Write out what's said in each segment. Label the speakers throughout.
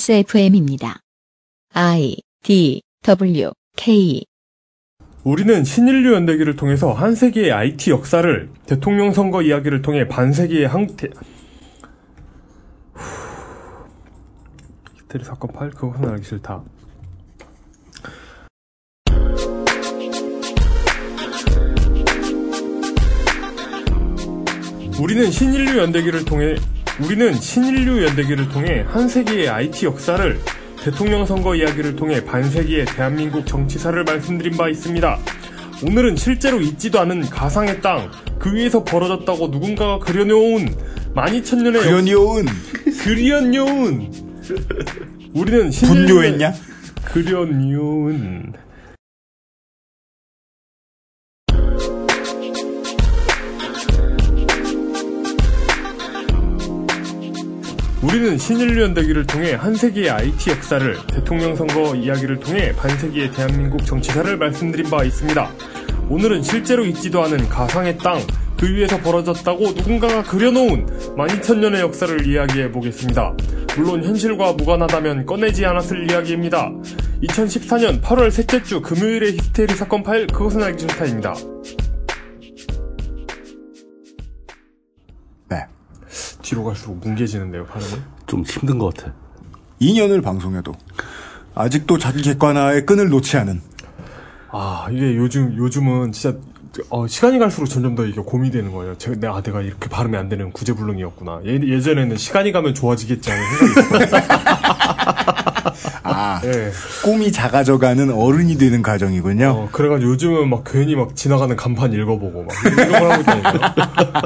Speaker 1: XSFM입니다. I D W K
Speaker 2: 우리는 신인류 연대기를 통해서 한 세기의 IT 역사를 대통령 선거 이야기를 통해 반세기의 항태 후. 이태리 사건 파일 그것은 알기 싫다. 우리는 신인류 연대기를 통해 우리는 신인류 연대기를 통해 한 세기의 IT 역사를 대통령 선거 이야기를 통해 반세기의 대한민국 정치사를 말씀드린 바 있습니다. 오늘은 실제로 있지도 않은 가상의 땅, 그 위에서 벌어졌다고 누군가가 그려내온 12,000년의
Speaker 3: 그연이온
Speaker 2: 그리언요운 우리는 신인류의-
Speaker 3: 분뇨했냐?
Speaker 2: 그려니온 우리는 신인류 연대기를 통해 한 세기의 IT 역사를 대통령 선거 이야기를 통해 반세기의 대한민국 정치사를 말씀드린 바 있습니다. 오늘은 실제로 있지도 않은 가상의 땅, 그 위에서 벌어졌다고 누군가가 그려놓은 12,000년의 역사를 이야기해 보겠습니다. 물론 현실과 무관하다면 꺼내지 않았을 이야기입니다. 2014년 8월 셋째 주 금요일의 히스테리 사건 파일 그것은 알기 싫다입니다.
Speaker 3: 네.
Speaker 2: 뒤로 갈수록 뭉개지는데요, 발음이.
Speaker 4: 좀 힘든 것 같아.
Speaker 3: 2년을 방송해도 아직도 자기 객관화의 끈을 놓지 않은
Speaker 2: 아 이게 요즘 요즘은 진짜 어, 시간이 갈수록 점점 더 이게 고민이 되는 거예요. 제가 내가, 아, 내가 이렇게 발음이 안 되는 구제불능이었구나. 예, 예전에는 시간이 가면 좋아지겠지 하는 생각이
Speaker 3: 아
Speaker 2: 예.
Speaker 3: 꿈이 작아져가는 어른이 되는 과정이군요.
Speaker 2: 어, 그래가지고 요즘은 막 괜히 막 지나가는 간판 읽어보고 막 이런 걸 하고 있다니까.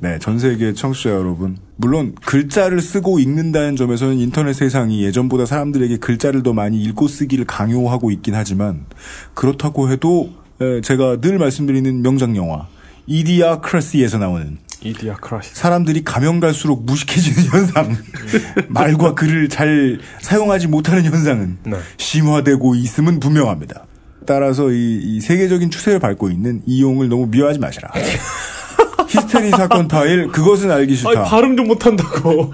Speaker 3: 네, 전 세계 청취자 여러분. 물론 글자를 쓰고 읽는다는 점에서는 인터넷 세상이 예전보다 사람들에게 글자를 더 많이 읽고 쓰기를 강요하고 있긴 하지만 그렇다고 해도 에, 제가 늘 말씀드리는 명작 영화 이디아크라시에서 나오는
Speaker 2: 이디아 크라시.
Speaker 3: 사람들이 가면 갈수록 무식해지는 현상, 말과 글을 잘 사용하지 못하는 현상은
Speaker 2: 네.
Speaker 3: 심화되고 있음은 분명합니다. 따라서 이, 이 세계적인 추세를 밟고 있는 이용을 너무 미워하지 마시라. 히스테리 사건 파일 그것은 알기
Speaker 2: 아니
Speaker 3: 싫다.
Speaker 2: 발음 좀 못한다고.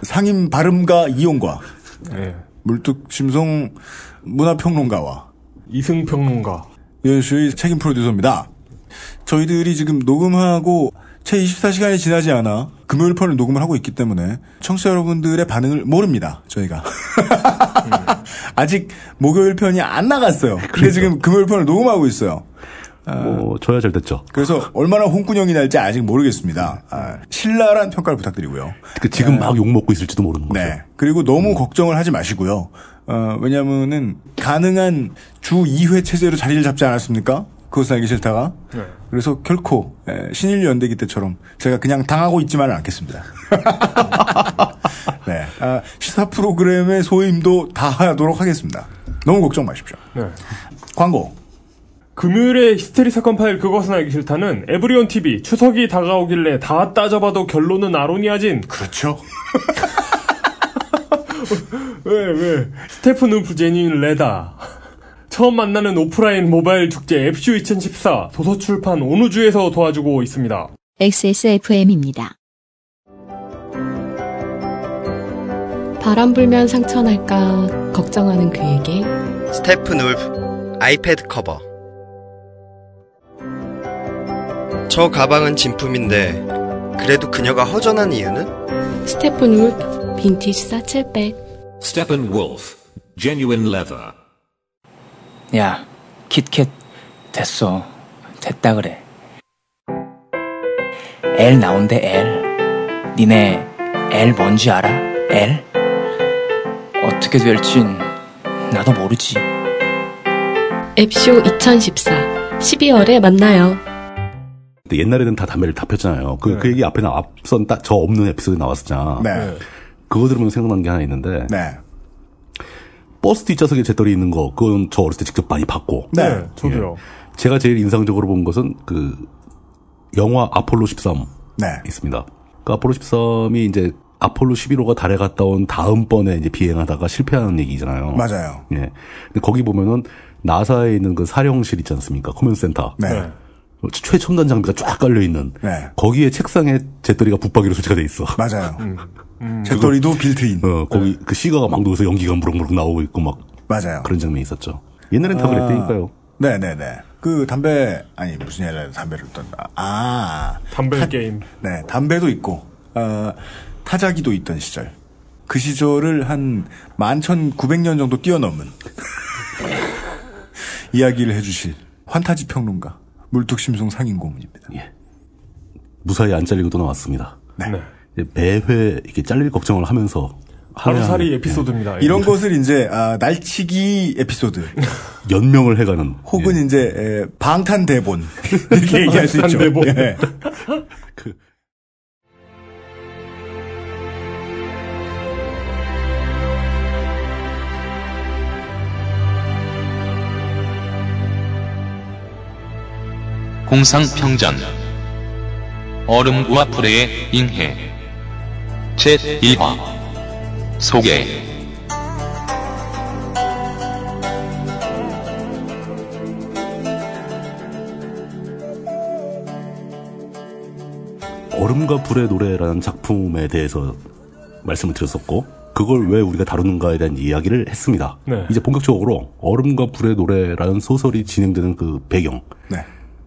Speaker 3: 상임 발음가 이용과
Speaker 2: 예.
Speaker 3: 물뚝 심성 문화평론가와
Speaker 2: 이승평론가.
Speaker 3: 연수의 책임 프로듀서입니다. 저희들이 지금 녹음하고 채 24시간이 지나지 않아 금요일 편을 녹음을 하고 있기 때문에 청취자 여러분들의 반응을 모릅니다. 저희가. 아직 목요일 편이 안 나갔어요. 근데 지금 금요일 편을 녹음하고 있어요. 아.
Speaker 4: 뭐 줘야 잘 됐죠.
Speaker 3: 그래서 얼마나 홍군형이 날지 아직 모르겠습니다. 아, 신랄한 평가를 부탁드리고요.
Speaker 4: 그 지금 막 욕 먹고 있을지도 모르는 거죠.
Speaker 3: 아. 네. 그리고 너무 걱정을 하지 마시고요. 어, 왜냐면은 가능한 주 2회 체제로 자리를 잡지 않았습니까? 그것은 알기 싫다가. 그래서 결코 에, 신인류 연대기 때처럼 제가 그냥 당하고 있지만은 않겠습니다. 네. 아, 시사 프로그램의 소임도 다 하도록 하겠습니다. 너무 걱정 마십시오.
Speaker 2: 네.
Speaker 3: 광고.
Speaker 2: 금요일에 히스테리 사건 파일 그것은 알기 싫다는 에브리온 TV 추석이 다가오길래 다 따져봐도 결론은 아로니아진
Speaker 3: 그렇죠.
Speaker 2: 왜, 왜? 스테프는 부제니인 레다. 처음 만나는 오프라인 모바일 축제 앱쇼 2014 도서출판 온우주에서 도와주고 있습니다.
Speaker 1: XSFM입니다.
Speaker 5: 바람 불면 상처 날까 걱정하는 그에게
Speaker 6: 스테픈 울프 아이패드 커버 저 가방은 진품인데 그래도 그녀가 허전한 이유는?
Speaker 5: 스테픈 울프 빈티지 사칠백
Speaker 7: Steppenwolf, genuine leather.
Speaker 8: 야, 킷캣 됐어. 됐다 그래. L 나온대 L. 니네 L 뭔지 알아? L? 어떻게 될진 나도 모르지.
Speaker 5: 앱쇼 2014 12월에 만나요.
Speaker 4: 근데 옛날에는 다 담배를 다 폈잖아요. 그,
Speaker 2: 네.
Speaker 4: 그 얘기 앞에 나, 앞선 딱 저 없는 에피소드 나왔었잖아.
Speaker 3: 네.
Speaker 4: 그거 들으면 생각난 게 하나 있는데
Speaker 3: 네.
Speaker 4: 버스 뒷좌석에 재떨이 있는 거 그건 저 어렸을 때 직접 많이 봤고
Speaker 3: 네.
Speaker 4: 예.
Speaker 2: 저도요.
Speaker 4: 제가 제일 인상적으로 본 것은 그 영화 아폴로 13
Speaker 3: 네.
Speaker 4: 있습니다. 그 아폴로 13이 이제 아폴로 11호가 달에 갔다 온 다음번에 이제 비행하다가 실패하는 얘기잖아요.
Speaker 3: 맞아요.
Speaker 4: 예. 근데 거기 보면은 나사에 있는 그 사령실 있지 않습니까? 커맨드 센터.
Speaker 3: 네.
Speaker 2: 네.
Speaker 4: 최첨단 장비가 쫙 깔려있는
Speaker 3: 네.
Speaker 4: 거기에 책상에 재떨이가 붙박이로 설치가 돼 있어.
Speaker 3: 맞아요. 음. 재떨이도 빌트인.
Speaker 4: 어,
Speaker 3: 네.
Speaker 4: 거기 그 시가가 막 녹여서 연기가 무럭무럭 나오고 있고 막
Speaker 3: 맞아요.
Speaker 4: 그런 장면이 있었죠. 옛날엔 다
Speaker 3: 아.
Speaker 4: 그랬다니까요.
Speaker 3: 네네네. 그 담배 아니 무슨 얘기를 담배를 떤다. 아
Speaker 2: 담배 게임.
Speaker 3: 네, 담배도 있고, 어, 타자기도 있던 시절. 그 시절을 한 11,900년 정도 뛰어넘은 이야기를 해주실 환타지 평론가 물뚝심송 상인고문입니다.
Speaker 4: 무사히 안 잘리고 또 나왔습니다.
Speaker 3: 네.
Speaker 4: 이제 매회 이렇게 잘릴 걱정을 하면서
Speaker 2: 하루살이
Speaker 4: 하루하루
Speaker 2: 에피소드입니다. 예.
Speaker 3: 이런 것을 이제 아, 날치기 에피소드
Speaker 4: 예, 연명을 해가는 예,
Speaker 3: 혹은 이제 에, 방탄 대본 이렇게 얘기할 수 있죠.
Speaker 2: 방탄 대본.
Speaker 3: 예.
Speaker 7: 공상평전 얼음과 불의 잉해 제1화 소개
Speaker 4: 얼음과 불의 노래라는 작품에 대해서 말씀을 드렸었고 그걸 왜 우리가 다루는가에 대한 이야기를 했습니다.
Speaker 2: 네.
Speaker 4: 이제 본격적으로 얼음과 불의 노래라는 소설이 진행되는 그 배경
Speaker 3: 네.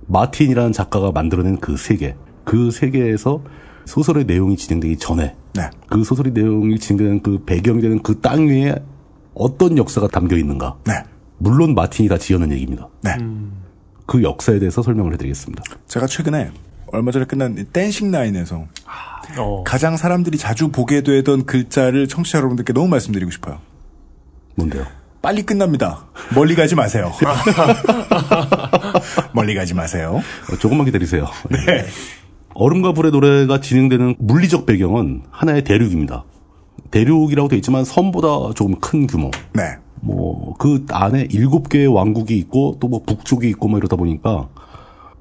Speaker 4: 마틴이라는 작가가 만들어낸 그 세계 그 세계에서 소설의 내용이 진행되기 전에
Speaker 3: 네.
Speaker 4: 그 소설의 내용이 진행되는 그 배경이 되는 그 땅 위에 어떤 역사가 담겨 있는가
Speaker 3: 네.
Speaker 4: 물론 마틴이 다 지어낸 얘기입니다.
Speaker 3: 네.
Speaker 4: 그 역사에 대해서 설명을 해드리겠습니다.
Speaker 3: 제가 최근에 얼마 전에 끝난 이 댄싱 라인에서
Speaker 2: 어.
Speaker 3: 가장 사람들이 자주 보게 되던 글자를 청취자 여러분들께 너무 말씀드리고 싶어요.
Speaker 4: 뭔데요?
Speaker 3: 빨리 끝납니다. 멀리 가지 마세요. 멀리 가지 마세요.
Speaker 4: 어, 조금만 기다리세요. 네. 얼음과 불의 노래가 진행되는 물리적 배경은 하나의 대륙입니다. 대륙이라고 되어 있지만 섬보다 조금 큰 규모.
Speaker 3: 네.
Speaker 4: 뭐 그 안에 일곱 개의 왕국이 있고 또 뭐 북쪽이 있고 뭐 이러다 보니까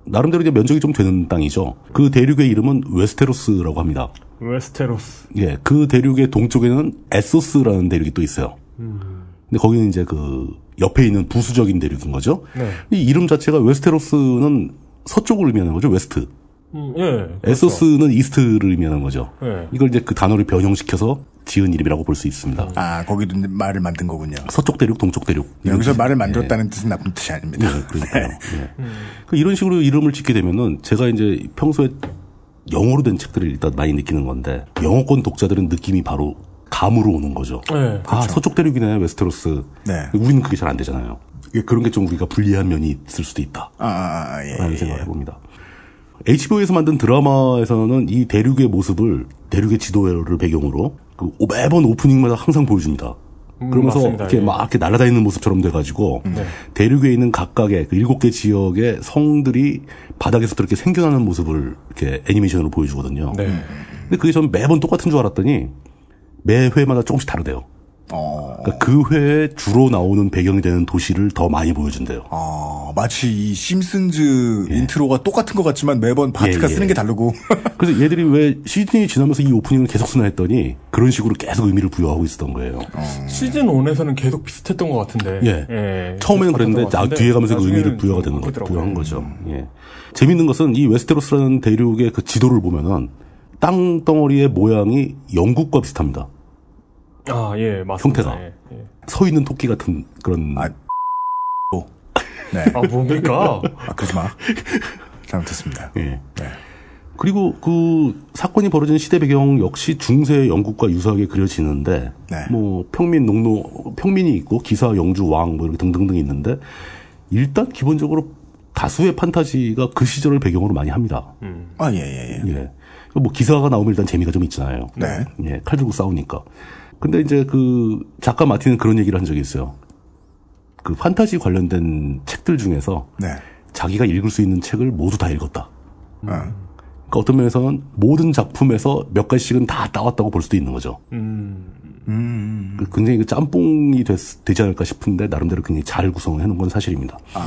Speaker 4: 나름대로 이제 면적이 좀 되는 땅이죠. 그 대륙의 이름은 웨스테로스라고 합니다.
Speaker 2: 웨스테로스.
Speaker 4: 예, 그 대륙의 동쪽에는 에소스라는 대륙이 또 있어요. 근데 거기는 이제 그 옆에 있는 부수적인 대륙인 거죠. 이 이름 자체가 웨스테로스는 서쪽을 의미하는 거죠. 웨스트.
Speaker 2: 음, 예.
Speaker 4: 에소스는 이스트를 의미하는 거죠.
Speaker 2: 네.
Speaker 4: 이걸 이제 그 단어를 변형시켜서 지은 이름이라고 볼 수 있습니다.
Speaker 3: 아, 거기도 이제 말을 만든 거군요.
Speaker 4: 서쪽 대륙, 동쪽 대륙. 이런
Speaker 3: 여기서
Speaker 4: 뜻이-
Speaker 3: 말을 만들었다는 뜻은 나쁜 뜻이
Speaker 4: 예,
Speaker 3: 아닙니다.
Speaker 4: 예, 그러니까요. 예. 그 이런 식으로 이름을 짓게 되면은 제가 이제 평소에 영어로 된 책들을 일단 많이 느끼는 건데 영어권 독자들은 느낌이 바로 감으로 오는 거죠.
Speaker 2: 네,
Speaker 4: 아 서쪽 대륙이네 웨스테로스.
Speaker 3: 네.
Speaker 4: 우리는 그게 잘 안 되잖아요. 이게 그런 게 좀 우리가 불리한 면이 있을 수도 있다.
Speaker 3: 아, 아, 아, 예.
Speaker 4: 라는
Speaker 3: 예,
Speaker 4: 생각을
Speaker 3: 예.
Speaker 4: 해봅니다. HBO에서 만든 드라마에서는 이 대륙의 모습을 대륙의 지도를 배경으로 그 오- 매번 오프닝마다 항상 보여줍니다. 그러면서
Speaker 2: 맞습니다.
Speaker 4: 이렇게
Speaker 2: 예. 음. 네.
Speaker 4: 막 이렇게 날아다니는 모습처럼 돼가지고 대륙에 있는 각각의 그 일곱 개 지역의 성들이 바닥에서부터 이렇게 생겨나는 모습을 이렇게 애니메이션으로 보여주거든요.
Speaker 2: 네.
Speaker 4: 근데 그게 전 매번 똑같은 줄 알았더니 매 회마다 조금씩 다르대요.
Speaker 3: 어,
Speaker 4: 그러니까 그 회에 주로 나오는 배경이 되는 도시를 더 많이 보여준대요.
Speaker 3: 아, 마치 이 심슨즈 인트로가 똑같은 것 같지만 매번 바트가
Speaker 4: 예, 예.
Speaker 3: 쓰는 게 다르고.
Speaker 4: 그래서 얘들이 왜 시즌이 지나면서 이 오프닝을 계속 쓰나 했더니 그런 식으로 계속 의미를 부여하고 있었던 거예요.
Speaker 2: 시즌 1에서는 계속 비슷했던 것 같은데.
Speaker 4: 예. 처음에는 그랬는데 나, 뒤에 가면서 그 의미를 부여가 되는 거,
Speaker 2: 요
Speaker 4: 부여한 거죠. 예. 재밌는 것은 이 웨스테로스라는 대륙의 그 지도를 보면은 땅 덩어리의 모양이 영국과 비슷합니다.
Speaker 2: 아, 예, 맞습니다.
Speaker 4: 형태가.
Speaker 2: 예, 예.
Speaker 4: 서 있는 토끼 같은 그런
Speaker 3: 아, 네.
Speaker 2: 아, 뭡니까?
Speaker 3: 아, 그러지 마. 잘못했습니다.
Speaker 4: 예.
Speaker 3: 네.
Speaker 4: 그리고 그 사건이 벌어진 시대 배경 역시 중세 영국과 유사하게 그려지는데
Speaker 3: 네.
Speaker 4: 뭐 평민 농노 평민이 있고 기사 영주 왕뭐 이렇게 등등등 있는데 일단 기본적으로 다수의 판타지가 그 시절을 배경으로 많이 합니다.
Speaker 3: 아, 예, 예, 예.
Speaker 4: 예. 뭐 기사가 나오면 일단 재미가 좀 있잖아요.
Speaker 3: 네.
Speaker 4: 예. 칼 들고 싸우니까. 근데 이제 그 작가 마틴은 그런 얘기를 한 적이 있어요. 그 판타지 관련된 책들 중에서
Speaker 3: 네.
Speaker 4: 자기가 읽을 수 있는 책을 모두 다 읽었다.
Speaker 3: 어.
Speaker 4: 그러니까 어떤 면에서는 모든 작품에서 몇 가지씩은 다 따왔다고 볼 수도 있는 거죠.
Speaker 3: 음.
Speaker 4: 그 굉장히 그 짬뽕이 됐- 되지 않을까 싶은데 나름대로 굉장히 잘 구성을 해놓은 건 사실입니다.
Speaker 3: 아.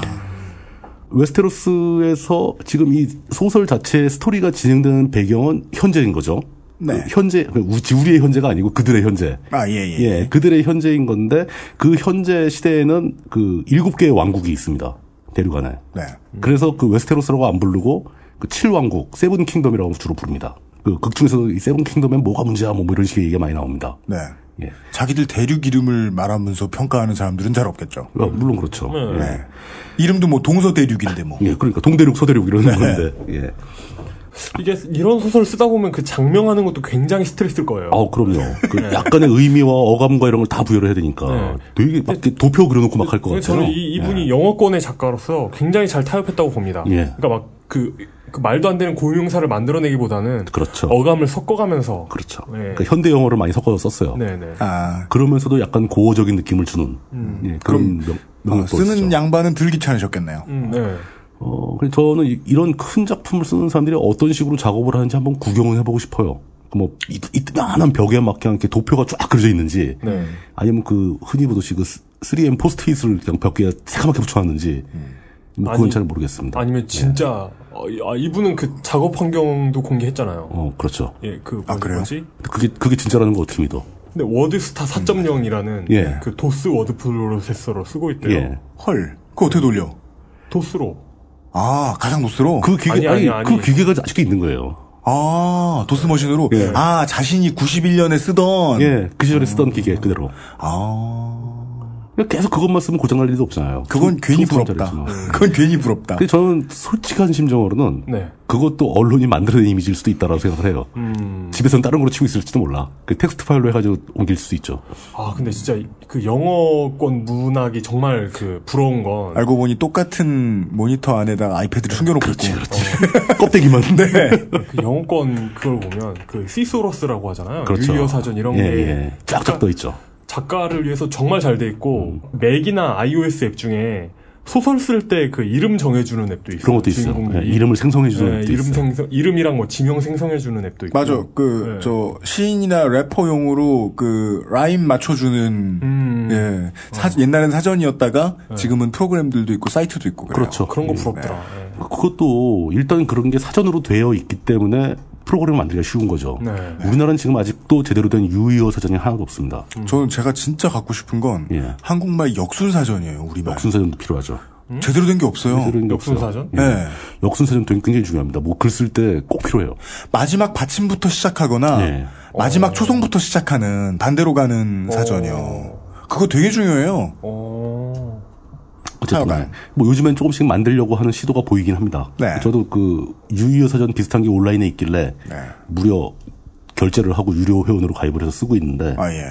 Speaker 4: 웨스테로스에서 지금 이 소설 자체의 스토리가 진행되는 배경은 현재인 거죠.
Speaker 3: 네.
Speaker 4: 그 현재 그 우지- 우리의 현재가 아니고 그들의 현재.
Speaker 3: 아, 예, 예.
Speaker 4: 예, 그들의 현재인 건데 그 현재 시대에는 그 일곱 개의 왕국이 있습니다. 대륙간을.
Speaker 3: 네.
Speaker 4: 그래서 그 웨스테로스라고 안 부르고 그 칠왕국 세븐 킹덤이라고 주로 부릅니다. 그 극중에서 이 세븐 킹덤에 뭐가 문제야 뭐 이런 식의 얘기가 많이 나옵니다.
Speaker 3: 네.
Speaker 4: 예.
Speaker 3: 자기들 대륙 이름을 말하면서 평가하는 사람들은 잘 없겠죠.
Speaker 4: 어, 물론 그렇죠. 예.
Speaker 3: 네. 이름도 뭐 동서 대륙인데 뭐.
Speaker 4: 예, 그러니까 동대륙, 서대륙 이런
Speaker 2: 네.
Speaker 4: 건데. 예.
Speaker 2: 이게 이런 소설 쓰다 보면 그 장명하는 것도 굉장히 스트레스일 거예요.
Speaker 4: 아, 그럼요. 그 약간의 의미와 어감과 이런 걸 다 부여를 해야 되니까
Speaker 2: 네.
Speaker 4: 되게 막 이렇게 도표 그려놓고 막 할 것 같아요.
Speaker 2: 저는 이, 이분이 영어권의 작가로서 굉장히 잘 타협했다고 봅니다.
Speaker 4: 예.
Speaker 2: 그러니까 막 그 말도 안 되는 고유명사를 만들어내기보다는
Speaker 4: 그렇죠.
Speaker 2: 어감을 섞어가면서
Speaker 4: 그렇죠.
Speaker 2: 네.
Speaker 4: 그러니까 현대 영어를 많이 섞어서 썼어요.
Speaker 2: 네네.
Speaker 3: 아,
Speaker 4: 그러면서도 약간 고어적인 느낌을 주는
Speaker 2: 음.
Speaker 4: 예, 그런 명,
Speaker 3: 어,
Speaker 4: 명도
Speaker 3: 쓰는
Speaker 4: 있죠.
Speaker 3: 양반은 들 귀찮으셨겠네요.
Speaker 2: 음, 네.
Speaker 4: 어, 그래서 저는 이- 이런 큰 작품을 쓰는 사람들이 어떤 식으로 작업을 하는지 한번 구경을 해보고 싶어요. 그 뭐, 이, 이 뜨만한 벽에 막 그냥 이렇게 도표가 쫙 그려져 있는지,
Speaker 2: 네.
Speaker 4: 아니면 그, 흔히 보듯이 그 3M 포스트잇을 그냥 벽에 새카맣게 붙여놨는지, 뭐 그건
Speaker 2: 아니-
Speaker 4: 잘 모르겠습니다.
Speaker 2: 아니면 진짜 어, 이- 아, 이분은 그 작업 환경도 공개했잖아요.
Speaker 4: 어, 그렇죠.
Speaker 2: 예, 그
Speaker 3: 아, 그래요?
Speaker 2: 뭐지?
Speaker 4: 그게, 그게 진짜라는 거 어떻게 믿어?
Speaker 2: 근데 워드스타 4.0이라는
Speaker 4: 예.
Speaker 2: 그 도스 워드 프로세서로 쓰고 있대요.
Speaker 4: 예.
Speaker 3: 헐, 그거 어떻게 돌려?
Speaker 2: 도스로.
Speaker 3: 아, 가상 도스로?
Speaker 4: 그 기계,
Speaker 2: 아니,
Speaker 4: 아니,
Speaker 2: 아니,
Speaker 4: 그
Speaker 2: 아니.
Speaker 4: 기계가 아직도 있는 거예요.
Speaker 3: 아, 도스 머신으로?
Speaker 4: 예.
Speaker 3: 아, 자신이 91년에 쓰던.
Speaker 4: 예, 그 시절에 쓰던 기계 그대로.
Speaker 3: 아,
Speaker 4: 그러니까 계속 그것만 쓰면 고장날 일도 없잖아요.
Speaker 3: 그건
Speaker 4: 총-
Speaker 3: 괜히
Speaker 4: 총
Speaker 3: 부럽다.
Speaker 4: 짜리 쓰면.
Speaker 3: 그건 괜히 부럽다.
Speaker 4: 근데 저는 솔직한 심정으로는
Speaker 2: 네.
Speaker 4: 그것도 언론이 만들어낸 이미지일 수도 있다라고 생각을 해요.
Speaker 2: 음.
Speaker 4: 집에서는 다른 걸로 치고 있을지도 몰라. 그 텍스트 파일로 해가지고 옮길 수도 있죠.
Speaker 2: 아, 근데 진짜 이- 그 영어권 문학이 정말 그 부러운 건
Speaker 3: 알고 보니 똑같은 모니터 안에다 아이패드를 숨겨놓고 있고. 어.
Speaker 4: 껍데기만. 네.
Speaker 2: 그 영어권 그걸 보면 그 시소러스라고 하잖아요.
Speaker 4: 그렇죠.
Speaker 2: 유리어 사전 이런
Speaker 4: 예,
Speaker 2: 게
Speaker 4: 예. 쫙쫙 떠 있죠.
Speaker 2: 작가를 위해서 정말 잘 돼 있고
Speaker 4: 음.
Speaker 2: 맥이나 iOS 앱 중에 소설 쓸 때 그 이름 정해주는 앱도 있어요.
Speaker 4: 그런 것도 있어요.
Speaker 2: 주인공들이.
Speaker 4: 예, 이름을 생성해주는
Speaker 2: 예,
Speaker 4: 것도
Speaker 2: 이름
Speaker 4: 있어요.
Speaker 2: 생성, 이름이랑 뭐 지명 생성해주는 앱도 있고.
Speaker 3: 맞아. 그,
Speaker 2: 네.
Speaker 3: 저, 시인이나 래퍼용으로 그, 라임 맞춰주는,
Speaker 2: 음.
Speaker 3: 예. 사-
Speaker 4: 어.
Speaker 3: 옛날엔 사전이었다가, 지금은 프로그램들도 있고, 사이트도 있고. 그래요.
Speaker 4: 네. 그렇죠.
Speaker 2: 그런 거 부럽더라. 예.
Speaker 4: 그것도 일단 그런 게 사전으로 되어 있기 때문에 프로그램을 만들기가 쉬운 거죠.
Speaker 2: 네.
Speaker 4: 우리나라는 지금 아직도 제대로 된 유의어 사전이 하나도 없습니다.
Speaker 2: 음.
Speaker 3: 저는 제가 진짜 갖고 싶은 건,
Speaker 4: 음. 예.
Speaker 3: 한국말 역순사전이에요, 우리말.
Speaker 4: 역순 사전도 필요하죠.
Speaker 3: 제대로 된 게 없어요.
Speaker 4: 제대로 된게 없어요.
Speaker 2: 네. 어, 역순사전?
Speaker 4: 예.
Speaker 3: 네.
Speaker 4: 역순 사전도 굉장히 중요합니다. 뭐 글 쓸 때 꼭 필요해요.
Speaker 3: 마지막 받침부터 시작하거나
Speaker 4: 예. 어.
Speaker 3: 마지막 초성부터 시작하는 반대로 가는 사전이요. 그거 되게 중요해요.
Speaker 2: 어.
Speaker 4: 어쨌든
Speaker 3: 하여간.
Speaker 4: 뭐 요즘엔 조금씩 만들려고 하는 시도가 보이긴 합니다.
Speaker 3: 네.
Speaker 4: 저도 그 유의어 사전 비슷한 게 온라인에 있길래 무려 결제를 하고 유료 회원으로 가입을 해서 쓰고 있는데
Speaker 3: 아 예.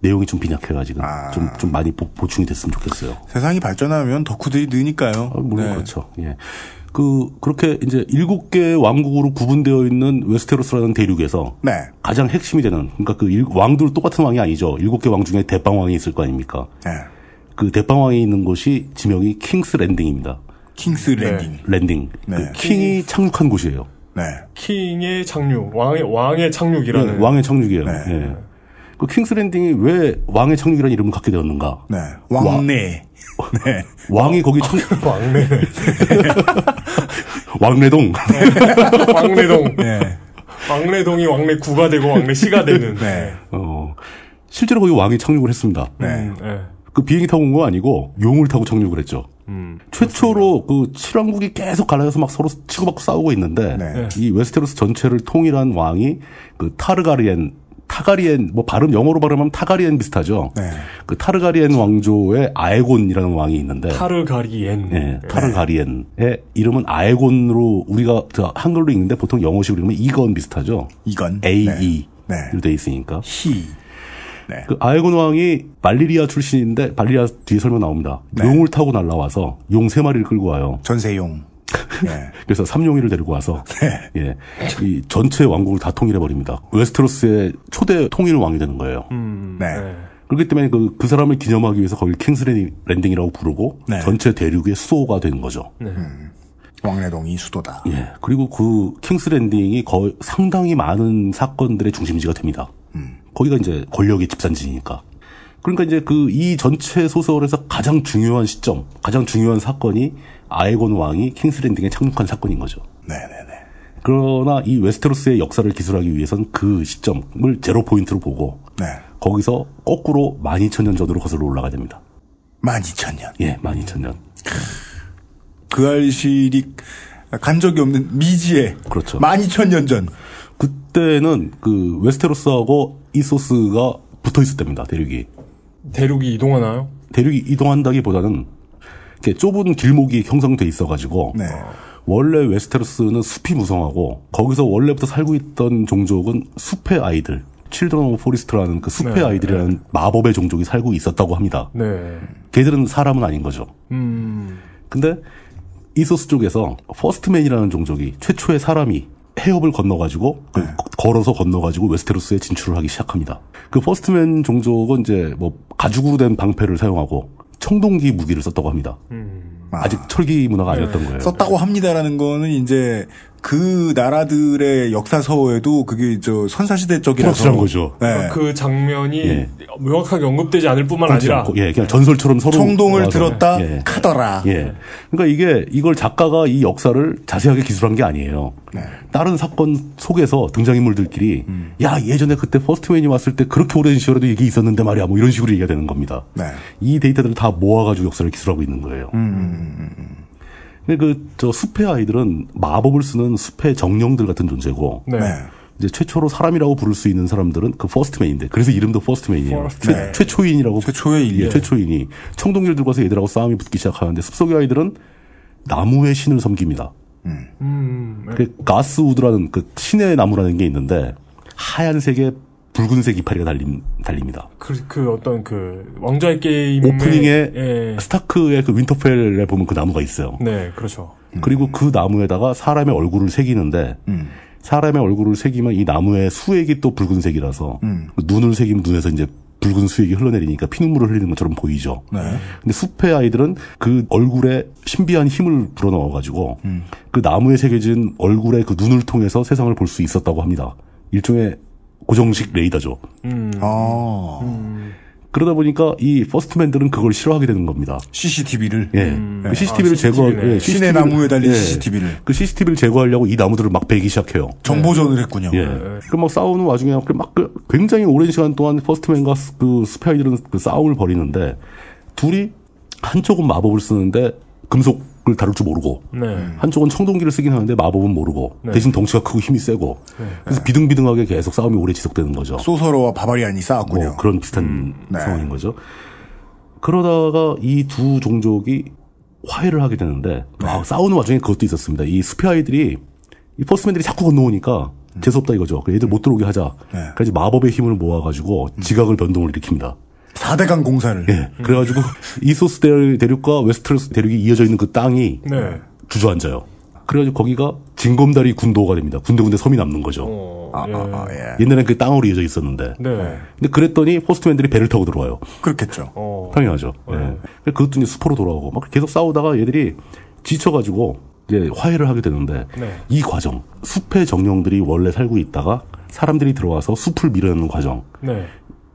Speaker 4: 내용이 좀 빈약해가지고
Speaker 3: 아.
Speaker 4: 좀, 좀 많이 보, 충이 됐으면 좋겠어요.
Speaker 3: 세상이 발전하면 덕후들이 느니까요.
Speaker 4: 아, 물론
Speaker 3: 네.
Speaker 4: 그렇죠. 예. 그 그렇게 이제 일곱 개의 왕국으로 구분되어 있는 웨스테로스라는 대륙에서
Speaker 3: 네.
Speaker 4: 가장 핵심이 되는 그러니까 그 일- 왕들 똑같은 왕이 아니죠. 일곱 개 왕 중에 대빵왕이 있을 거 아닙니까?
Speaker 3: 네.
Speaker 4: 그 대빵왕에 있는 곳이 지명이 킹스 랜딩입니다.
Speaker 3: 킹스 랜딩.
Speaker 4: 랜딩.
Speaker 3: 네.
Speaker 4: 그 킹이 착륙한 곳이에요.
Speaker 3: 네.
Speaker 2: 킹의 착륙, 왕의, 왕의 착륙이라는.
Speaker 4: 네, 왕의 착륙이에요. 예. 그 킹스 랜딩이 왜 왕의 착륙이라는 이름을 갖게 되었는가?
Speaker 3: 네. 왕래. 네.
Speaker 4: 왕이 거기 착
Speaker 2: 왕래.
Speaker 4: 왕래동.
Speaker 2: 왕래동.
Speaker 3: 네.
Speaker 2: 왕래동이 왕래구가 되고 왕래시가 되는.
Speaker 3: 네.
Speaker 4: 어, 실제로 거기 왕이 착륙을 했습니다.
Speaker 3: 네.
Speaker 2: 음, 예.
Speaker 4: 그 비행기 타고 온 거 아니고 용을 타고 착륙을 했죠.
Speaker 2: 음.
Speaker 4: 최초로 그 칠왕국이 계속 갈라져서 막 서로 치고받고 싸우고 있는데
Speaker 3: 네.
Speaker 4: 이 웨스테로스 전체를 통일한 왕이 그 타르가리엔 타가리엔 뭐 발음 영어로 발음하면 타가리엔 비슷하죠.
Speaker 3: 네.
Speaker 4: 그 타르가리엔 왕조의 아에곤이라는 왕이 있는데
Speaker 2: 타르가리엔.
Speaker 4: 예, 타르가리엔의 이름은 아에곤으로 우리가 저 한글로 읽는데 보통 영어식으로 읽으면 이건 비슷하죠.
Speaker 3: 이건.
Speaker 4: AE
Speaker 3: 네.
Speaker 4: 로돼 있으니까.
Speaker 3: 히. 네.
Speaker 4: 그 아에곤 왕이 발리리아 출신인데 발리리아 뒤에 설명 나옵니다.
Speaker 3: 네.
Speaker 4: 용을 타고 날라와서 용 세 마리를 끌고 와요.
Speaker 3: 전세용. 네.
Speaker 4: 그래서 삼용이를 데리고 와서 예, 이 전체 왕국을 다 통일해 버립니다. 웨스테로스의 초대 통일 왕이 되는 거예요. 음,
Speaker 3: 네.
Speaker 4: 그렇기 때문에 그, 그 사람을 기념하기 위해서 거기 킹스 랜딩이라고 부르고
Speaker 3: 네.
Speaker 4: 전체 대륙의 수호가 된 거죠.
Speaker 3: 왕래동이 수도다.
Speaker 4: 예. 그리고 그 킹스 랜딩이 거의 상당히 많은 사건들의 중심지가 됩니다. 거기가 이제 권력의 집산지니까. 그러니까 이제 그 이 전체 소설에서 가장 중요한 시점, 가장 중요한 사건이 아에곤 왕이 킹스 랜딩에 착륙한 사건인 거죠.
Speaker 3: 네네네.
Speaker 4: 그러나 이 웨스테로스의 역사를 기술하기 위해선 그 시점을 제로 포인트로 보고
Speaker 3: 네.
Speaker 4: 거기서 거꾸로 12,000년 전으로 거슬러 올라가야 됩니다.
Speaker 3: 12,000년.
Speaker 4: 예, 12,000년.
Speaker 9: 그 알실이 간 적이 없는 미지에
Speaker 4: 그렇죠.
Speaker 9: 12,000년 전
Speaker 4: 그때는 그 웨스테로스하고 이소스가 붙어 있었답니다. 대륙이.
Speaker 2: 대륙이 이동하나요?
Speaker 4: 대륙이 이동한다기보다는 이렇게 좁은 길목이 형성돼 있어가지고
Speaker 9: 네.
Speaker 4: 원래 웨스테로스는 숲이 무성하고 거기서 원래부터 살고 있던 종족은 숲의 아이들 칠드런 오브 포리스트라는 그 숲의
Speaker 2: 네,
Speaker 4: 아이들이라는 마법의 종족이 살고 있었다고 합니다.
Speaker 2: 네.
Speaker 4: 걔들은 사람은 아닌 거죠.
Speaker 2: 음.
Speaker 4: 근데 이소스 쪽에서 퍼스트맨이라는 종족이 최초의 사람이 해협을 건너가지고 그
Speaker 9: 네.
Speaker 4: 걸어서 건너가지고 웨스테로스에 진출을 하기 시작합니다. 그 퍼스트맨 종족은 이제 뭐 가죽으로 된 방패를 사용하고 청동기 무기를 썼다고 합니다. 아. 직 철기 문화가 아니었던 거예요.
Speaker 9: 음. 네. 썼다고 합니다라는 거는 이제 그 나라들의 역사서에도 그게 저 선사시대적이라서
Speaker 4: 프락스란 거죠. 아,
Speaker 9: 네.
Speaker 2: 그 장면이
Speaker 4: 예.
Speaker 2: 명확하게 언급되지 않을 뿐만
Speaker 4: 그렇지
Speaker 2: 아니라
Speaker 4: 않고, 예, 그냥 전설처럼 서로
Speaker 9: 청동을
Speaker 4: 모아서,
Speaker 9: 들었다
Speaker 4: 예.
Speaker 9: 카더라.
Speaker 4: 예. 그러니까 이게 이걸 작가가 이 역사를 자세하게 기술한 게 아니에요. 다른 사건 속에서 등장인물들끼리 야 예전에 그때 퍼스트맨이 왔을 때 그렇게 오랜 시절에도 얘기 있었는데 말이야 뭐 이런 식으로 얘기가 되는 겁니다.
Speaker 9: 네.
Speaker 4: 이 데이터들을 다 모아가지고 역사를 기술하고 있는 거예요. 근데 그 저 숲의 아이들은 마법을 쓰는 숲의 정령들 같은 존재고
Speaker 2: 네.
Speaker 9: 네.
Speaker 4: 이제 최초로 사람이라고 부를 수 있는 사람들은 그 퍼스트맨인데 그래서 이름도 퍼스트맨이에요.
Speaker 2: 퍼스트맨.
Speaker 4: 최, 초인이라고 예,
Speaker 9: 최초의 인류.
Speaker 4: 최초인이 청동길들 과서 얘들하고 싸움이 붙기 시작하는데 숲속의 아이들은 나무의 신을 섬깁니다.
Speaker 2: 음.
Speaker 4: 그 가스우드라는 그 신의 나무라는 게 있는데 하얀색에 붉은색 이파리가 달린 달립니다.
Speaker 2: 그, 그 어떤 그 왕좌의 게임
Speaker 4: 오프닝에
Speaker 2: 예.
Speaker 4: 스타크의 그 윈터펠에 보면 그 나무가 있어요.
Speaker 2: 네, 그렇죠.
Speaker 4: 그리고 그 나무에다가 사람의 얼굴을 새기는데 사람의 얼굴을 새기면 이 나무의 수액이 또 붉은색이라서 눈을 새기면 눈에서 이제 붉은 수액이 흘러내리니까 피눈물을 흘리는 것처럼 보이죠.
Speaker 3: 네.
Speaker 9: 네.
Speaker 4: 근데 숲의 아이들은 그 얼굴에 신비한 힘을 불어넣어가지고 그 나무에 새겨진 얼굴의 그 눈을 통해서 세상을 볼 수 있었다고 합니다. 일종의 고정식 레이더죠.
Speaker 2: 음.
Speaker 9: 아.
Speaker 4: 그러다 보니까 이 퍼스트맨들은 그걸 싫어하게 되는 겁니다.
Speaker 9: CCTV를
Speaker 4: 예. 그 CCTV를
Speaker 9: 아,
Speaker 4: 제거,
Speaker 2: CCTV 네.
Speaker 4: 예,
Speaker 9: 신의
Speaker 4: CCTV 를-
Speaker 9: 나무에 달린
Speaker 4: 예.
Speaker 9: CCTV를
Speaker 4: 그 CCTV를 제거하려고 이 나무들을 막 베기 시작해요.
Speaker 9: 정보전을 했군요.
Speaker 4: 예. 그럼 막 싸우는 와중에 그막그 굉장히 오랜 시간 동안 퍼스트맨과 스- 그 스파이들은 그 싸움을 벌이는데 둘이 한쪽은 마법을 쓰는데 금속을 다룰 줄 모르고
Speaker 9: 음.
Speaker 2: 네.
Speaker 4: 한쪽은 청동기를 쓰긴 하는데 마법은 모르고
Speaker 9: 네.
Speaker 4: 대신 덩치가 크고 힘이 세고 그래서 비등비등하게 계속 싸움이 오래 지속되는 거죠.
Speaker 9: 소서로와 바바리안이
Speaker 4: 뭐
Speaker 9: 싸웠군요.
Speaker 4: 그런 비슷한
Speaker 9: 네.
Speaker 4: 상황인 거죠. 그러다가 이 두 종족이 화해를 하게 되는데
Speaker 9: 네.
Speaker 4: 아, 싸우는 와중에 그것도 있었습니다. 이 숲의 아이들이 이 퍼스맨들이 자꾸 건너오니까
Speaker 9: 음.
Speaker 4: 재수 없다 이거죠. 그 애들 못 들어오게 하자.
Speaker 9: 네.
Speaker 4: 그래서 마법의 힘을 모아가지고
Speaker 9: 음.
Speaker 4: 지각을 변동을 일으킵니다.
Speaker 9: 4대강 공사를.
Speaker 4: 예. 그래가지고 이소스 대- 대륙과 웨스트로스 대륙이 이어져 있는 그 땅이
Speaker 2: 네.
Speaker 4: 주저앉아요. 그래가지고 거기가 진검다리 군도가 됩니다. 군데군데 섬이 남는 거죠.
Speaker 9: 아, 아, 아, 예.
Speaker 4: 옛날엔 그 땅으로 이어져 있었는데.
Speaker 2: 네.
Speaker 4: 근데 그랬더니 포스트맨들이 배를 타고 들어와요.
Speaker 9: 그렇겠죠.
Speaker 2: 어.
Speaker 4: 당연하죠. 예. 근데 그것도 이제 수포로 돌아오고 막 계속 싸우다가 얘들이 지쳐가지고 이제 화해를 하게 되는데
Speaker 2: 네.
Speaker 4: 이 과정 숲의 정령들이 원래 살고 있다가 사람들이 들어와서 숲을 밀어내는 과정
Speaker 2: 네.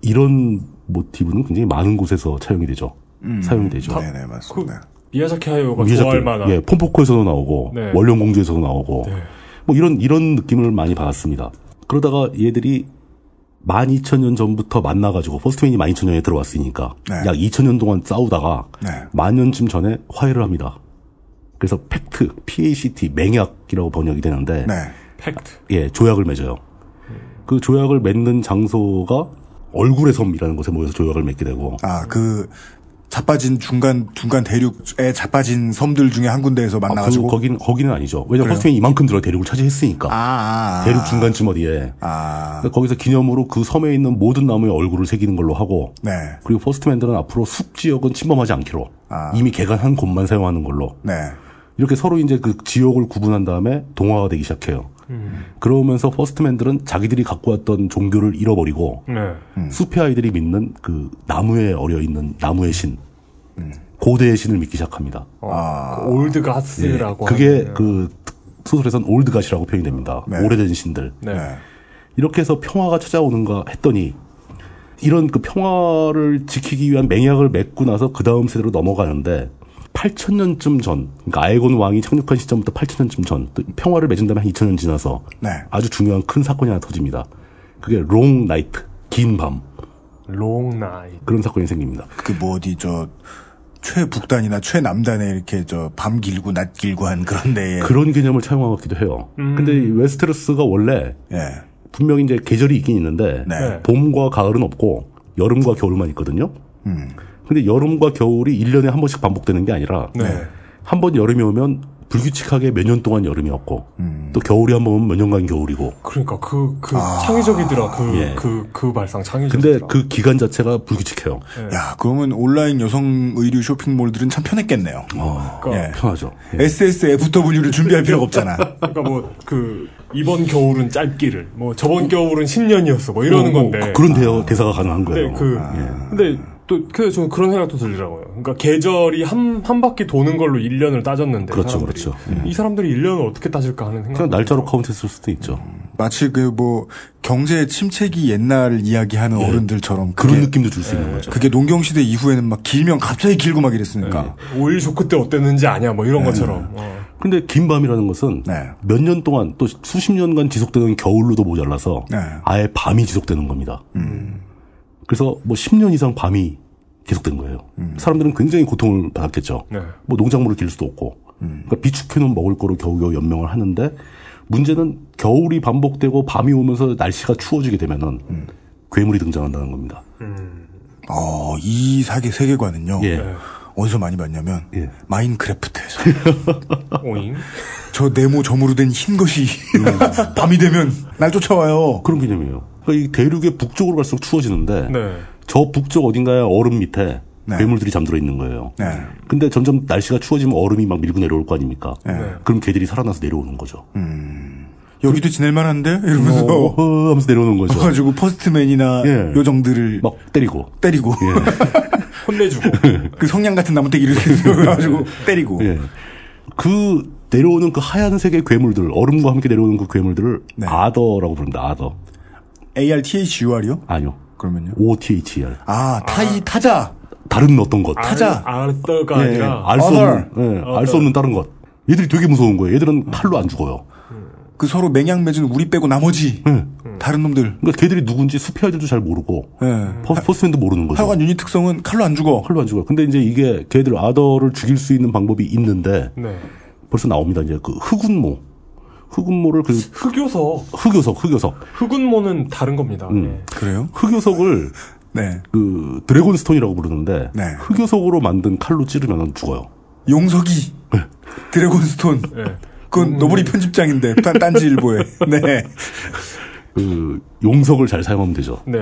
Speaker 4: 이런 모티브는 굉장히 많은 곳에서 차용이 되죠. 사용이 되죠.
Speaker 9: 네, 네,
Speaker 2: 그
Speaker 9: 맞습니다.
Speaker 2: 미야자키 하요가
Speaker 4: 위에서
Speaker 2: 좋아할
Speaker 4: 또,
Speaker 2: 만한
Speaker 4: 예, 폼포코에서도 나오고
Speaker 2: 네.
Speaker 4: 원령공주에서도 나오고
Speaker 2: 네.
Speaker 4: 뭐 이런 이런 느낌을 많이 받았습니다. 그러다가 얘들이 12,000년 전부터 만나가지고 포스트맨이 12,000년에 들어왔으니까
Speaker 9: 네.
Speaker 4: 약 2,000년 동안 싸우다가
Speaker 9: 네.
Speaker 4: 만 년쯤 전에 화해를 합니다. 그래서 팩트, PACT, 맹약이라고 번역이 되는데
Speaker 9: 네.
Speaker 2: 팩트.
Speaker 4: 예, 조약을 맺어요. 그 조약을 맺는 장소가 얼굴의 섬이라는 곳에 모여서 조약을 맺게 되고
Speaker 9: 아, 그 자빠진 중간 중간 대륙에 자빠진 섬들 중에 한 군데에서 만나
Speaker 4: 그,
Speaker 9: 가지고
Speaker 4: 거긴 거기는 아니죠. 왜냐면 포스트맨이 이만큼 들어 대륙을 차지했으니까
Speaker 9: 아, 아.
Speaker 4: 대륙 중간쯤 어디에
Speaker 9: 아.
Speaker 4: 그러니까 거기서 기념으로 그 섬에 있는 모든 나무의 얼굴을 새기는 걸로 하고
Speaker 9: 네.
Speaker 4: 그리고 포스트맨들은 앞으로 숲 지역은 침범하지 않기로
Speaker 9: 아.
Speaker 4: 이미 개간한 곳만 사용하는 걸로
Speaker 9: 네.
Speaker 4: 이렇게 서로 이제 그 지역을 구분한 다음에 동화가 되기 시작해요. 그러면서 퍼스트맨들은 자기들이 갖고 왔던 종교를 잃어버리고
Speaker 2: 네.
Speaker 4: 숲의 아이들이 믿는 그 나무에 어려 있는 나무의 신, 고대의 신을 믿기 시작합니다.
Speaker 2: 그 올드 가스라고
Speaker 4: 아. 그게
Speaker 2: 하는,
Speaker 4: 그 소설에선 올드갓이라고 표현됩니다. 오래된 신들.
Speaker 2: 네.
Speaker 4: 이렇게 해서 평화가 찾아오는가 했더니 이런 그 평화를 지키기 위한 맹약을 맺고 나서 그 다음 세대로 넘어가는데 8,000년쯤 전, 그러니까 아에곤 왕이 착륙한 시점부터 8,000년쯤 전, 또 평화를 맺은 다음에 한 2,000년 지나서
Speaker 9: 네.
Speaker 4: 아주 중요한 큰 사건이 하나 터집니다. 그게 롱 나이트, 긴 밤
Speaker 2: 롱 나이.
Speaker 4: 그런 사건이 생깁니다.
Speaker 9: 그 뭐 어디 저
Speaker 3: 최북단이나 최남단에 이렇게 저 밤 길고 낮 길고 한 그런 데에
Speaker 4: 그런 개념을 차용한 것 같기도 해요. 근데 이 웨스테로스가 원래
Speaker 3: 예.
Speaker 4: 분명히 이제 계절이 있긴 있는데
Speaker 3: 네.
Speaker 4: 봄과 가을은 없고 여름과 겨울만 있거든요.
Speaker 3: 음.
Speaker 4: 근데 여름과 겨울이 1년에 한 번씩 반복되는 게 아니라
Speaker 2: 네.
Speaker 4: 한 번 여름이 오면 불규칙하게 몇 년 동안 여름이었고
Speaker 2: 음.
Speaker 4: 또 겨울이 한 번 오면 몇 년간 겨울이고
Speaker 2: 그러니까 그 그 창의적이더라. 그 그 그
Speaker 4: 아. 예.
Speaker 2: 발상 창의적이더라.
Speaker 4: 근데 그 기간 자체가 불규칙해요.
Speaker 3: 야, 그러면 온라인 여성 의류 쇼핑몰들은 참 편했겠네요.
Speaker 2: 그러니까,
Speaker 3: 예.
Speaker 4: 편하죠. 예.
Speaker 3: SSFW를 준비할 필요가 없잖아.
Speaker 2: 그러니까 뭐 그 이번 겨울은 짧기를 뭐 저번 겨울은 10년이었어. 뭐 이러는
Speaker 4: 어,
Speaker 2: 건데.
Speaker 4: 그- 그런 대화, 대사가 가능한 아, 거예요.
Speaker 2: 근데 그 근데 또 그래서 저는 그런 생각도 들더라고요. 그러니까 계절이 한 한 바퀴 도는 걸로 1년을 따졌는데
Speaker 4: 그렇죠,
Speaker 2: 사람들이.
Speaker 4: 그렇죠.
Speaker 2: 이 사람들이 1년을 어떻게 따질까 하는 생각.
Speaker 4: 그냥 날짜로 카운트했을 수도 있죠.
Speaker 2: 음.
Speaker 3: 마치 그 뭐 경제 침체기 옛날 이야기하는 어른들처럼 그게,
Speaker 4: 그런 느낌도 줄 수
Speaker 2: 네.
Speaker 4: 있는 거죠.
Speaker 3: 그게 농경 시대 이후에는 막 길면 갑자기 길고 막 이랬으니까.
Speaker 2: 오일 쇼크 때 어땠는지 아냐 뭐
Speaker 4: 예.
Speaker 2: 이런 것처럼. 어.
Speaker 4: 근데 긴 밤이라는 것은
Speaker 3: 네.
Speaker 4: 몇 년 동안 또 수십 년간 지속되는 겨울로도 모자라서
Speaker 3: 네. 음.
Speaker 4: 아예 밤이 지속되는 겁니다. 그래서 뭐 10년 이상 밤이 계속된 거예요.
Speaker 3: 음.
Speaker 4: 사람들은 굉장히 고통을 받았겠죠.
Speaker 2: 네.
Speaker 4: 뭐 농작물을 기를 수도 없고.
Speaker 3: 음.
Speaker 4: 그러니까 비축해놓은 먹을 거로 겨우겨우 연명을 하는데 문제는 겨울이 반복되고 밤이 오면서 날씨가 추워지게 되면은
Speaker 3: 음.
Speaker 4: 괴물이 등장한다는 겁니다.
Speaker 3: 어, 이 사계 세계관은요.
Speaker 4: 예.
Speaker 3: 어디서 많이 봤냐면
Speaker 4: 예.
Speaker 3: 마인크래프트에서
Speaker 2: 오잉.
Speaker 3: 저 네모 점으로 된 흰 것이 밤이 되면 날 쫓아와요.
Speaker 4: 그런 개념이에요. 그러니까 이 대륙의 북쪽으로 갈수록 추워지는데
Speaker 2: 네.
Speaker 4: 저 북쪽 어딘가에 얼음 밑에
Speaker 3: 네.
Speaker 4: 괴물들이 잠들어 있는 거예요.
Speaker 3: 네.
Speaker 4: 근데 점점 날씨가 추워지면 얼음이 막 밀고 내려올 거 아닙니까?
Speaker 3: 네. 음.
Speaker 4: 그럼 걔들이 살아나서 내려오는 거죠.
Speaker 3: 여기도 지낼 만한데 이러면서
Speaker 4: 어, 어, 하면서 내려오는 거죠.
Speaker 3: 가지고 퍼스트맨이나
Speaker 4: 예.
Speaker 3: 요정들을
Speaker 4: 막 때리고.
Speaker 3: 때리고
Speaker 2: 혼내주고.
Speaker 3: 그 성냥 같은 나무떼기 이렇게 들어가지고 때리고
Speaker 4: 예. 그 내려오는 그 하얀색의 괴물들, 얼음과 함께 내려오는 그 괴물들을
Speaker 3: 네.
Speaker 4: 아더라고 부릅니다. 아더.
Speaker 3: ARTHUR이요?
Speaker 4: 아니요.
Speaker 3: 그러면요?
Speaker 4: OTHR.
Speaker 3: 아 타이 타자
Speaker 4: 다른 어떤 것.
Speaker 3: 타자.
Speaker 2: 알- 알더가 아,
Speaker 4: 예,
Speaker 2: 아니라
Speaker 4: 알수 없는,
Speaker 3: Other.
Speaker 4: 예, 알수 없는 다른 것. 얘들이 되게 무서운 거예요. 얘들은 칼로 안 죽어요.
Speaker 3: 그 서로 맹약 맺은 우리 빼고 나머지 다른 놈들
Speaker 4: 그러니까 걔들이 누군지 숲의 아이들도 잘 모르고
Speaker 3: 예.
Speaker 4: 퍼- 퍼스맨도 모르는 거죠.
Speaker 3: 하여간 유닛 특성은 칼로 안 죽어
Speaker 4: 칼로 안 죽어요. 근데 이제 이게 걔들 아더를 죽일 수 있는 방법이 있는데
Speaker 2: 네.
Speaker 4: 벌써 나옵니다. 이제 그 흑운모. 흑운모를 그
Speaker 2: 흑요석.
Speaker 4: 흑요석, 흑요석.
Speaker 2: 흑운모는 다른 겁니다.
Speaker 4: 음.
Speaker 2: 네.
Speaker 3: 그래요?
Speaker 4: 흑요석을
Speaker 3: 네
Speaker 4: 그 드래곤스톤이라고 부르는데
Speaker 3: 네.
Speaker 4: 흑요석으로 만든 칼로 찌르면 죽어요.
Speaker 3: 용석이 드래곤스톤 그건 노블이 편집장인데 딴- 딴지일보에 네
Speaker 4: 그 용석을 잘 사용하면 되죠.
Speaker 2: 네.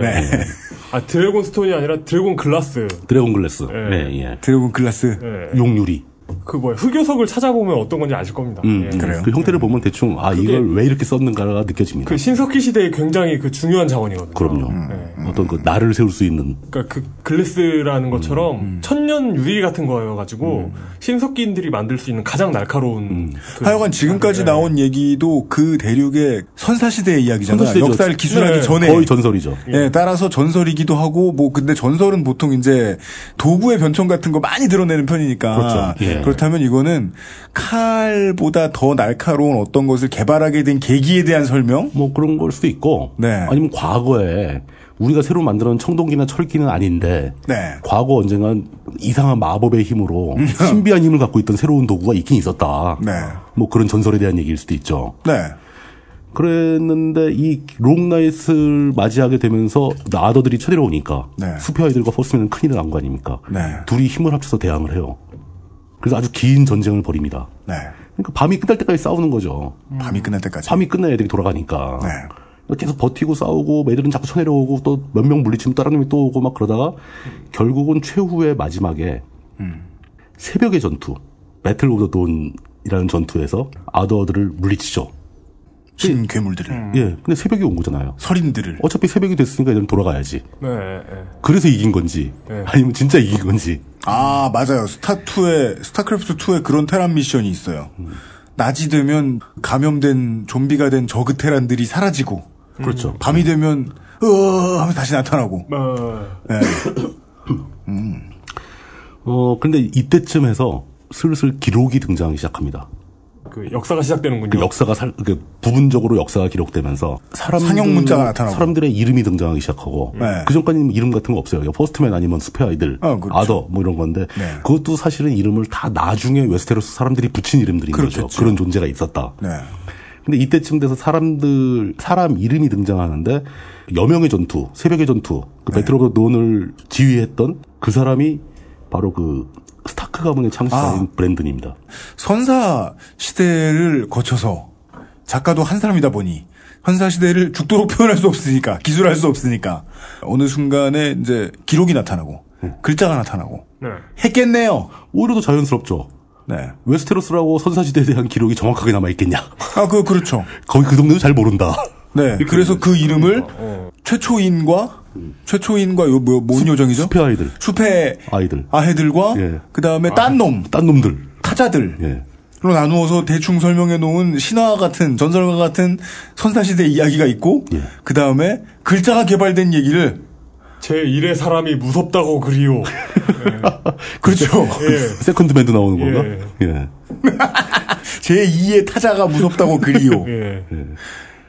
Speaker 2: 아 드래곤 스톤이 아니라 드래곤 글라스.
Speaker 4: 드래곤 글래스.
Speaker 2: 네.
Speaker 4: 네, 예.
Speaker 3: 드래곤 글라스
Speaker 2: 예.
Speaker 4: 용유리.
Speaker 2: 그 뭐야 흑요석을 찾아보면 어떤 건지 아실 겁니다.
Speaker 4: 음,
Speaker 2: 예.
Speaker 3: 그래요?
Speaker 4: 그 형태를 보면 대충 아 이걸 왜 이렇게 썼는가가 느껴집니다.
Speaker 2: 그 신석기 시대에 굉장히 그 중요한 자원이거든요.
Speaker 4: 그, 럼요
Speaker 3: 음,
Speaker 2: 예.
Speaker 4: 어떤 그 나를 세울 수 있는
Speaker 2: 그러니까 그 글래스라는 것처럼 천년 유리 같은 거여가지고 신석기인들이 만들 수 있는 가장 날카로운. 그-
Speaker 3: 하여간 지금까지
Speaker 2: 네.
Speaker 3: 나온 얘기도 그 대륙의 선사시대의 이야기잖아요.
Speaker 4: 선사시대죠.
Speaker 3: 역사를 기술하기
Speaker 2: 네.
Speaker 3: 전에.
Speaker 4: 거의 전설이죠.
Speaker 3: 예, 따라서 전설이기도 하고, 뭐, 근데 전설은 보통 이제 도구의 변천 같은 거 많이 드러내는 편이니까.
Speaker 4: 그렇죠. 예.
Speaker 3: 렇다면 이거는 칼보다 더 날카로운 어떤 것을 개발하게 된 계기에 대한 설명?
Speaker 4: 뭐 그런 걸 수도 있고
Speaker 3: 네.
Speaker 4: 아니면 과거에 우리가 새로 만드는 청동기나 철기는 아닌데
Speaker 3: 네. 음.
Speaker 4: 과거 언젠간 이상한 마법의 힘으로 신비한 힘을 갖고 있던 새로운 도구가 있긴 있었다.
Speaker 3: 네.
Speaker 4: 뭐 그런 전설에 대한 얘기일 수도 있죠.
Speaker 3: 네.
Speaker 4: 그랬는데 이 롱나잇을 맞이하게 되면서 아더들이 쳐들어오니까
Speaker 3: 네.
Speaker 4: 숲의 아이들과 포스맨은 큰일 난 거 아닙니까?
Speaker 3: 네.
Speaker 4: 둘이 힘을 합쳐서 대항을 해요. 그래서 아주 긴 전쟁을 벌입니다.
Speaker 3: 네.
Speaker 4: 그러니까 밤이 끝날 때까지 싸우는 거죠.
Speaker 3: 밤이 끝날 때까지.
Speaker 4: 음. 밤이 끝나야 애들이 돌아가니까.
Speaker 3: 네.
Speaker 4: 계속 그러니까 버티고 싸우고 애들은 자꾸 쳐내려오고 또 몇 명 물리치면 다른 놈이 또 오고 막 그러다가 결국은 최후의 마지막에 새벽의 전투 배틀 오브 더 돈이라는 전투에서 아더들을 물리치죠.
Speaker 3: 신괴물들을.
Speaker 4: 예. 근데 새벽이 온 거잖아요.
Speaker 3: 서림들을.
Speaker 4: 어차피 새벽이 됐으니까 애들은 돌아가야지.
Speaker 2: 네, 네.
Speaker 4: 그래서 이긴 건지 아니면 진짜 이긴 건지.
Speaker 3: 아, 맞아요. 스타2에, 스타크래프트2에 그런 테란 미션이 있어요. 낮이 되면 감염된 좀비가 된 저그 테란들이 사라지고,
Speaker 4: 그렇죠.
Speaker 3: 밤이 되면, 으어 하면서 다시 나타나고.
Speaker 2: 어,
Speaker 3: 네.
Speaker 4: 어 근데 이때쯤 해서 슬슬 기록이 등장하기 시작합니다.
Speaker 2: 그 역사가 시작되는군요.
Speaker 4: 그 역사가 살, 그 부분적으로 역사가 기록되면서 사람들,
Speaker 3: 상형 문자가 나타나고.
Speaker 4: 사람들의 이름이 등장하기 시작하고
Speaker 3: 네.
Speaker 4: 그 전까지는 이름 같은 거 없어요. 포스트맨 아니면 스페 아이들,
Speaker 3: 아, 그렇죠.
Speaker 4: 아더 뭐 이런 건데
Speaker 3: 네.
Speaker 4: 그것도 사실은 이름을 다 나중에 웨스테로스 사람들이 붙인 이름들인 거죠.
Speaker 3: 그렇겠죠.
Speaker 4: 그런 존재가 있었다.
Speaker 3: 네.
Speaker 4: 근데 이때쯤 돼서 사람들 사람 이름이 등장하는데 여명의 전투, 새벽의 전투, 그
Speaker 3: 네.
Speaker 4: 배틀 오브 논을 지휘했던 그 사람이 바로 그 스타크 가문의
Speaker 3: 아.
Speaker 4: 창시자인 브랜든입니다.
Speaker 3: 선사 시대를 거쳐서 작가도 한 사람이다 보니 선사 시대를 죽도록 표현할 수 없으니까 기술할 수 없으니까 어느 순간에 이제 기록이 나타나고
Speaker 4: 음.
Speaker 3: 글자가 나타나고
Speaker 2: 네.
Speaker 3: 했겠네요.
Speaker 4: 오히려 더 자연스럽죠.
Speaker 3: 네.
Speaker 4: 웨스테로스라고 선사시대에 대한 기록이 정확하게 남아 있겠냐?
Speaker 3: 아, 그 그렇죠.
Speaker 4: 거기 그 동네도 잘 모른다.
Speaker 3: 네. 그래서
Speaker 4: 음.
Speaker 3: 그 이름을
Speaker 4: 어.
Speaker 3: 최초인과 최초인과 요뭐뭔 요정이죠?
Speaker 4: 숲의 아이들,
Speaker 3: 숲의
Speaker 4: 아이들,
Speaker 3: 아해들과
Speaker 4: 예.
Speaker 3: 그다음에 딴 놈,
Speaker 4: 딴 놈들.
Speaker 3: 타자들로
Speaker 4: 예.
Speaker 3: 나누어서 대충 설명해 놓은 신화 같은 전설과 같은 선사시대 이야기가 있고
Speaker 4: 예.
Speaker 3: 그다음에 글자가 개발된 얘기를
Speaker 2: 제 일의 사람이 무섭다고 그리오.
Speaker 3: 그렇죠.
Speaker 2: 예.
Speaker 4: 세컨드맨도 나오는 건가? 예.
Speaker 3: 제 2의 타자가 무섭다고 그리오.
Speaker 2: 예.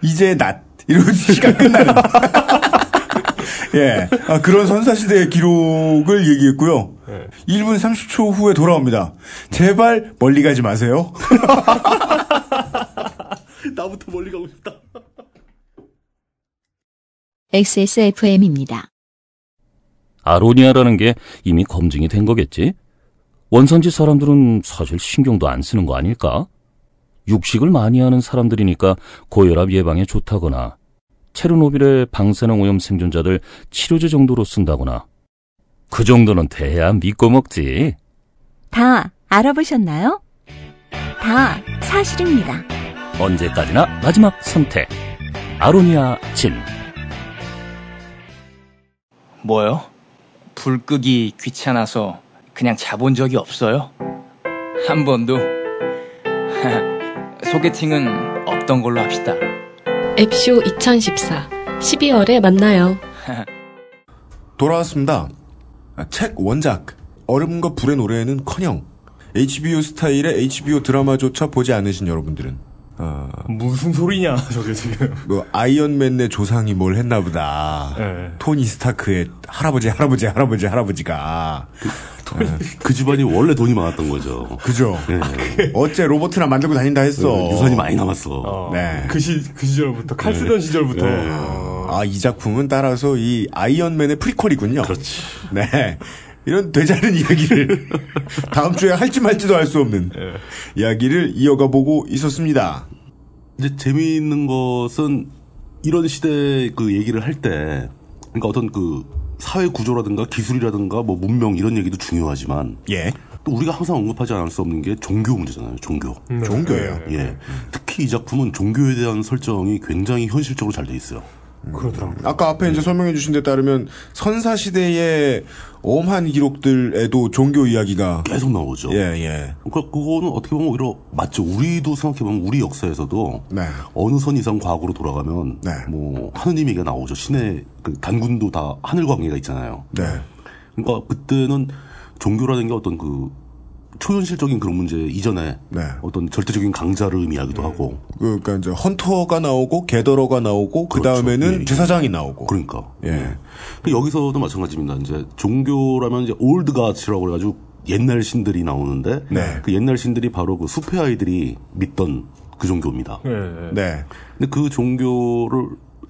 Speaker 3: 이제 낮 이러고 시간 끝나는. 예. 아, 그런 선사시대의 기록을 얘기했고요.
Speaker 4: 예.
Speaker 3: 1분 30초 후에 돌아옵니다. 제발 멀리 가지 마세요.
Speaker 4: 나부터 멀리 가고 싶다.
Speaker 10: XSFM입니다.
Speaker 7: 아로니아라는 게 이미 검증이 된 거겠지? 원산지 사람들은 사실 신경도 안 쓰는 거 아닐까? 육식을 많이 하는 사람들이니까 고혈압 예방에 좋다거나, 체르노빌의 방사능 오염 생존자들 치료제 정도로 쓴다거나, 그 정도는 돼야 믿고 먹지.
Speaker 1: 다 알아보셨나요? 다 사실입니다.
Speaker 7: 언제까지나 마지막 선택. 아로니아 진.
Speaker 8: 뭐요? 불 끄기 귀찮아서 그냥 자본 적이 없어요? 한 번도? 소개팅은 없던 걸로 합시다.
Speaker 5: 앱쇼 2014 12월에 만나요.
Speaker 3: 돌아왔습니다. 아, 책 원작 얼음과 불의 노래에는 커녕 HBO 스타일의 HBO 드라마조차 보지 않으신 여러분들은 어,
Speaker 2: 무슨 소리냐, 저게 지금.
Speaker 3: 뭐 아이언맨의 조상이 뭘 했나 보다.
Speaker 2: 예.
Speaker 3: 토니 스타크의 할아버지 할아버지 할아버지 할아버지가
Speaker 4: 그 집안이 원래 돈이 많았던 거죠.
Speaker 3: 그죠? 어째 로봇이나 만들고 다닌다 했어.
Speaker 4: 예. 유산이 많이 남았어.
Speaker 2: 어,
Speaker 3: 네.
Speaker 2: 그, 시, 그 시절부터, 칼 쓰던 시절부터.
Speaker 3: 아, 이 작품은 따라서 이 아이언맨의 프리퀄이군요.
Speaker 4: 그렇지.
Speaker 3: 네. 이런 되자는 이야기를 다음 주에 할지 말지도 알 수 없는
Speaker 4: 예.
Speaker 3: 이야기를 이어가 보고 있었습니다.
Speaker 4: 이제 재미있는 것은 이런 시대 그 얘기를 할 때, 그러니까 어떤 그 사회 구조라든가 기술이라든가 뭐 문명 이런 얘기도 중요하지만
Speaker 3: 예.
Speaker 4: 또 우리가 항상 언급하지 않을 수 없는 게 종교 문제잖아요. 종교.
Speaker 3: 음. 종교예요.
Speaker 4: 예. 특히 이 작품은 종교에 대한 설정이 굉장히 현실적으로 잘 돼 있어요.
Speaker 2: 그러더라고요.
Speaker 3: 아까 앞에
Speaker 4: 음.
Speaker 3: 이제 설명해 주신 데 따르면 선사 시대의 엄한 기록들에도 종교 이야기가
Speaker 4: 계속 나오죠.
Speaker 3: 예, 예.
Speaker 4: 그러니까 그거는 어떻게 보면 오히려 맞죠. 우리도 생각해보면 우리 역사에서도
Speaker 3: 네.
Speaker 4: 어느 선 이상 과거로 돌아가면
Speaker 3: 네.
Speaker 4: 뭐 하느님 얘기가 나오죠. 신의 그 단군도 다 하늘 관계가 있잖아요.
Speaker 3: 네.
Speaker 4: 그러니까 그때는 종교라는 게 어떤 그 초현실적인 그런 문제 이전에
Speaker 3: 네.
Speaker 4: 어떤 절대적인 강자를 의미하기도 하고
Speaker 3: 그, 그니까 이제 헌터가 나오고 게더러가 나오고 그 다음에는
Speaker 4: 그렇죠. 예, 예.
Speaker 3: 제사장이 나오고
Speaker 4: 그러니까
Speaker 3: 예.
Speaker 4: 그 여기서도 마찬가지입니다. 이제 종교라면 이제 올드 가치라고 그래가지고 옛날 신들이 나오는데
Speaker 3: 네.
Speaker 4: 그 옛날 신들이 바로 그 숲의 아이들이 믿던 그 종교입니다.
Speaker 2: 예.
Speaker 3: 네.
Speaker 4: 근데 그 종교를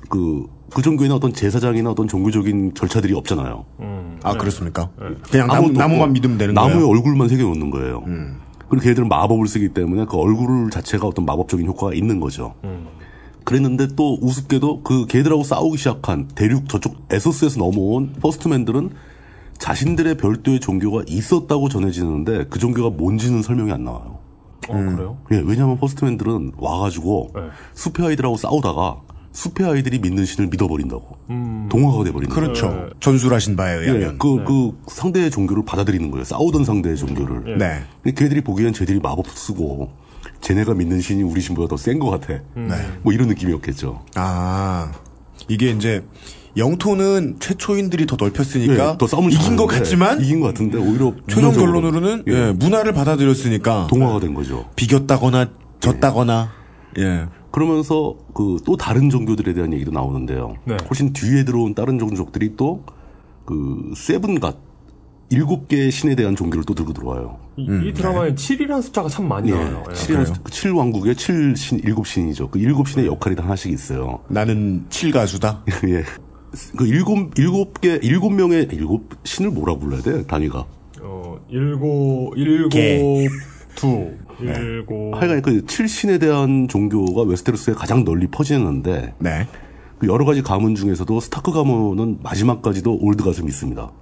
Speaker 4: 그, 그 종교에는 어떤 제사장이나 어떤 종교적인 절차들이 없잖아요.
Speaker 3: 아 그렇습니까? 그냥 나무,
Speaker 4: 네. 아무것도
Speaker 3: 나무만
Speaker 4: 없고
Speaker 3: 믿으면 되는
Speaker 4: 나무에
Speaker 3: 거예요. 음.
Speaker 4: 얼굴만 새겨놓는 거예요. 그리고 걔들은 마법을 쓰기 때문에 그 얼굴 자체가 어떤 마법적인 효과가 있는 거죠.
Speaker 3: 음.
Speaker 4: 그랬는데 또 우습게도 그 걔들하고 싸우기 시작한 대륙 저쪽 에소스에서 넘어온 퍼스트맨들은 자신들의 별도의 종교가 있었다고 전해지는데 그 종교가 뭔지는 설명이 안 나와요.
Speaker 2: 어, 그래요?
Speaker 4: 예, 왜냐하면 퍼스트맨들은 와가지고
Speaker 2: 네.
Speaker 4: 숲의 아이들하고 싸우다가 숲의 아이들이 믿는 신을 믿어버린다고 동화가 돼버린다.
Speaker 3: 그렇죠.
Speaker 4: 네.
Speaker 3: 전술하신 바에
Speaker 4: 예,
Speaker 3: 의하면.
Speaker 4: 그, 그 상대의 종교를 받아들이는 거예요. 싸우던 상대의 종교를.
Speaker 3: 네.
Speaker 4: 근데 걔들이 보기엔 쟤들이 마법 쓰고 쟤네가 믿는 신이 우리 신보다 더 센 것 같아.
Speaker 3: 네.
Speaker 4: 뭐 이런 느낌이었겠죠.
Speaker 3: 아 이게 이제 영토는 최초인들이 더 넓혔으니까
Speaker 4: 예, 더 싸움을
Speaker 3: 그러니까 이긴 것
Speaker 4: 잘하는데, 예,
Speaker 3: 같지만 예.
Speaker 4: 이긴 것 같은데 오히려
Speaker 3: 최종
Speaker 4: 문화적으로는
Speaker 3: 결론으로는 예, 문화를 받아들였으니까
Speaker 4: 동화가 된 거죠.
Speaker 3: 비겼다거나
Speaker 9: 졌다거나 예.
Speaker 4: 그러면서 그 또 다른 종교들에 대한 얘기도 나오는데요.
Speaker 9: 네.
Speaker 4: 훨씬 뒤에 들어온 다른 종족들이 또 그 세븐갓 일곱 개의 신에 대한 종교를 또 들고 들어와요.
Speaker 2: 이, 이 드라마에 7이라는 숫자가 참 많이 나와요. 예.
Speaker 4: 7, 칠 왕국의 칠신 일곱 신이죠. 그 일곱 신의 역할이 다 하나씩 있어요.
Speaker 9: 나는 칠 가수다.
Speaker 4: 예. 그 일곱 일곱 개 일곱 명의 일곱 신을 뭐라 불러야 돼 단위가?
Speaker 2: 어, 일곱, 일곱,
Speaker 4: 개.
Speaker 2: 두, 일곱.
Speaker 4: 하여간 그 칠신에 대한 종교가 웨스테로스에 가장 널리 퍼지는데
Speaker 3: 네.
Speaker 4: 그 여러 가지 가문 중에서도 스타크 가문은 마지막까지도 올드 가슴이 있습니다.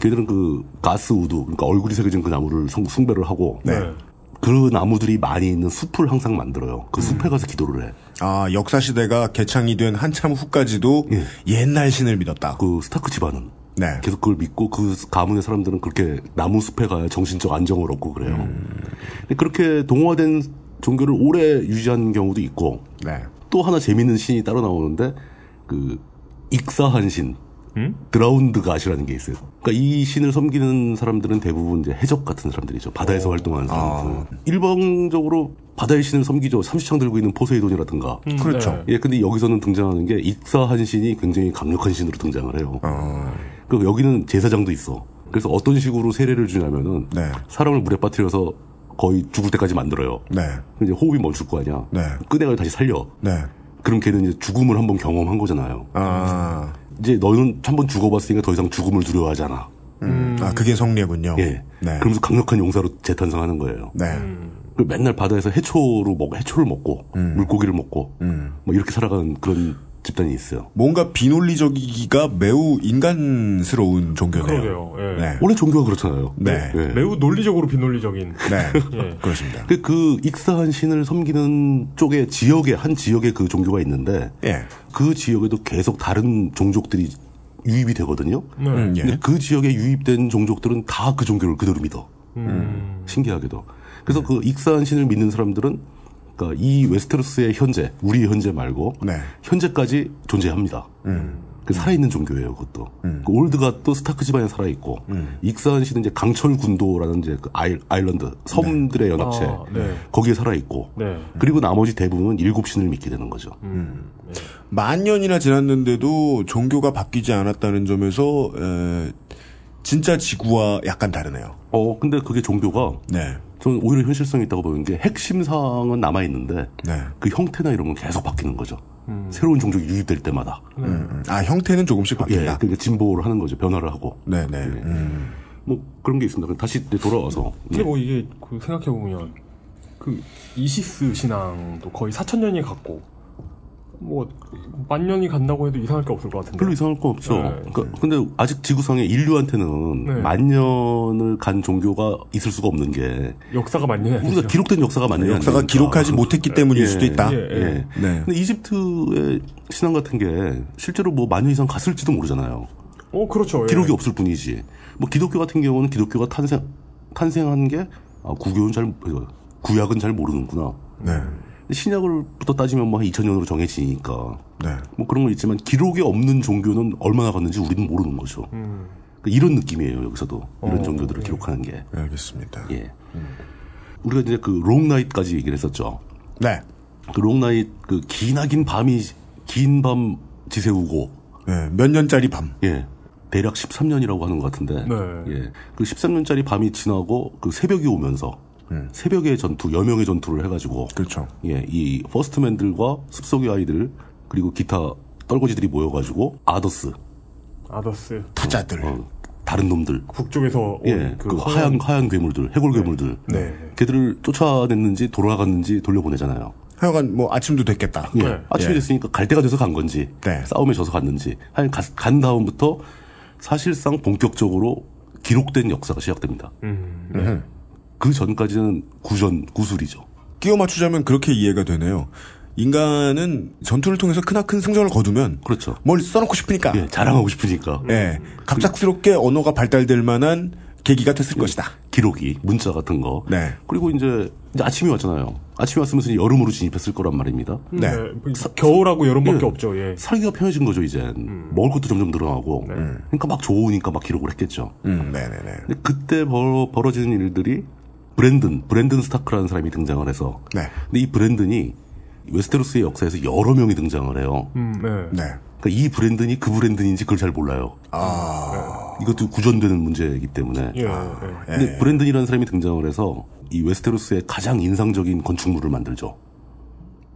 Speaker 4: 걔들은 그 가스 우드 그러니까 얼굴이 새겨진 그 나무를 숭- 숭배를 하고 그 나무들이 많이 있는 숲을 항상 만들어요. 그 숲에 가서 기도를 해.
Speaker 9: 아 역사 시대가 개창이 된 한참 후까지도 옛날 신을 믿었다.
Speaker 4: 예. 그 스타크 집안은
Speaker 3: 네.
Speaker 4: 계속 그걸 믿고 그 가문의 사람들은 그렇게 나무 숲에 가야 정신적 안정을 얻고 그래요. 근데 그렇게 동화된 종교를 오래 유지한 경우도 있고
Speaker 3: 네.
Speaker 4: 또 하나 재밌는 신이 따로 나오는데 그 익사한 신 드라운드 갓이라는 게 있어요. 그러니까 이 신을 섬기는 사람들은 대부분 이제 해적 같은 사람들이죠. 바다에서 활동하는 사람들. 일방적으로 바다의 신을 섬기죠. 삼시창 들고 있는 포세이돈이라든가.
Speaker 9: 음,
Speaker 2: 네.
Speaker 9: 그렇죠.
Speaker 4: 예, 근데 여기서는 등장하는 게 익사한 신이 굉장히 강력한 신으로 등장을 해요.
Speaker 3: 아. 어,
Speaker 4: 그 여기는 제사장도 있어. 그래서 어떤 식으로 세례를 주냐면은 사람을 물에 빠뜨려서 거의 죽을 때까지 만들어요.
Speaker 3: 음.
Speaker 9: 네.
Speaker 4: 그럼 이제 호흡이 멈출 거 아니야. 끄내가 다시 살려.
Speaker 9: 네.
Speaker 4: 그럼 걔는 이제 죽음을 한번 경험한 거잖아요. 이제 너는 한 번 죽어봤으니까 더 이상 죽음을 두려워하잖아.
Speaker 9: 음. 아 그게 성례군요.
Speaker 3: 어.
Speaker 4: 예.
Speaker 3: 네.
Speaker 4: 그러면서 강력한 용사로 재탄생하는 거예요.
Speaker 9: 네.
Speaker 4: 그 맨날 바다에서 해초로 먹 해초를 먹고 물고기를 먹고 뭐 이렇게 살아가는 그런 집단이 있어요.
Speaker 9: 뭔가 비논리적이기가 매우 인간스러운 종교네요.
Speaker 2: 그러게요. 예.
Speaker 4: 원래 종교가 그렇잖아요.
Speaker 9: 네.
Speaker 4: 예.
Speaker 2: 매우 논리적으로 비논리적인.
Speaker 9: 네. 그렇습니다.
Speaker 4: 그, 그 익사한 신을 섬기는 쪽에 지역에 한 지역에 그 종교가 있는데
Speaker 9: 예.
Speaker 4: 그 지역에도 계속 다른 종족들이 유입이 되거든요.
Speaker 2: 네. 음, 예.
Speaker 4: 근데 그 지역에 유입된 종족들은 다 그 종교를 그대로 믿어.
Speaker 2: 음.
Speaker 4: 신기하게도. 그래서 그 익사한 신을 믿는 사람들은 그러니까 이 웨스테로스의 현재, 우리 현재 말고 현재까지 존재합니다. 그 살아있는 종교예요, 그것도. 그 올드가 또 스타크 집안에 살아있고, 익사한 씨는 이제 강철 군도라는 이제 그 아일, 아일랜드, 섬들의 연합체,
Speaker 2: 아, 네.
Speaker 4: 거기에 살아있고,
Speaker 2: 네.
Speaker 4: 그리고 나머지 대부분은 일곱 신을 믿게 되는 거죠.
Speaker 9: 만 년이나 지났는데도 종교가 바뀌지 않았다는 점에서 에, 진짜 지구와 약간 다르네요.
Speaker 4: 어, 근데 그게 종교가,
Speaker 9: 네.
Speaker 4: 저는 오히려 현실성이 있다고 보는 게 핵심 사항은 남아있는데,
Speaker 9: 네.
Speaker 4: 그 형태나 이런 건 계속 바뀌는 거죠.
Speaker 2: 음.
Speaker 4: 새로운 종족이 유입될 때마다.
Speaker 9: 음,
Speaker 2: 네.
Speaker 9: 음. 아 형태는 조금씩 음. 바뀐다.
Speaker 4: 예, 그러니까 진보를 하는 거죠. 변화를 하고.
Speaker 9: 네네. 음.
Speaker 4: 뭐 그런 게 있습니다. 그럼 다시 이제 돌아와서. 네.
Speaker 2: 근데 뭐 이게 그 생각해보면 그 이시스 신앙도 거의 4천년이 갔고 뭐 만 년이 간다고 해도 이상할 게 없을 것 같은데.
Speaker 4: 별로 이상할 거 없죠.
Speaker 2: 네.
Speaker 4: 그러니까 근데 아직 지구상에 인류한테는
Speaker 2: 네.
Speaker 4: 만 년을 간 종교가 있을 수가 없는 게
Speaker 2: 역사가 만 년이
Speaker 4: 우리가
Speaker 2: 아니죠.
Speaker 4: 기록된 역사가 많이
Speaker 9: 그렇죠. 역사가 기록하지 못했기 때문일 수도 있다.
Speaker 4: 네. 아, 그렇죠. 예,
Speaker 9: 예.
Speaker 4: 예.
Speaker 9: 네.
Speaker 4: 근데 이집트의 신앙 같은 게 실제로 뭐 만 년 이상 갔을지도 모르잖아요.
Speaker 2: 어
Speaker 9: 네.
Speaker 2: 그렇죠. 예.
Speaker 4: 기록이 없을 뿐이지. 뭐 기독교 같은 경우는 기독교가 탄생 탄생한 게 아, 구교는 잘 구약은 잘 모르는구나.
Speaker 9: 네.
Speaker 4: 신약을부터 따지면 뭐 한 2000년으로 정해지니까
Speaker 9: 네.
Speaker 4: 뭐 그런 건 있지만 기록이 없는 종교는 얼마나 갔는지 우리는 모르는 거죠. 그러니까 이런 느낌이에요 여기서도 이런
Speaker 9: 음. 어, 음.
Speaker 4: 종교들을 기록하는 게.
Speaker 9: 알겠습니다.
Speaker 4: 예. 우리가 이제 그 롱나잇까지 얘기를 했었죠.
Speaker 9: 네.
Speaker 4: 그 롱나잇 그 기나긴 밤이 긴 밤 지새우고.
Speaker 9: 네. 몇 년짜리 밤.
Speaker 4: 예. 대략 13년이라고 하는 것 같은데.
Speaker 2: 네.
Speaker 4: 예. 그 13년짜리 밤이 지나고 그 새벽이 오면서
Speaker 2: 음.
Speaker 4: 새벽의 전투, 여명의 전투를 해가지고.
Speaker 9: 그렇죠.
Speaker 4: 예, 이 퍼스트맨들과 숲속의 아이들 그리고 기타 떨거지들이 모여가지고 아더스
Speaker 2: 아더스
Speaker 9: 타자들
Speaker 4: 어. 다른 놈들
Speaker 2: 북쪽에서 온
Speaker 4: 예, 그, 하얀 하얀 괴물들, 해골 괴물들.
Speaker 2: 네.
Speaker 4: 걔들을 쫓아냈는지 돌아갔는지 돌려보내잖아요.
Speaker 9: 하여간 뭐 아침도 됐겠다.
Speaker 4: 예. 아침이 됐으니까 갈 때가 돼서 간 건지 싸움에 져서 갔는지 하여간 가- 간 다음부터 사실상 본격적으로 기록된 역사가 시작됩니다. 그 전까지는 구전 구술이죠.
Speaker 9: 끼워 맞추자면 그렇게 이해가 되네요. 인간은 전투를 통해서 크나큰 승전을 거두면
Speaker 4: 그렇죠.
Speaker 9: 뭘 써놓고
Speaker 3: 아.
Speaker 9: 싶으니까
Speaker 4: 예, 자랑하고 싶으니까
Speaker 3: 네.
Speaker 9: 예, 갑작스럽게 언어가 발달될 만한 계기가
Speaker 4: 예.
Speaker 9: 됐을 것이다.
Speaker 4: 기록이 문자 같은 거.
Speaker 9: 네.
Speaker 4: 그리고 이제, 이제 아침이 왔잖아요. 아침이 왔으면서 이제 여름으로 진입했을 거란 말입니다.
Speaker 2: 네. 뭐 겨울하고 여름밖에
Speaker 4: 예.
Speaker 2: 없죠. 예. 네.
Speaker 4: 살기가 편해진 거죠 이제 먹을 것도 점점 늘어나고 그러니까 막 좋으니까 막 기록을 했겠죠.
Speaker 9: 음, 네네네.
Speaker 4: 근데 그때 벌, 어지는 일들이 브랜든 브랜든 스타크라는 사람이 등장을 해서
Speaker 9: 네,
Speaker 4: 근데 이 브랜든이 웨스테로스의 역사에서 여러 명이 등장을 해요.
Speaker 2: 음,
Speaker 3: 네.
Speaker 4: 그러니까 이 브랜든이 그 브랜든인지 그걸 잘 몰라요. 네. 이것도 구전되는 문제이기 때문에.
Speaker 2: 아. 예, 예.
Speaker 4: 근데 브랜든이라는 사람이 등장을 해서 이 웨스테로스의 가장 인상적인 건축물을 만들죠.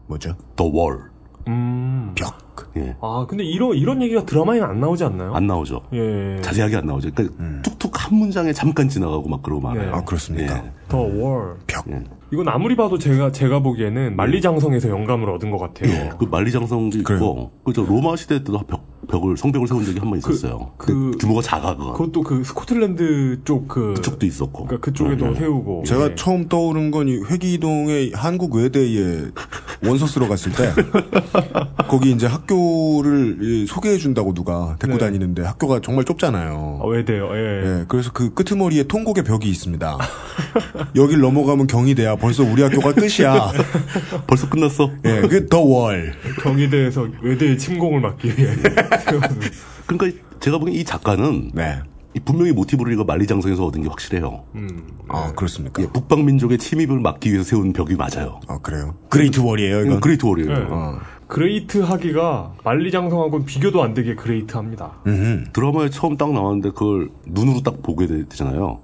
Speaker 3: 뭐죠?
Speaker 4: The Wall.
Speaker 2: 음.
Speaker 3: 벽.
Speaker 4: 예.
Speaker 2: 아, 근데 이런, 이런 얘기가 드라마에는 안 나오지 않나요?
Speaker 4: 안 나오죠.
Speaker 2: 예. 음.
Speaker 4: 자세하게 안 나오죠. 그러니까 툭툭 한 문장에 잠깐 지나가고 막 그러고 말아요.
Speaker 2: 네. 아,
Speaker 4: 그렇습니까? 예.
Speaker 2: 더 월.
Speaker 3: 벽.
Speaker 2: 이건 아무리 봐도 제가, 제가 보기에는 만리장성에서 영감을 얻은 것 같아요.
Speaker 4: 그 만리장성도 있고 그저 로마 시대 때도 벽, 벽을 성벽을 세운 적이 한 번 있었어요.
Speaker 2: 그-
Speaker 4: 근데 규모가 작아 그건.
Speaker 2: 그것도 그 스코틀랜드 쪽 그. 그쪽도
Speaker 4: 있었고.
Speaker 2: 그러니까 그쪽에도 세우고.
Speaker 3: 제가
Speaker 2: 예.
Speaker 3: 처음 떠오른 건이 회기동의 한국 외대에 원서 쓰러 갔을 때 거기 이제 학교를 이 소개해 준다고 누가 데리고
Speaker 4: 네.
Speaker 3: 다니는데 학교가 정말 좁잖아요.
Speaker 2: 아, 외대요. 예.
Speaker 3: 예, 그래서 그 끄트머리에 통곡의 벽이 있습니다. 여길 넘어가면 경희대야. 벌써 우리 학교가 끝이야.
Speaker 4: 벌써 끝났어.
Speaker 3: 예, 그더 월.
Speaker 2: 경희대에서 외대의 침공을 막기 위해.
Speaker 4: 그러니까 제가 보기엔 이 작가는
Speaker 2: 네.
Speaker 3: 네.
Speaker 4: 이 분명히 모티브를 이거 만리장성에서 얻은 게 확실해요.
Speaker 2: 음.
Speaker 4: 예,
Speaker 3: 아 그렇습니까?
Speaker 4: 북방 민족의 침입을 막기 위해서 세운 벽이 맞아요.
Speaker 3: 아 그래요? 그레이트 월이에요. 이건?
Speaker 4: 음,
Speaker 3: 어.
Speaker 4: 그레이트 월이에요.
Speaker 2: 네.
Speaker 4: 이건.
Speaker 2: 그레이트 하기가 만리장성하고는 비교도 안 되게 그레이트 합니다.
Speaker 4: 드라마에 처음 딱 나왔는데 그걸 눈으로 딱 보게 되- 되잖아요.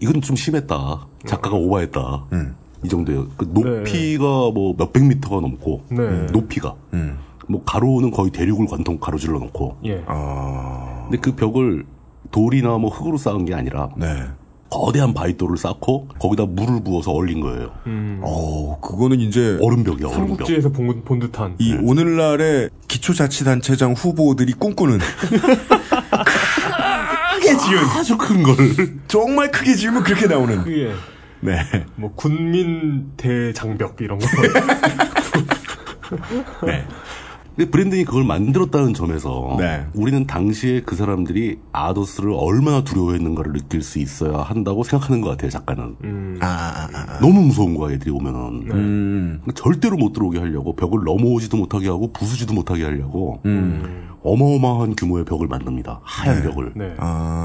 Speaker 4: 이건 좀 심했다. 작가가 오버했다.
Speaker 3: 음,
Speaker 4: 이 정도예요. 그 높이가 뭐 몇백 미터가 넘고
Speaker 2: 네.
Speaker 4: 음, 높이가
Speaker 3: 음.
Speaker 4: 뭐 가로는 거의 대륙을 관통 가로질러 놓고.
Speaker 2: 예.
Speaker 3: 아,
Speaker 4: 근데 그 벽을 돌이나 뭐 흙으로 쌓은 게 아니라
Speaker 3: 네.
Speaker 4: 거대한 바위돌을 쌓고 거기다 물을 부어서 얼린 거예요.
Speaker 2: 음.
Speaker 3: 어, 그거는 이제
Speaker 4: 얼음벽이야, 얼음벽.
Speaker 2: 삼국지에서 본, 본 듯한.
Speaker 4: 네.
Speaker 3: 이 오늘날의 기초자치단체장 후보들이 꿈꾸는 크게 지은
Speaker 4: 아주 큰 걸
Speaker 3: 정말 크게 지으면 그렇게 나오는
Speaker 2: 그게
Speaker 3: 네.
Speaker 2: 뭐 군민 대장벽 이런 거.
Speaker 4: 네. 근데 브랜든이 그걸 만들었다는 점에서
Speaker 3: 네.
Speaker 4: 우리는 당시에 그 사람들이 아더스를 얼마나 두려워했는가를 느낄 수 있어야 한다고 생각하는 것 같아요, 작가는.
Speaker 2: 음.
Speaker 3: 아.
Speaker 4: 너무 무서운 거야, 얘들이 오면은.
Speaker 3: 네. 음.
Speaker 4: 그러니까 절대로 못 들어오게 하려고 벽을 넘어오지도 못하게 하고 부수지도 못하게 하려고
Speaker 3: 음.
Speaker 4: 어마어마한 규모의 벽을 만듭니다. 하얀
Speaker 3: 네.
Speaker 4: 벽을.
Speaker 2: 네.
Speaker 3: 아.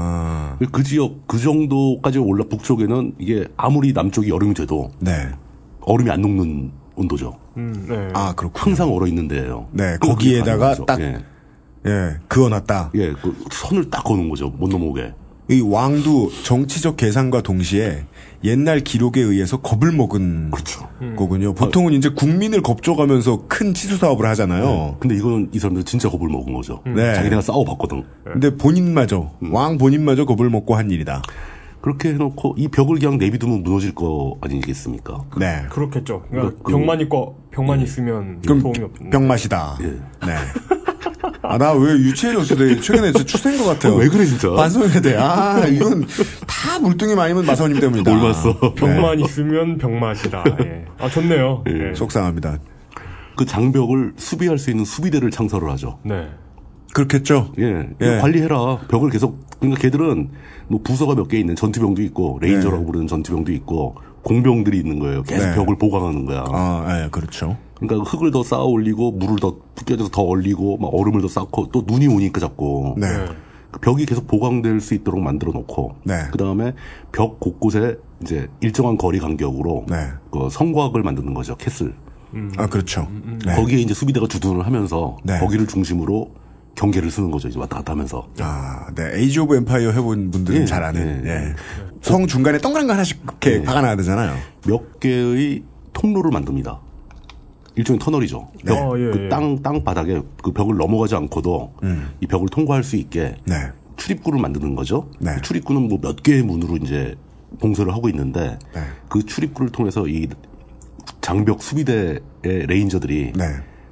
Speaker 4: 그 지역, 그 정도까지 올라 북쪽에는 이게 아무리 남쪽이 여름이 돼도 얼음이 안 녹는 온도죠.
Speaker 2: 음, 네.
Speaker 3: 네. 아, 그렇군요.
Speaker 4: 항상 얼어 있는 데예요.
Speaker 3: 네,
Speaker 4: 그럼 그게
Speaker 3: 거기에다가
Speaker 4: 가능하죠.
Speaker 3: 딱,
Speaker 4: 예.
Speaker 3: 예, 그어놨다.
Speaker 4: 예, 그 선을 딱 거는 거죠. 못 넘어오게.
Speaker 3: 이 왕도 정치적 계산과 동시에 옛날 기록에 의해서 겁을 먹은
Speaker 4: 그렇죠. 음.
Speaker 3: 거군요. 보통은 이제 국민을 겁줘가면서 큰 치수 사업을 하잖아요.
Speaker 4: 어, 근데 이건 이 사람들 진짜 겁을 먹은 거죠.
Speaker 3: 네.
Speaker 4: 자기네가 싸워봤거든.
Speaker 3: 근데 본인마저
Speaker 4: 음.
Speaker 3: 왕 본인마저 겁을 먹고 한 일이다.
Speaker 4: 그렇게 해놓고 이 벽을 그냥 내비두면 무너질 거 아니겠습니까?
Speaker 3: 네.
Speaker 2: 그렇겠죠. 그러니까
Speaker 4: 그러니까 그-
Speaker 2: 병만 있고 병만 있으면
Speaker 3: 그럼
Speaker 2: 도움이 없.
Speaker 3: 병맛이다.
Speaker 4: 예.
Speaker 3: 네. 아, 나 왜 유치해졌어? 되게 최근에 진짜 추세인 것 같아요.
Speaker 4: 어, 왜 그래, 진짜?
Speaker 3: 반성해야 돼. 아, 이건 다 물등이 많으면 마사오님 때문이다.
Speaker 4: 올맞어.
Speaker 2: 병만 있으면 병맛이다. 예. 아 좋네요. 예.
Speaker 3: 속상합니다.
Speaker 4: 그 장벽을 수비할 수 있는 수비대를 창설을 하죠.
Speaker 2: 네.
Speaker 3: 그렇겠죠.
Speaker 4: 예,
Speaker 3: 예.
Speaker 4: 관리해라. 벽을 계속 그러니까 걔들은 뭐 부서가 몇 개 있는 전투병도 있고 레인저라고 부르는 전투병도 있고 공병들이 있는 거예요. 계속
Speaker 3: 예. 네.
Speaker 4: 벽을 보강하는 거야.
Speaker 3: 아, 예, 그렇죠.
Speaker 4: 그러니까 흙을 더 쌓아 올리고 물을 더 껴져서 더 얼리고 막 얼음을 더 쌓고 또 눈이 오니까 자꾸
Speaker 3: 네.
Speaker 4: 그 벽이 계속 보강될 수 있도록 만들어 놓고
Speaker 3: 네.
Speaker 4: 그 다음에 벽 곳곳에 이제 일정한 거리 간격으로
Speaker 3: 네.
Speaker 4: 그 성곽을 만드는 거죠 캐슬
Speaker 3: 아, 그렇죠. 네.
Speaker 4: 거기에 이제 수비대가 주둔을 하면서
Speaker 3: 네.
Speaker 4: 거기를 중심으로 경계를 쓰는 거죠 이제 왔다 갔다 하면서
Speaker 3: 아, 네. 에이지 오브 엠파이어 해본 분들은
Speaker 4: 예,
Speaker 3: 잘 아는, 예. 성 중간에 동그란거 하나씩 이렇게 박아놔야 되잖아요.
Speaker 4: 몇 개의 통로를 만듭니다. 일종의 터널이죠.
Speaker 3: 네.
Speaker 4: 벽,
Speaker 2: 어, 예,
Speaker 4: 그
Speaker 2: 예.
Speaker 4: 땅, 땅 바닥에 그 벽을 넘어가지 않고도
Speaker 3: 음.
Speaker 4: 이 벽을 통과할 수 있게
Speaker 3: 네.
Speaker 4: 출입구를 만드는 거죠.
Speaker 3: 네.
Speaker 4: 그 출입구는 뭐 몇 개의 문으로 이제 봉쇄를 하고 있는데 그 출입구를 통해서 이 장벽 수비대의 레인저들이
Speaker 3: 네.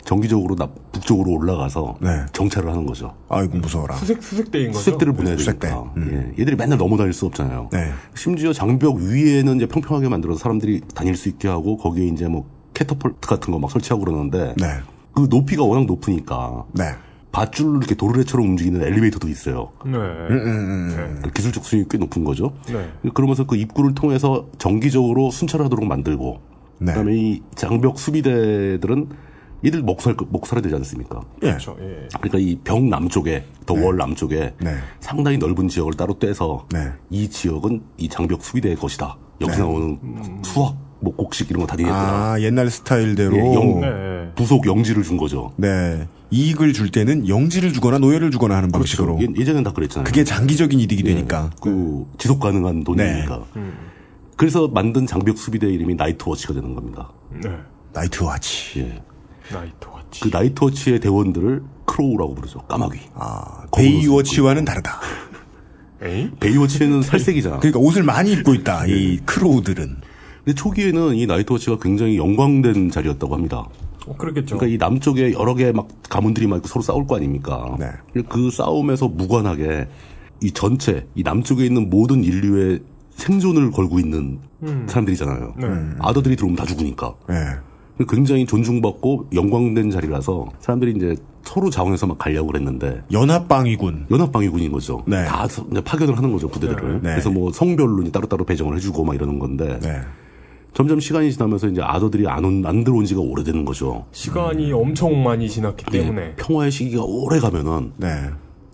Speaker 4: 정기적으로 나- 북쪽으로 올라가서 정찰을 하는 거죠.
Speaker 3: 아이고, 무서워라.
Speaker 2: 수색 수색대인 거죠.
Speaker 4: 네, 수색대를 네. 보내야 되니까. 예, 얘들이 맨날 넘어다닐 수 없잖아요.
Speaker 3: 네.
Speaker 4: 심지어 장벽 위에는 이제 평평하게 만들어서 사람들이 다닐 수 있게 하고 거기에 이제 뭐 캐터폴트 같은 거 막 설치하고 그러는데
Speaker 3: 네.
Speaker 4: 그 높이가 워낙 높으니까 밧줄로 이렇게 도르래처럼 움직이는 엘리베이터도 있어요.
Speaker 2: 네.
Speaker 4: 음, 그 기술적 수익이 꽤 높은 거죠.
Speaker 2: 네. 네.
Speaker 4: 그러면서 그 입구를 통해서 정기적으로 순찰하도록 만들고
Speaker 3: 네.
Speaker 4: 그다음에 이 장벽 수비대들은 얘들 목살 목살이 되지 않습니까?
Speaker 3: 네.
Speaker 2: 그렇죠. 예.
Speaker 4: 그러니까 이 벽 남쪽에 더 월 남쪽에
Speaker 3: 네.
Speaker 4: 상당히 넓은 지역을 따로 떼서
Speaker 3: 네.
Speaker 4: 이 지역은 이 장벽 수비대의 것이다. 여기서 나오는 수학 뭐 곡식 이런 거 다 되겠구나.
Speaker 3: 아, 옛날 스타일대로.
Speaker 4: 예, 영-
Speaker 2: 네.
Speaker 4: 부속 영지를 준 거죠.
Speaker 3: 네. 이익을 줄 때는 영지를 주거나 노예를 주거나 하는 방식으로.
Speaker 4: 예, 전엔다
Speaker 3: 어.
Speaker 4: 그랬잖아요.
Speaker 3: 그게 장기적인 이득이 되니까.
Speaker 4: 그 지속 가능한 돈이니까.
Speaker 3: 네. 음.
Speaker 4: 그래서 만든 장벽 수비대 이름이 나이트워치가 되는 겁니다.
Speaker 2: 네.
Speaker 3: 나이트워치.
Speaker 4: 예.
Speaker 2: 나이트워치.
Speaker 4: 그 나이트워치의 대원들을 크로우라고 부르죠. 까마귀.
Speaker 3: 아, 베이워치와는 다르다.
Speaker 4: 그 베이워치는 살색이잖아.
Speaker 3: 그러니까 옷을 많이 입고 있다. 이 크로우들은.
Speaker 4: 근데 초기에는 이 나이트워치가 굉장히 영광된 자리였다고 합니다.
Speaker 2: 어, 그렇겠죠.
Speaker 4: 그러니까 이 남쪽에 여러 개 막 가문들이 막 있고 서로 싸울 거 아닙니까?
Speaker 2: 네.
Speaker 4: 그 싸움에서 무관하게 이 전체 이 남쪽에 있는 모든 인류의 생존을 걸고 있는
Speaker 2: 음.
Speaker 4: 사람들이잖아요.
Speaker 2: 네.
Speaker 4: 아더들이 들어오면 다 죽으니까.
Speaker 3: 예.
Speaker 4: 굉장히 존중받고 영광된 자리라서 사람들이 이제 서로 자원해서 막 가려고 그랬는데
Speaker 3: 연합방위군
Speaker 4: 연합방위군인 거죠. 다 서- 이제 파견을 하는 거죠 부대들을.
Speaker 3: 네.
Speaker 4: 그래서 뭐 성별로 이제 따로따로 배정을 해주고 막 이러는 건데 점점 시간이 지나면서 이제 아더들이 안, 온- 안 들어온 지가 오래되는 거죠.
Speaker 2: 시간이 엄청 많이 지났기 때문에
Speaker 4: 예. 평화의 시기가 오래 가면은
Speaker 3: 네.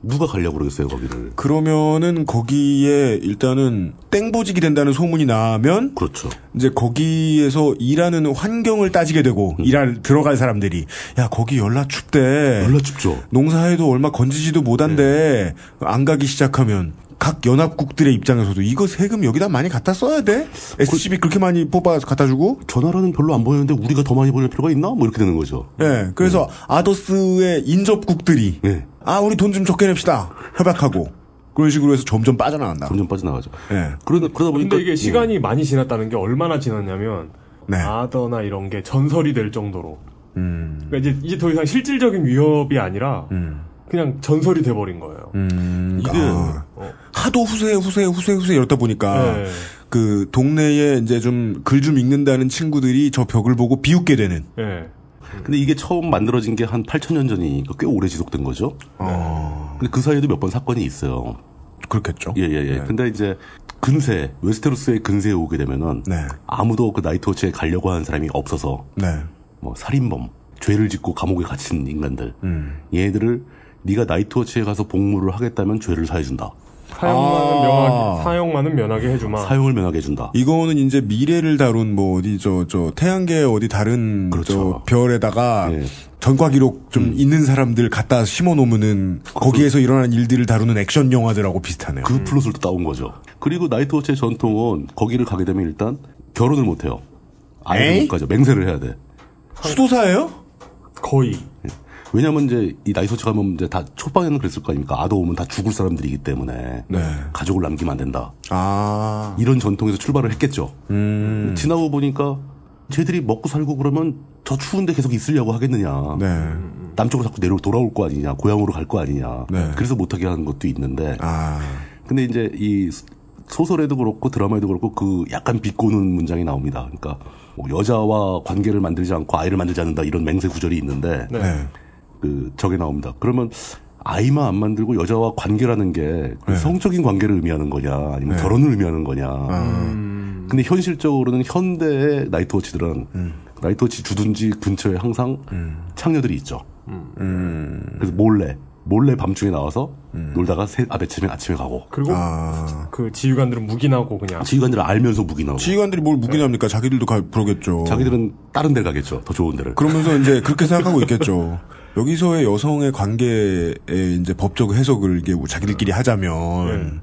Speaker 4: 누가 가려고 그러겠어요 거기를.
Speaker 3: 그러면은 거기에 일단은 땡보직이 된다는 소문이 나면
Speaker 4: 그렇죠.
Speaker 3: 이제 거기에서 일하는 환경을 따지게 되고 일할 들어갈 사람들이 야 거기 열라 춥대. 열라
Speaker 4: 춥죠.
Speaker 3: 농사해도 얼마 건지지도 못한데 안 가기 시작하면 각 연합국들의 입장에서도 이거 세금 여기다 많이 갖다 써야 돼? SCB 그렇게 많이 뽑아서 갖다 주고
Speaker 4: 전화로는 별로 안 보였는데 우리가 더 많이 보낼 필요가 있나? 뭐 이렇게 되는 거죠.
Speaker 3: 예, 그래서 아더스의 인접국들이 아 우리 돈 좀 적게 냅시다 협약하고 그런 식으로 해서 점점 빠져나간다.
Speaker 4: 점점 빠져나가죠.
Speaker 3: 예,
Speaker 4: 그러다 그러다
Speaker 2: 근데 이게 시간이 많이 지났다는 게 얼마나 지났냐면
Speaker 4: 네.
Speaker 2: 아더나 이런 게 전설이 될 정도로
Speaker 4: 음.
Speaker 2: 그러니까 이제 이제 더 이상 실질적인 위협이 아니라 그냥 전설이 돼버린 거예요.
Speaker 4: 음.
Speaker 3: 이게
Speaker 4: 아.
Speaker 3: 하도 후세 후세 후세 후세 이러다 보니까
Speaker 2: 네.
Speaker 3: 그 동네에 이제 좀 글 좀 읽는다는 친구들이 저 벽을 보고 비웃게 되는.
Speaker 2: 예.
Speaker 4: 근데 이게 처음 만들어진 게 한 8천년 전이니까 꽤 오래 지속된 거죠. 근데 그 사이에도 몇 번 사건이 있어요.
Speaker 3: 그렇겠죠.
Speaker 4: 예, 예, 예. 근데 이제 근세, 웨스테로스의 근세에 오게 되면은 아무도 그 나이트워치에 가려고 하는 사람이 없어서
Speaker 3: 네.
Speaker 4: 뭐 살인범, 죄를 짓고 감옥에 갇힌 인간들.
Speaker 3: 음.
Speaker 4: 얘네들을 네가 나이트워치에 가서 복무를 하겠다면 죄를 사해준다.
Speaker 2: 사용만은 면하게 사용만은 면하게 해주마.
Speaker 4: 아. 사용을 면하게 해준다.
Speaker 3: 아. 이거는 이제 미래를 다룬 뭐 어디 저 저 태양계 어디 다른
Speaker 4: 그렇죠.
Speaker 3: 저 별에다가
Speaker 4: 예.
Speaker 3: 전과 기록
Speaker 4: 음.
Speaker 3: 좀 있는 사람들 갖다 심어 놓으면은 거기에서 일어난 일들을 다루는 액션 영화들하고 비슷하네요.
Speaker 4: 그 플롯을 또 따온 거죠. 그리고 나이트워치의 전통은 거기를 가게 되면 일단 결혼을 못 해요. 아이를
Speaker 3: 에이?
Speaker 4: 못 가져. 맹세를 해야 돼.
Speaker 3: 수도사예요?
Speaker 2: 거의.
Speaker 4: 왜냐면 이제 이 나이트워치 가면 이제 다 초반에는 그랬을 거 아닙니까? 아도 오면 다 죽을 사람들이기 때문에
Speaker 3: 네.
Speaker 4: 가족을 남기면 안 된다.
Speaker 3: 아.
Speaker 4: 이런 전통에서 출발을 했겠죠. 지나고 보니까 쟤들이 먹고 살고 그러면 저 추운데 계속 있으려고 하겠느냐.
Speaker 3: 네.
Speaker 4: 남쪽으로 자꾸 내려 돌아올 거 아니냐. 고향으로 갈 거 아니냐. 그래서 못하게 하는 것도 있는데.
Speaker 3: 아.
Speaker 4: 근데 이제 이 소설에도 그렇고 드라마에도 그렇고 그 약간 비꼬는 문장이 나옵니다. 그러니까 뭐 여자와 관계를 만들지 않고 아이를 만들지 않는다 이런 맹세 구절이 있는데 그 저게 나옵니다. 그러면 아이만 안 만들고 여자와 관계라는 게그 성적인 관계를 의미하는 거냐 아니면 결혼을 의미하는 거냐. 근데 현실적으로는 현대의 나이트워치들은 나이트워치 주둔지 근처에 항상 창녀들이 있죠. 그래서 몰래 몰래 밤중에 나와서 놀다가 새, 아, 아침에 아침에 아, 가고
Speaker 2: 그리고 그 지휘관들은 묵인하고 그냥
Speaker 4: 지휘관들은 알면서 무기나고
Speaker 3: 지휘관들이 뭘 무기납니까? 자기들도 가, 그러겠죠.
Speaker 4: 자기들은 다른 데 가겠죠. 더 좋은 데를.
Speaker 3: 그러면서 이제 그렇게 생각하고 있겠죠. 여기서의 여성의 관계에 이제 법적 해석을 이게 자기들끼리 하자면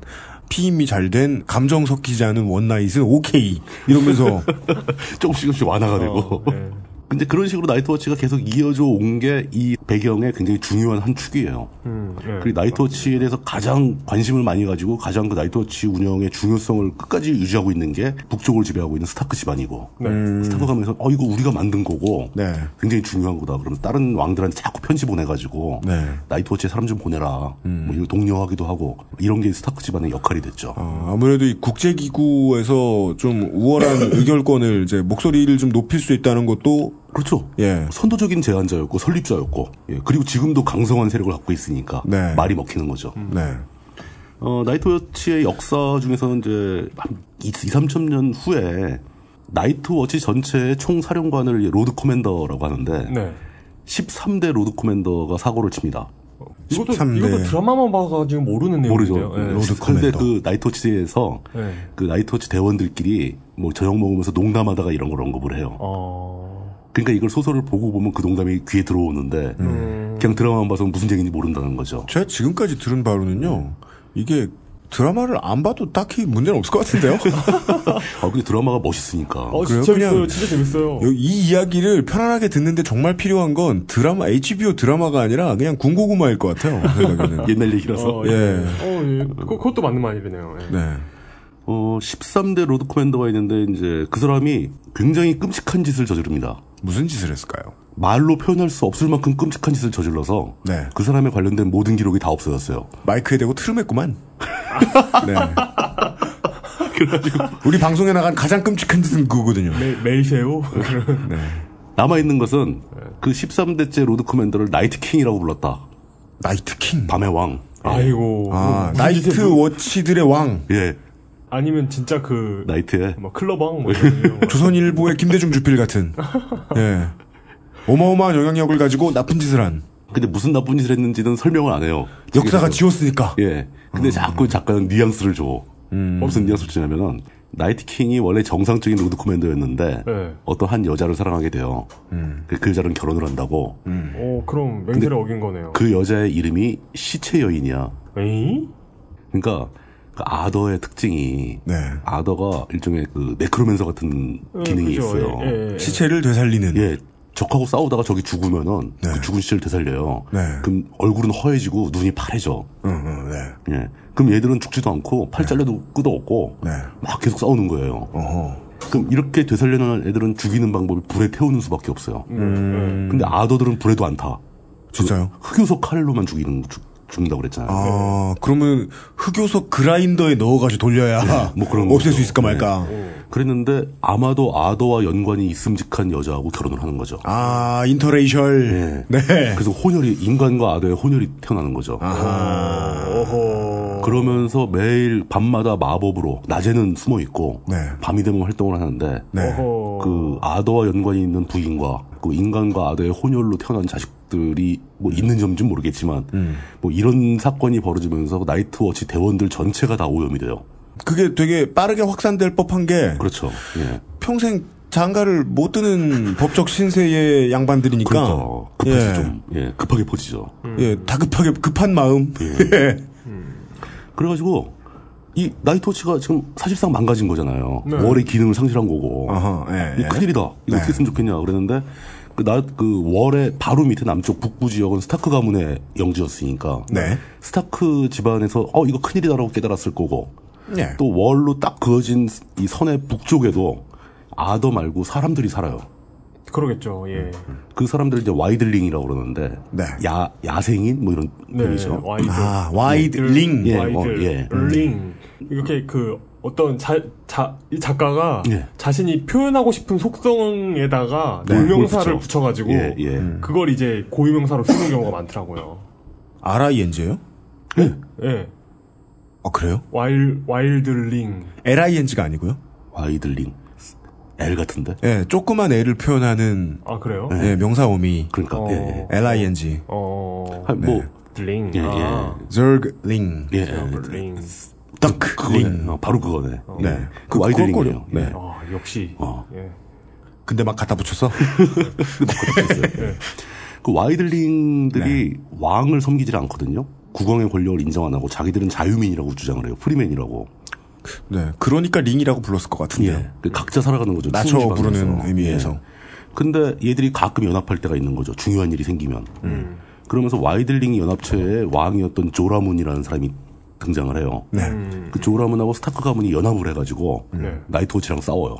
Speaker 3: 피임이 잘 된 감정 섞이지 않은 원나잇은 오케이 이러면서 그-
Speaker 4: 조금씩 조금씩
Speaker 3: 어,
Speaker 4: 완화가 되고.
Speaker 3: 예.
Speaker 4: 근데 그런 식으로 나이트워치가 계속 이어져 온 게 이 배경에 굉장히 중요한 한 축이에요.
Speaker 3: 네,
Speaker 2: 음, 네.
Speaker 4: 그리고 나이트워치에 대해서 가장 관심을 많이 가지고 가장 그 나이트워치 운영의 중요성을 끝까지 유지하고 있는 게 북쪽을 지배하고 있는 스타크 집안이고
Speaker 3: 네.
Speaker 4: 스타크 가면서 어 이거 우리가 만든 거고 굉장히 중요한 거다. 그러면 다른 왕들한테 자꾸 편지 보내가지고
Speaker 3: 네.
Speaker 4: 나이트워치에 사람 좀 보내라. 뭐 이거 독려하기도 하고 이런 게 스타크 집안의 역할이 됐죠.
Speaker 3: 음. 아무래도 이 국제기구에서 좀 우월한 의결권을 이제 목소리를 좀 높일 수 있다는 것도 예.
Speaker 4: 그렇죠. 선도적인 제안자였고 설립자였고 예, 그리고 지금도 강성한 세력을 갖고 있으니까
Speaker 3: 네.
Speaker 4: 말이 먹히는 거죠.
Speaker 3: 네.
Speaker 4: 어, 나이트워치의 역사 중에서는 이제 한 2, 3천 년 후에 나이트워치 전체의 총사령관을 로드 코맨더라고 하는데
Speaker 2: 네.
Speaker 4: 13대 로드 코맨더가 사고를 칩니다.
Speaker 2: 이것도,
Speaker 3: 13대.
Speaker 2: 이것도 드라마만 봐가지고 모르는
Speaker 4: 모르죠.
Speaker 2: 내용인데요. 예.
Speaker 4: 로드 근데 그 나이트워치에서
Speaker 2: 예.
Speaker 4: 그 나이트워치 대원들끼리 뭐 저녁 먹으면서 농담하다가 이런 걸 언급을 해요.
Speaker 2: 어.
Speaker 4: 그러니까 이걸 소설을 보고 보면 그 농담이 귀에 들어오는데 그냥 드라마만 봐서 무슨 얘기인지 모른다는 거죠.
Speaker 3: 제가 지금까지 들은 바로는요. 이게 드라마를 안 봐도 딱히 문제는 없을 것 같은데요.
Speaker 4: 아 근데 드라마가 멋있으니까.
Speaker 2: 어, 진짜 있어요. 진짜 재밌어요.
Speaker 3: 요- 이 이야기를 편안하게 듣는데 정말 필요한 건 드라마 HBO 드라마가 아니라 그냥 군고구마일 것 같아요. 생각에는.
Speaker 4: 그 옛날 얘기라서.
Speaker 2: 어,
Speaker 3: 예.
Speaker 2: 어, 예. 그- 그것도 맞는 말이네요. 예.
Speaker 3: 네.
Speaker 4: 어 13대 로드 커맨더가 있는데 이제 그 사람이 굉장히 끔찍한 짓을 저지릅니다.
Speaker 3: 무슨 짓을 했을까요?
Speaker 4: 말로 표현할 수 없을 만큼 끔찍한 짓을 저질러서
Speaker 3: 네.
Speaker 4: 그 사람에 관련된 모든 기록이 다 없어졌어요.
Speaker 3: 마이크에 대고 트름했구만. 네. 우리 방송에 나간 가장 끔찍한 짓은 그거거든요.
Speaker 2: 메, 메이세오?
Speaker 3: 네.
Speaker 4: 남아있는 것은 그 13대째 로드 커맨더를 나이트킹이라고 불렀다.
Speaker 3: 나이트킹?
Speaker 4: 밤의 왕.
Speaker 2: 아이고.
Speaker 3: 아,
Speaker 2: 무슨 짓을
Speaker 3: 나이트
Speaker 2: 뭐-
Speaker 3: 워치들의 왕.
Speaker 4: 예.
Speaker 2: 아니면 진짜 그,
Speaker 4: 나이트에.
Speaker 2: 뭐, 클럽왕, 뭐, 이런 이런 거.
Speaker 3: 조선일보의 김대중 주필 같은. 예. 어마어마한 영향력을 가지고 나쁜 짓을 한.
Speaker 4: 근데 무슨 나쁜 짓을 했는지는 설명을 안 해요.
Speaker 3: 역사가 지웠으니까.
Speaker 4: 예.
Speaker 2: 음.
Speaker 4: 근데 자꾸 작가는 뉘앙스를 줘. 무슨 뉘앙스를 주냐면은 나이트킹이 원래 정상적인 로드 커맨더였는데
Speaker 2: 네.
Speaker 4: 어떤 한 여자를 사랑하게 돼요.
Speaker 2: 예.
Speaker 3: 음.
Speaker 4: 그, 그 여자랑 결혼을 한다고.
Speaker 2: 어, 그럼 맹세를 어긴 거네요.
Speaker 4: 그 여자의 이름이 시체 여인이야.
Speaker 2: 에이?
Speaker 4: 그러니까 그 아더의 특징이
Speaker 3: 네.
Speaker 4: 아더가 일종의 그 네크로맨서 같은
Speaker 2: 예,
Speaker 4: 기능이
Speaker 2: 그죠.
Speaker 4: 있어요.
Speaker 2: 예, 예, 예.
Speaker 3: 시체를 되살리는.
Speaker 4: 예, 적하고 싸우다가 적이 죽으면은 그 죽은 시체를 되살려요.
Speaker 3: 네.
Speaker 4: 그럼 얼굴은 허해지고 눈이 파래져.
Speaker 3: 응, 응, 네.
Speaker 4: 예. 그럼 얘들은 죽지도 않고 팔 잘려도 끄덕없고
Speaker 3: 네.
Speaker 4: 막 계속 싸우는 거예요.
Speaker 3: 어허.
Speaker 4: 그럼 이렇게 되살려는 애들은 죽이는 방법이 불에 태우는 수밖에 없어요.
Speaker 2: 음.
Speaker 4: 근데 아더들은 불에도 안 타.
Speaker 3: 진짜요?
Speaker 4: 흑요소 칼로만 죽이는 죽, 죽는다고 그랬잖아요. 네.
Speaker 3: 아, 그러면 흑요소 그라인더에 넣어가지고 돌려야
Speaker 4: 뭐 그런
Speaker 3: 없앨
Speaker 4: 거죠. 네.
Speaker 3: 수 있을까 말까.
Speaker 4: 그랬는데 아마도 아더와 연관이 있음직한 여자하고 결혼을 하는 거죠.
Speaker 3: 아, 인터레이셜. 네.
Speaker 4: 그래서 혼혈이 인간과 아더의 혼혈이 태어나는 거죠. 그러면서 매일 밤마다 마법으로 낮에는 숨어 있고
Speaker 3: 네.
Speaker 4: 밤이 되면 활동을 하는데
Speaker 3: 네.
Speaker 2: 어,
Speaker 4: 그 아더와 연관이 있는 부인과 그 인간과 아더의 혼혈로 태어난 자식들이 뭐 있는 점인지 는 모르겠지만
Speaker 3: 음.
Speaker 4: 뭐 이런 사건이 벌어지면서 나이트워치 대원들 전체가 다 오염이 돼요.
Speaker 3: 그게 되게 빠르게 확산될 법한 게
Speaker 4: 그렇죠. 예.
Speaker 3: 평생 장가를 못 드는 법적 신세의 양반들이니까.
Speaker 4: 그러니까 급해서
Speaker 3: 예.
Speaker 4: 좀 예, 급하게 퍼지죠.
Speaker 3: 예, 다급하게 급한 마음. 예.
Speaker 4: 그래가지고 이 나이트워치가 지금 사실상 망가진 거잖아요. 월의 기능을 상실한 거고.
Speaker 3: 어허, 예,
Speaker 4: 이거
Speaker 3: 예.
Speaker 4: 큰일이다. 이거 어떻게 했으면 좋겠냐. 그랬는데 그, 나, 그 월의 바로 밑에 남쪽 북부 지역은 스타크 가문의 영지였으니까
Speaker 3: 네.
Speaker 4: 스타크 집안에서 어 이거 큰일이다라고 깨달았을 거고
Speaker 3: 예.
Speaker 4: 또 월로 딱 그어진 이 선의 북쪽에도 아더 말고 사람들이 살아요.
Speaker 2: 그러겠죠, 예.
Speaker 4: 그 사람들 이제 와이들링이라고 그러는데
Speaker 3: 네.
Speaker 4: 야 야생인 뭐 이런
Speaker 2: 네,
Speaker 4: 표현이죠.
Speaker 2: 와이드.
Speaker 3: 아, 와이드 링.
Speaker 4: 예,
Speaker 2: 와이드.
Speaker 4: 어, 예.
Speaker 2: 링. 이렇게 그, 어떤 자, 자, 이 작가가
Speaker 4: 예.
Speaker 2: 자신이 표현하고 싶은 속성에다가
Speaker 4: 네,
Speaker 2: 고유명사를
Speaker 4: 그렇죠.
Speaker 2: 붙여가지고
Speaker 4: 예, 예.
Speaker 2: 그걸 이제 고유명사로 쓰는 경우가 많더라고요.
Speaker 3: R-I-N-G예요?
Speaker 2: 예.
Speaker 3: 아, 그래요?
Speaker 2: 와일, 와일드링.
Speaker 3: L-I-N-G가 아니고요?
Speaker 4: 와이들링 L 같은데.
Speaker 3: 예, 조그만 애를 표현하는
Speaker 2: 아, 그래요?
Speaker 4: 네.
Speaker 3: 예, 명사어미.
Speaker 4: 그러니까
Speaker 2: 어.
Speaker 4: 예, 예.
Speaker 3: L-I-N-G.
Speaker 2: 어,
Speaker 4: 한, 뭐
Speaker 2: 링.
Speaker 4: 예,
Speaker 2: 아,
Speaker 3: 절링.
Speaker 4: 예.
Speaker 2: 링.
Speaker 4: 그거네. 어, 바로 그거네.
Speaker 3: 네.
Speaker 4: 예.
Speaker 3: 그-
Speaker 4: 그 와이들링이에요.
Speaker 3: 그거요. 네.
Speaker 4: 예.
Speaker 2: 아, 역시.
Speaker 4: 어.
Speaker 2: 예.
Speaker 3: 근데 막 갖다 붙였어?
Speaker 4: 그 와이들링들이
Speaker 3: 네.
Speaker 4: 왕을 섬기질 않거든요. 국왕의 권력을 인정 안 하고 자기들은 자유민이라고 주장을 해요. 프리맨이라고.
Speaker 3: 네. 그러니까 링이라고 불렀을 것 같은데요.
Speaker 4: 그 각자 살아가는 거죠.
Speaker 3: 낮춰
Speaker 4: 추운
Speaker 3: 예.
Speaker 4: 지방에서. 예.
Speaker 3: 부르는 의미에서.
Speaker 4: 근데 얘들이 가끔 연합할 때가 있는 거죠. 중요한 일이 생기면.
Speaker 3: 음.
Speaker 4: 그러면서 와이들링 연합체의 왕이었던 조라문이라는 사람이 등장을 해요.
Speaker 3: 네.
Speaker 4: 그 조라문하고 스타크 가문이 연합을 해가지고
Speaker 2: 음. 네.
Speaker 4: 나이트워치랑 싸워요.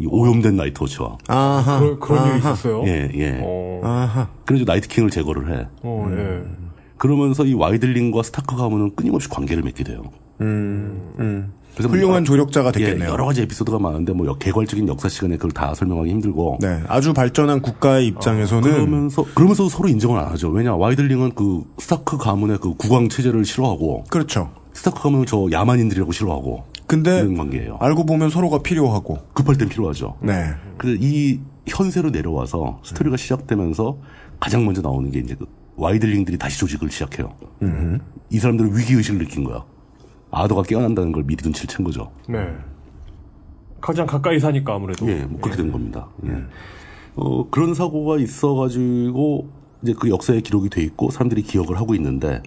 Speaker 4: 이 오염된 나이트워치와.
Speaker 3: 아하.
Speaker 2: 그런, 그런 일이 있었어요?
Speaker 4: 예, 예.
Speaker 2: 어,
Speaker 3: 아하.
Speaker 4: 그래서 나이트킹을 제거를 해.
Speaker 2: 어,
Speaker 4: 음. 그러면서 이 와이들링과 스타크 가문은 끊임없이 관계를 맺게 돼요.
Speaker 2: 음,
Speaker 4: 그래서
Speaker 3: 훌륭한 조력자가
Speaker 4: 예,
Speaker 3: 됐겠네요.
Speaker 4: 여러 가지 에피소드가 많은데 뭐 여- 개괄적인 역사 시간에 그걸 다 설명하기 힘들고
Speaker 3: 네. 아주 발전한 국가의 입장에서는
Speaker 4: 그러면서 그러면서도 서로 인정을 안 하죠. 왜냐 와이들링은 그 스타크 가문의 그 국왕 체제를 싫어하고
Speaker 3: 그렇죠.
Speaker 4: 스타크 가문은 저 야만인들이라고 싫어하고
Speaker 3: 근데
Speaker 4: 이런 관계예요.
Speaker 3: 알고 보면 서로가 필요하고.
Speaker 4: 급할 땐 필요하죠.
Speaker 3: 네.
Speaker 4: 음. 그래서 이 현세로 내려와서 스토리가 시작되면서 가장 먼저 나오는 게 이제 그 와이들링들이 다시 조직을 시작해요. 이 사람들은 위기의식을 느낀 거야. 아더가 깨어난다는 걸 미리 눈치를 챈 거죠.
Speaker 2: 네. 가장 가까이 사니까 아무래도.
Speaker 4: 예, 뭐 그렇게 된 겁니다. 예. 어, 그런 사고가 있어가지고 이제 그 역사에 기록이 돼 있고 사람들이 기억을 하고 있는데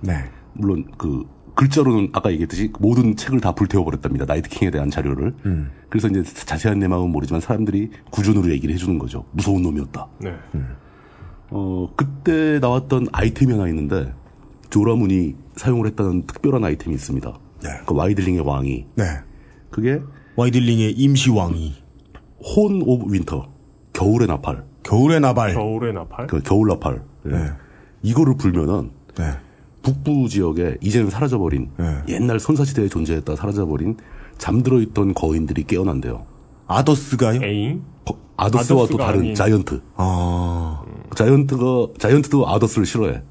Speaker 4: 물론 그 글자로는 아까 얘기했듯이 모든 책을 다 불태워 버렸답니다. 나이트킹에 대한 자료를. 그래서 이제 자세한 내막은 모르지만 사람들이 구전으로 얘기를 해주는 거죠. 무서운 놈이었다.
Speaker 2: 네.
Speaker 4: 음. 어, 그때 나왔던 아이템이 하나 있는데, 조라문이 사용을 했다는 특별한 아이템이 있습니다. 그 와이들링의 왕이. 그게?
Speaker 3: 네. 와이들링의 임시왕이.
Speaker 4: 혼 오브 윈터. 겨울의 나팔.
Speaker 3: 겨울의 나발.
Speaker 2: 겨울의 나팔?
Speaker 4: 그 겨울 나팔. 예. 이거를 불면은,
Speaker 3: 네.
Speaker 4: 북부 지역에 이제는 사라져버린,
Speaker 2: 예.
Speaker 4: 옛날 선사시대에 존재했다 사라져버린, 잠들어 있던 거인들이 깨어난대요.
Speaker 3: 아더스가요?
Speaker 4: 예. 거- 아더스와 또
Speaker 3: 아더스가
Speaker 4: 다른
Speaker 3: 아닌.
Speaker 4: 자이언트. 음. 자이언트가 자이언트도 아더스를 싫어해.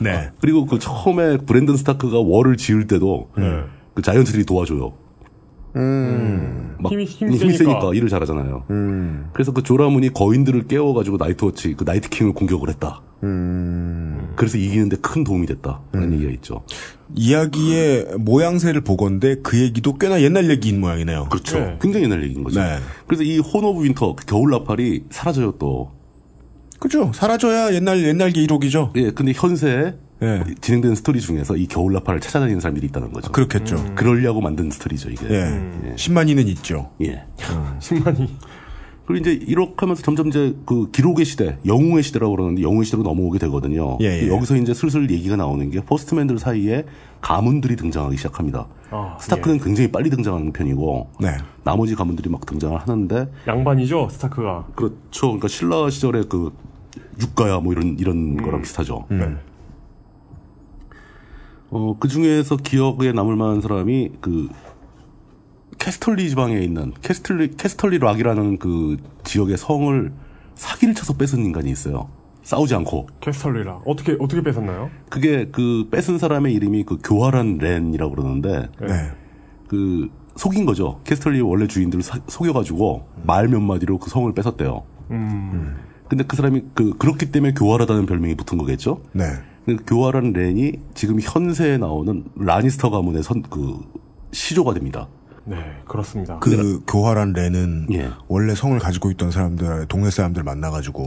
Speaker 3: 네.
Speaker 4: 그리고 그 처음에 브랜든 스타크가 월을 지을 때도
Speaker 2: 예.
Speaker 4: 그 자이언트들이 도와줘요. 막
Speaker 2: 음. 힘이- 힘이 세니까. 음.
Speaker 4: 일을 잘하잖아요. 그래서 그 조라문이 거인들을 깨워가지고 나이트워치 그 나이트킹을 공격을 했다.
Speaker 2: 음.
Speaker 4: 그래서 이기는데 큰 도움이 됐다. 라는 얘기가 있죠.
Speaker 3: 이야기의 모양새를 보건데 그 얘기도 꽤나 옛날 얘기인 모양이네요. 네.
Speaker 4: 그렇죠. 굉장히 옛날 얘기인 거죠. 그래서 이 혼오브 윈터 그 겨울 나팔이 사라져요 또.
Speaker 3: 그죠. 사라져야 옛날 옛날 기록이죠.
Speaker 4: 예, 근데 현세에 진행되는 스토리 중에서 이 겨울 나팔을 찾아다니는 사람들이 있다는 거죠.
Speaker 3: 네. 그렇겠죠. 음.
Speaker 4: 그러려고 만든 스토리죠 이게.
Speaker 3: 예. 신만이는 있죠.
Speaker 4: 예.
Speaker 2: 신만이.
Speaker 4: 그리고 이제 이렇게 하면서 점점 이제 그 기록의 시대, 영웅의 시대라고 그러는데 영웅의 시대로 넘어오게 되거든요.
Speaker 3: 예, 예.
Speaker 4: 여기서 이제 슬슬 얘기가 나오는 게 포스트맨들 사이에 가문들이 등장하기 시작합니다.
Speaker 2: 아,
Speaker 4: 스타크는
Speaker 3: 예.
Speaker 4: 굉장히 빨리 등장하는 편이고
Speaker 3: 네.
Speaker 4: 나머지 가문들이 막 등장을 하는데
Speaker 2: 양반이죠 스타크가.
Speaker 4: 그렇죠. 그러니까 신라 시절의 그 육가야 뭐 이런 이런 거랑 비슷하죠. 네. 어, 그 중에서 기억에 남을 만한 사람이 그 캐스털리 지방에 있는 캐스털리 캐스털리 락이라는 그 지역의 성을 사기를 쳐서 뺏은 인간이 있어요. 싸우지 않고.
Speaker 2: 캐스털리라. 어떻게 어떻게 뺏었나요?
Speaker 4: 그게 그 뺏은 사람의 이름이 그 교활한 렌이라고 그러는데
Speaker 3: 예. 네.
Speaker 4: 그 속인 거죠. 캐스털리 원래 주인들을 사- 속여가지고 말 몇 마디로 그 성을 뺏었대요.
Speaker 2: 음.
Speaker 4: 근데 그 사람이 그 그렇기 때문에 교활하다는 별명이 붙은 거겠죠.
Speaker 3: 네.
Speaker 4: 근데 교활한 렌이 지금 현세에 나오는 라니스터 가문의 선 그 시조가 됩니다.
Speaker 2: 네, 그렇습니다.
Speaker 3: 그 교활한 렌은 원래 성을 가지고 있던 사람들 동네 사람들 만나가지고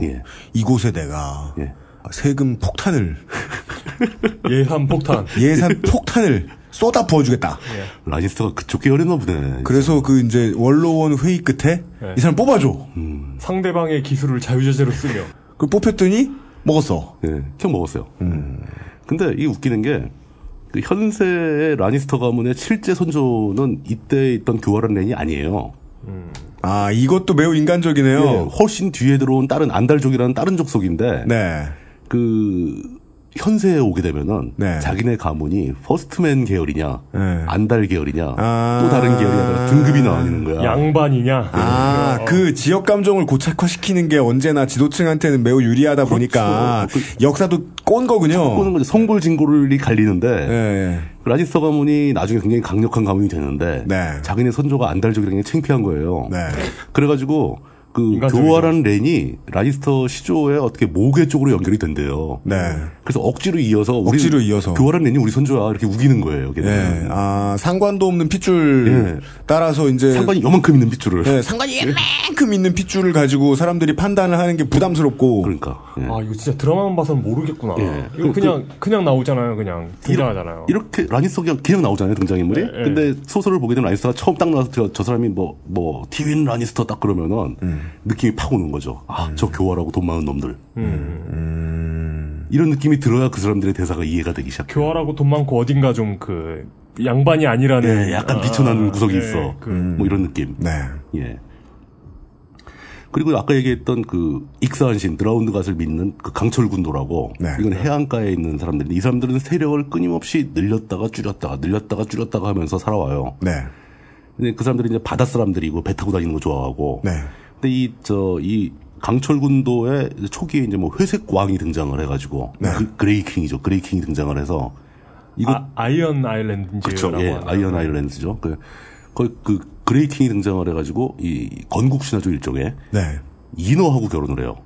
Speaker 3: 이곳에 내가 세금 폭탄을
Speaker 2: 예산 폭탄.
Speaker 3: 예산 폭탄을 쏟아 부어주겠다.
Speaker 4: 라니스터가 그쪽 계열이나 보네.
Speaker 3: 그래서 그 이제 원로원 회의 끝에
Speaker 2: 네.
Speaker 3: 이 사람 뽑아줘.
Speaker 2: 상대방의 기술을 자유자재로 쓰며.
Speaker 3: 그 뽑혔더니 먹었어.
Speaker 4: 예, 형 먹었어요. 근데 이게 웃기는 게그 현세의 라니스터 가문의 실제 선조는 이때 있던 교활한 렌이 아니에요. 예,
Speaker 3: 아 이것도 매우 인간적이네요.
Speaker 4: 훨씬 뒤에 들어온 다른 안달족이라는 다른
Speaker 3: 예.
Speaker 4: 족속인데
Speaker 3: 네.
Speaker 4: 그 현세에 오게 되면은 자기네 가문이 퍼스트맨 계열이냐
Speaker 3: 네.
Speaker 4: 안달 계열이냐 또 다른 계열이냐 따라 등급이 나뉘는 거야.
Speaker 2: 양반이냐?
Speaker 3: 아, 그 지역 감정을 고착화시키는 게 언제나 지도층한테는 매우
Speaker 4: 그렇죠.
Speaker 3: 유리하다 보니까 역사도 꼰 거군요.
Speaker 4: 그
Speaker 3: 예,
Speaker 4: 꼬는 거죠. 성골 진골이 갈리는데
Speaker 3: 네.
Speaker 4: 그 라니스터 가문이 나중에 굉장히 강력한 가문이 되는데 자기네 선조가 안달족이라는 게 창피한 거예요. 그래가지고 그
Speaker 3: 네. 인간적이죠.
Speaker 4: 교활한 렌이 라니스터 시조에 어떻게 모계 쪽으로 연결이 된대요. 그래서 억지로 이어서 우리
Speaker 3: 네. 억지로 이어서.
Speaker 4: 교활한 렌이 우리 선조야 이렇게 우기는 거예요. 걔네는.
Speaker 3: 예, 아 상관도 없는 핏줄 따라서 이제
Speaker 4: 상관이 예. 요만큼 있는 핏줄을
Speaker 3: 네, 상관이 이만큼 있는 핏줄을 가지고 사람들이 판단을 하는 게 부담스럽고
Speaker 4: 그러니까
Speaker 2: 아 이거 진짜 드라마만 봐서는 모르겠구나.
Speaker 4: 예.
Speaker 2: 이거
Speaker 4: 그-
Speaker 2: 그냥 그, 냥 나오잖아요. 그냥 등장하잖아요.
Speaker 4: 이렇게 라니스터 그냥, 그냥 나오잖아요 등장인물이.
Speaker 2: 예, 예.
Speaker 4: 근데 소설을 보게 되면 라니스터가 처음 딱 나와서 저, 저 사람이 뭐 뭐 티윈 라니스터 딱 그러면은
Speaker 2: 음.
Speaker 4: 느낌이 팍 오는 거죠. 아 저 교활하고 돈 많은 놈들. 이런 느낌이 들어야 그 사람들의 대사가 이해가 되기 시작해.
Speaker 2: 교활하고 돈 많고 어딘가 좀 그 양반이 아니라는
Speaker 4: 예, 약간 비천한 구석이
Speaker 2: 예,
Speaker 4: 있어.
Speaker 2: 그-
Speaker 4: 뭐 이런 느낌.
Speaker 3: 네.
Speaker 4: 예. 그리고 아까 얘기했던 그 익사한신 드라운드 갓을 믿는 그 강철군도라고
Speaker 2: 네.
Speaker 4: 이건 해안가에 있는 사람들인데 이 사람들은 세력을 끊임없이 늘렸다가 줄였다가 늘렸다가 줄였다가 하면서 살아와요.
Speaker 3: 네.
Speaker 4: 근데 그 사람들이 이제 바다 사람들이고 배 타고 다니는 거 좋아하고.
Speaker 3: 네,
Speaker 4: 근데 이 저 이 강철군도의 초기에 이제 뭐 회색 왕이 등장을 해가지고 그, 레이킹이죠 그레이킹이 등장을 해서 이거
Speaker 2: 아, 이언 아일랜드인지
Speaker 4: 그렇죠. 예, 아이언 아일랜드죠. 그, 거의 그 그레이킹이 등장을 해가지고 이 건국 신화조 일종의
Speaker 3: 네.
Speaker 4: 음. 인어하고 결혼을 해요.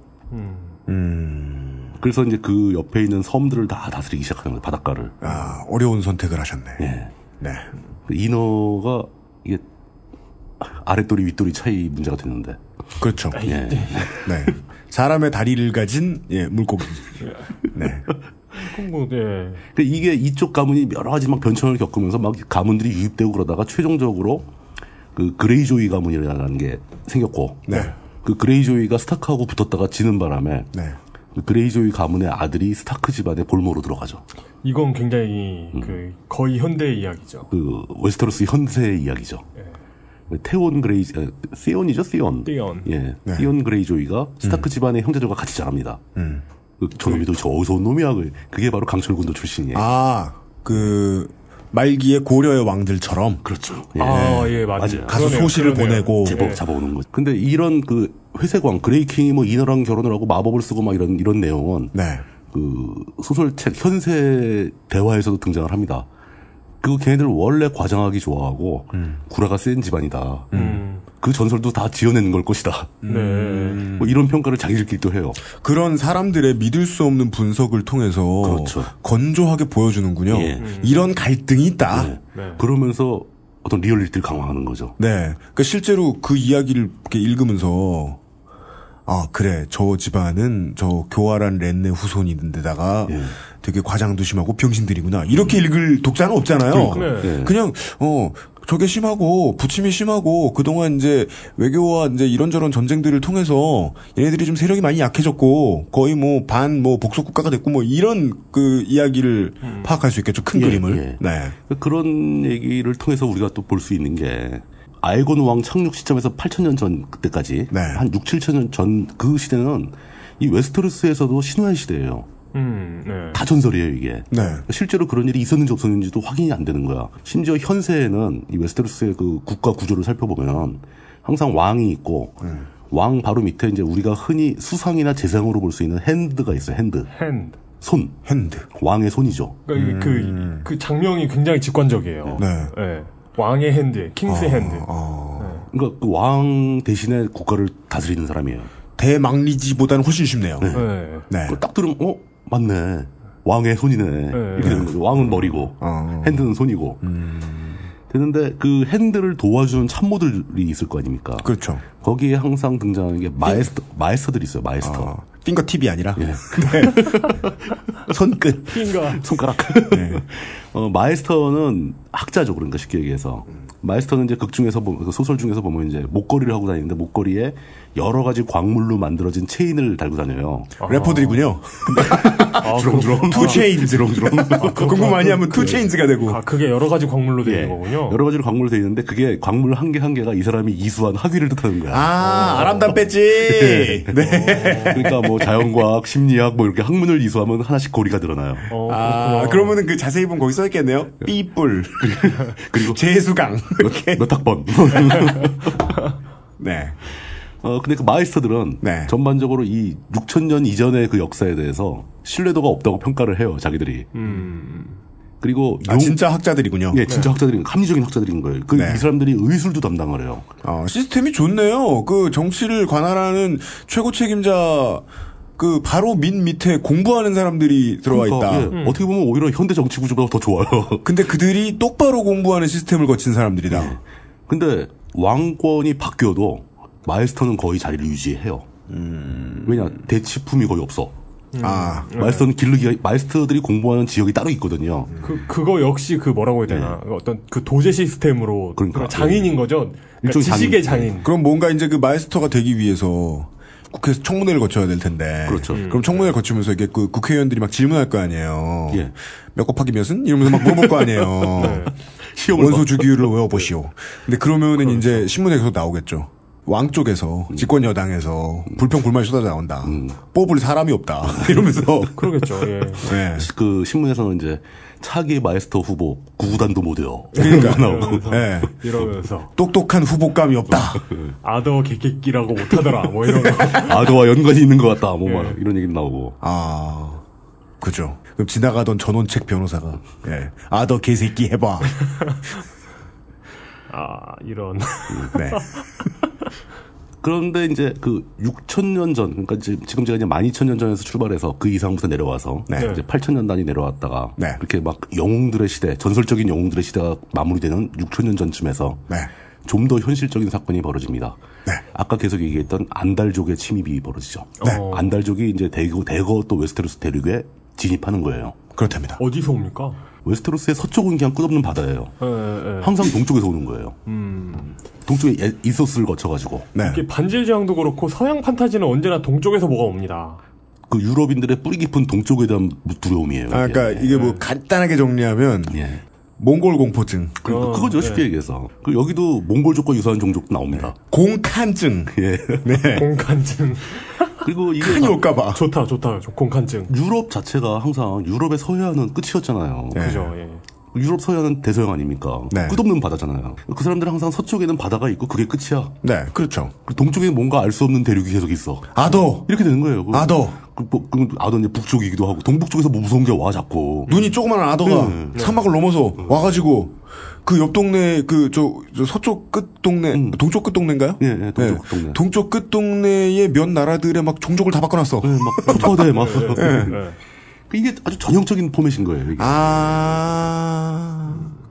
Speaker 4: 그래서 이제 그 옆에 있는 섬들을 다 다스리기 시작하는 거예요. 바닷가를.
Speaker 3: 아, 어려운 선택을 하셨네.
Speaker 4: 예.
Speaker 3: 네.
Speaker 4: 인어가 이게 아랫돌이 윗돌이 차이 문제가 됐는데.
Speaker 3: 그렇죠.
Speaker 4: 예.
Speaker 3: 네. 사람의 다리를 가진 예, 물고기. 네.
Speaker 2: 뭐, 예.
Speaker 4: 근데 이게 이쪽 가문이 여러 가지 막 변천을 겪으면서 막 가문들이 유입되고 그러다가 최종적으로 그 그레이조이 가문이라는 게 생겼고
Speaker 3: 네.
Speaker 4: 그 그레이조이가 스타크하고 붙었다가 지는 바람에
Speaker 3: 네.
Speaker 4: 그 그레이조이 가문의 아들이 스타크 집안의 볼모로 들어가죠.
Speaker 2: 이건 굉장히 그 거의 현대의 이야기죠.
Speaker 4: 그 웨스테로스 현세의 이야기죠.
Speaker 3: 네.
Speaker 4: 태온 그레이 아, 시온이죠, 시온.
Speaker 2: 띠언.
Speaker 4: 예, 시온
Speaker 3: 음.
Speaker 4: 그레이조이가 스타크 집안의 형제들과 같이 자랍니다. 그 저놈이 도대체 어디서 온 놈이야? 그- 그게 바로 강철군도 출신이에요.
Speaker 3: 아, 그 말기의 고려의 왕들처럼
Speaker 4: 그렇죠.
Speaker 2: 아, 예, 맞아요.
Speaker 3: 가서
Speaker 4: 그러네요,
Speaker 3: 소시를
Speaker 4: 그러네요.
Speaker 3: 보내고
Speaker 4: 제법 잡아오는 거죠. 근데 이런 그 회색왕 그레이킹이 뭐 인어랑 결혼을 하고 마법을 쓰고 막 이런 이런 내용은
Speaker 3: 네.
Speaker 4: 그 소설책 현세 대화에서도 등장을 합니다. 그 걔네들 원래 과장하기 좋아하고 구라가 센 집안이다.
Speaker 2: 음.
Speaker 4: 그 전설도 다 지어낸 걸 것이다.
Speaker 2: 네.
Speaker 4: 뭐 이런 평가를 자기들끼리도 해요.
Speaker 3: 그런 사람들의 믿을 수 없는 분석을 통해서 건조하게 보여주는군요.
Speaker 4: 그렇죠. 예.
Speaker 3: 이런 갈등이 있다. 네.
Speaker 4: 그러면서 어떤 리얼리티를 강화하는 거죠.
Speaker 3: 그러니까 실제로 그 이야기를 이렇게 읽으면서 아 그래 저 집안은 저 교활한 렌네 후손인데다가
Speaker 4: 예.
Speaker 3: 되게 과장도 심하고 병신들이구나
Speaker 4: 음.
Speaker 3: 이렇게 읽을 독자는 없잖아요.
Speaker 9: 그러니까. 네.
Speaker 3: 그냥 어 저게 심하고 부침이 심하고 그동안 이제 외교와 이제 이런저런 전쟁들을 통해서 얘네들이 좀 세력이 많이 약해졌고 거의 뭐 반 뭐 복속 국가가 됐고 뭐 이런 그 이야기를
Speaker 4: 음.
Speaker 3: 파악할 수 있겠죠
Speaker 4: 예,
Speaker 3: 큰 그림을. 네.
Speaker 4: 그런 얘기를 통해서 우리가 또 볼 수 있는 게 아이곤 왕 착륙 시점에서 8천년 전 그때까지
Speaker 3: 네.
Speaker 4: 한 6, 7천년 전 그 시대는 이 웨스테로스에서도 신화의 시대예요.
Speaker 2: 음, 네.
Speaker 4: 다 전설이에요 이게.
Speaker 3: 네.
Speaker 4: 실제로 그런 일이 있었는지 없었는지도 확인이 안 되는 거야. 심지어 현세에는 이 웨스테로스의 그 국가 구조를 살펴보면 항상 왕이 있고
Speaker 3: 네.
Speaker 4: 왕 바로 밑에 이제 우리가 흔히 수상이나 재상으로 볼 수 있는 핸드가 있어요. 핸드.
Speaker 2: 핸드.
Speaker 4: 손.
Speaker 3: 핸드.
Speaker 4: 왕의 손이죠.
Speaker 2: 그러니까 이게
Speaker 4: 음.
Speaker 2: 그, 그 장면이 굉장히 직관적이에요. 예. 왕의 핸드, 킹스
Speaker 4: 네. 아,
Speaker 2: 핸드.
Speaker 4: 그러니까 그 왕 대신에 국가를 다스리는 사람이에요.
Speaker 3: 대망리지보다는 훨씬 쉽네요.
Speaker 4: 네. 그거 딱 들으면 어 맞네 왕의 손이네 이렇게 되는 거죠. 왕은 머리고 핸드는 손이고 되는데 그 핸드를 도와주는 참모들이 있을 거 아닙니까?
Speaker 3: 그렇죠.
Speaker 4: 거기에 항상 등장하는 게 마에스터 마에스터들이 있어요. 마에스터.
Speaker 3: 핑거 팁이 아니라
Speaker 4: 예.
Speaker 3: 손끝.
Speaker 2: 핑거.
Speaker 4: 손가락. 어, 마에스터는 학자죠. 그러니까 쉽게 얘기해서. 마에스터는 이제 극 중에서 보면, 그 소설 중에서 보면 이제 목걸이를 하고 다니는데 목걸이에 여러 가지 광물로 만들어진 체인을 달고 다녀요.
Speaker 3: 래퍼들이군요.
Speaker 4: 주렁주렁.
Speaker 3: 투 체인즈.
Speaker 4: 아, 주렁주렁. 그
Speaker 3: 공부 많이 아, 하면 투 체인즈가 되고.
Speaker 2: 아, 그게 여러 가지 광물로 되는 거군요.
Speaker 4: 예. 여러 가지로 광물로 되어 있는데 그게 광물 한 개 한 개가 이 사람이 이수한 학위를 뜻하는 거야.
Speaker 3: 아,
Speaker 4: 어.
Speaker 3: 아람단
Speaker 4: 예.
Speaker 3: 배지.
Speaker 4: 그러니까 뭐 자연과학, 심리학 뭐 이렇게 학문을 이수하면 하나씩 고리가 드러나요.
Speaker 2: 어.
Speaker 3: 아, 그러면은 그 자세히 보면 거기 써있겠네요. 삐뿔.
Speaker 4: 그리고
Speaker 3: 재수강.
Speaker 4: 몇, 몇 학번.
Speaker 3: 네.
Speaker 4: 어 근데 그 마이스터들은 전반적으로 이 6천년 이전의 그 역사에 대해서 신뢰도가 없다고 평가를 해요 자기들이. 그리고
Speaker 3: 아, 진짜 학자들이군요.
Speaker 4: 예, 진짜 학자들인 합리적인 학자들인 거예요. 그 이
Speaker 3: 네.
Speaker 4: 사람들이 의술도 담당을 해요.
Speaker 3: 어, 시스템이 좋네요. 그 정치를 관할하는 최고 책임자 그 바로 민 밑에 공부하는 사람들이 들어와
Speaker 4: 그러니까,
Speaker 3: 있다.
Speaker 4: 예, 어떻게 보면 오히려 현대 정치 구조보다 더 좋아요.
Speaker 3: 근데 그들이 똑바로 공부하는 시스템을 거친 사람들이다.
Speaker 4: 예. 근데 왕권이 바뀌어도 마이스터는 거의 자리를 유지해요. 왜냐 대치품이 거의 없어. 음.
Speaker 3: 아.
Speaker 4: 마이스터는 기르기가 마이스터들이 공부하는 지역이 따로 있거든요.
Speaker 2: 그, 그거 역시 그 뭐라고 해야 되나. 그 어떤 그 도제 시스템으로.
Speaker 4: 예. 그러니까,
Speaker 2: 장인인 거죠. 그러니까 지식의 장인.
Speaker 3: 그럼 뭔가 이제 그 마이스터가 되기 위해서 국회에서 청문회를 거쳐야 될 텐데. 그렇죠. 그럼 청문회를 거치면서 이게 그 국회의원들이 막 질문할 거 아니에요.
Speaker 4: 예.
Speaker 3: 몇 곱하기 몇은? 이러면서 막 물어볼 거 아니에요.
Speaker 4: 네. 시험을
Speaker 3: 원소
Speaker 4: 봐. 그렇죠.
Speaker 3: 주기율을 외워보시오. 근데 그러면은 이제 신문에 계속 나오겠죠. 왕
Speaker 4: 음.
Speaker 3: 쪽에서 집권 여당에서 불평 불만이 쏟아져 나온다. 뽑을 사람이 없다. 이러면서 네.
Speaker 2: 그러겠죠. 예.
Speaker 4: 시- 그 신문에서는 이제 차기 마이스터 후보 구구단도 못 해요.
Speaker 3: 그러니까.
Speaker 4: 나오고.
Speaker 3: 예.
Speaker 2: 이러면서
Speaker 3: 똑똑한 후보감이 없다.
Speaker 2: 아더 개개끼라고 못하더라. 뭐 이런 거.
Speaker 4: 아더와 연관이 있는 것 같다. 뭐 막 이런 얘기 나오고.
Speaker 3: 아, 그죠. 그럼 지나가던 전원책 변호사가 예. 아더 개새끼 해봐.
Speaker 2: 아 이런.
Speaker 3: 네.
Speaker 4: 그런데 이제 그 6천년 전, 그러니까 이제 지금 제가 이제 12,000년 전에서 출발해서 그 이상부터 내려와서
Speaker 3: 네.
Speaker 4: 이제 8,000년 단위 내려왔다가 그렇게 막 영웅들의 시대, 전설적인 영웅들의 시대가 마무리되는 6천년 전쯤에서
Speaker 3: 네.
Speaker 4: 좀 더 현실적인 사건이 벌어집니다. 아까 계속 얘기했던 안달족의 침입이 벌어지죠.
Speaker 3: 네.
Speaker 4: 안달족이 이제 대거 대거 또 웨스테로스 대륙에 진입하는 거예요.
Speaker 3: 그렇답니다.
Speaker 2: 어디서 옵니까?
Speaker 4: 웨스테로스의 서쪽은 그냥 끝없는 바다예요.
Speaker 2: 예, 예, 예.
Speaker 4: 항상 동쪽에서 오는 거예요.
Speaker 2: 음.
Speaker 4: 동쪽에 예- 이소스를 거쳐가지고.
Speaker 3: 네.
Speaker 2: 이게 반지의 제왕도 그렇고 서양 판타지는 언제나 동쪽에서 뭐가 옵니다.
Speaker 4: 그 유럽인들의 뿌리 깊은 동쪽에 대한 두려움이에요.
Speaker 3: 아, 그러니까 이게 뭐 간단하게 정리하면
Speaker 4: 예.
Speaker 3: 몽골 공포증.
Speaker 4: 그러니까 그거죠 쉽게 얘기해서 그 여기도 몽골족과 유사한 종족도 나옵니다.
Speaker 3: 네. 공칸증.
Speaker 4: 예.
Speaker 2: 공칸증.
Speaker 4: 그리고 이게
Speaker 3: 칸이 올까봐.
Speaker 2: 좋다 좋다 공칸증.
Speaker 4: 유럽 자체가 항상 유럽의 서해안은 끝이었잖아요.
Speaker 3: 네.
Speaker 2: 그죠. 예.
Speaker 4: 유럽 서해안은 대서양 아닙니까? 끝없는 바다잖아요. 그 사람들은 항상 서쪽에는 바다가 있고 그게 끝이야.
Speaker 3: 네, 그렇죠.
Speaker 4: 동쪽에 뭔가 알 수 없는 대륙이 계속 있어.
Speaker 3: 아더
Speaker 4: 이렇게 되는 거예요. 그,
Speaker 3: 아더.
Speaker 4: 그, 뭐, 그 아더 이제 북쪽이기도 하고 동북쪽에서 뭐 무서운 게 와 자꾸.
Speaker 3: 눈이 조그만한 아더가
Speaker 4: 네.
Speaker 3: 사막을 넘어서 와가지고 그 옆 동네 그저 저 서쪽 끝 동네 동쪽 끝 동네인가요?
Speaker 4: 음. 예, 예, 동쪽 끝 동네.
Speaker 3: 동쪽 끝 동네의 몇 나라들의 막 종족을 다 바꿔놨어.
Speaker 4: 예. 막 토대 막.
Speaker 2: 네.
Speaker 4: 그러니까
Speaker 3: 예.
Speaker 4: 이게 아주 전형적인 포맷인 거예요. 이게.
Speaker 3: 아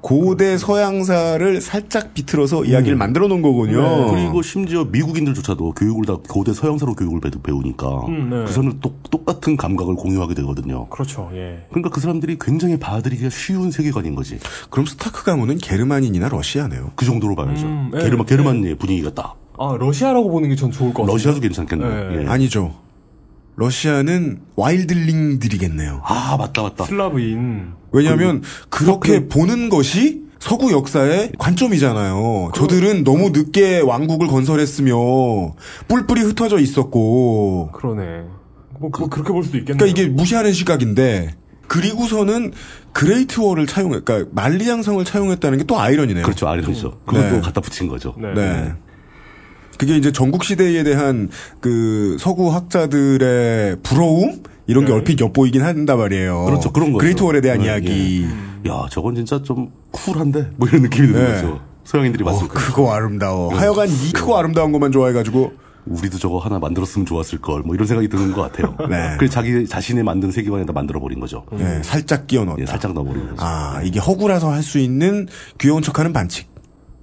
Speaker 3: 고대 서양사를 살짝 비틀어서 이야기를
Speaker 4: 음.
Speaker 3: 만들어 놓은 거군요.
Speaker 4: 네, 그리고 심지어 미국인들조차도 교육을 다 고대 서양사로 교육을 배- 배우니까
Speaker 2: 음, 네.
Speaker 4: 그 사람들 똑, 똑같은 감각을 공유하게 되거든요.
Speaker 2: 그렇죠. 예.
Speaker 4: 그러니까 그 사람들이 굉장히 받아들이기가 쉬운 세계관인 거지.
Speaker 3: 그럼 스타크 가문은 게르만인이나 러시아네요.
Speaker 4: 그 정도로 봐야죠.
Speaker 2: 음, 예,
Speaker 4: 게르만 게르만의 분위기가 딱.
Speaker 2: 아 러시아라고 보는 게 전 좋을 것 같아요.
Speaker 4: 러시아도 괜찮겠네.
Speaker 2: 예.
Speaker 4: 예.
Speaker 3: 아니죠. 러시아는 와일드링들이겠네요.
Speaker 4: 아 맞다 맞다.
Speaker 2: 슬라브인.
Speaker 3: 왜냐하면 그렇게 보는 것이 서구 역사의 관점이잖아요. 저들은 너무 늦게 왕국을 건설했으며 뿔뿔이 흩어져 있었고
Speaker 2: 그러네. 뭐, 뭐 그렇게 볼 수도 있겠네요.
Speaker 3: 그러니까 이게 무시하는 시각인데 그리고서는 그레이트 월을 차용해 그러니까 만리장성을 차용했다는 게 또 아이러니네요. 음.
Speaker 4: 그렇죠 아니죠. 그걸 또 갖다 붙인 거죠.
Speaker 3: 네. 그게 이제 전국 시대에 대한 그 서구 학자들의 부러움 이런 게 얼핏 엿보이긴 한단 말이에요.
Speaker 4: 네. 그렇죠 그런 거죠.
Speaker 3: 그레이트 월에 대한
Speaker 4: 네,
Speaker 3: 이야기. 어,
Speaker 4: 예. 야 저건 진짜 좀 쿨한데 뭐 이런 느낌이 드는
Speaker 3: 네. 어.
Speaker 4: 거죠. 서양인들이 봤을 때.
Speaker 3: 그거 아름다워.
Speaker 4: 그렇죠.
Speaker 3: 하여간 이
Speaker 4: 네.
Speaker 3: 크고 아름다운 것만 좋아해가지고
Speaker 4: 우리도 저거 하나 만들었으면 좋았을 걸 뭐 이런 생각이 드는 것 같아요.
Speaker 3: 네.
Speaker 4: 그래서 자기 자신의 만든 세계관에다 만들어 버린 거죠.
Speaker 2: 음.
Speaker 3: 네, 살짝 끼워 넣었다.
Speaker 4: 음. 예, 살짝 넣어버린 거죠.
Speaker 3: 아 이게 허구라서 할 수 있는 귀여운 척하는 반칙.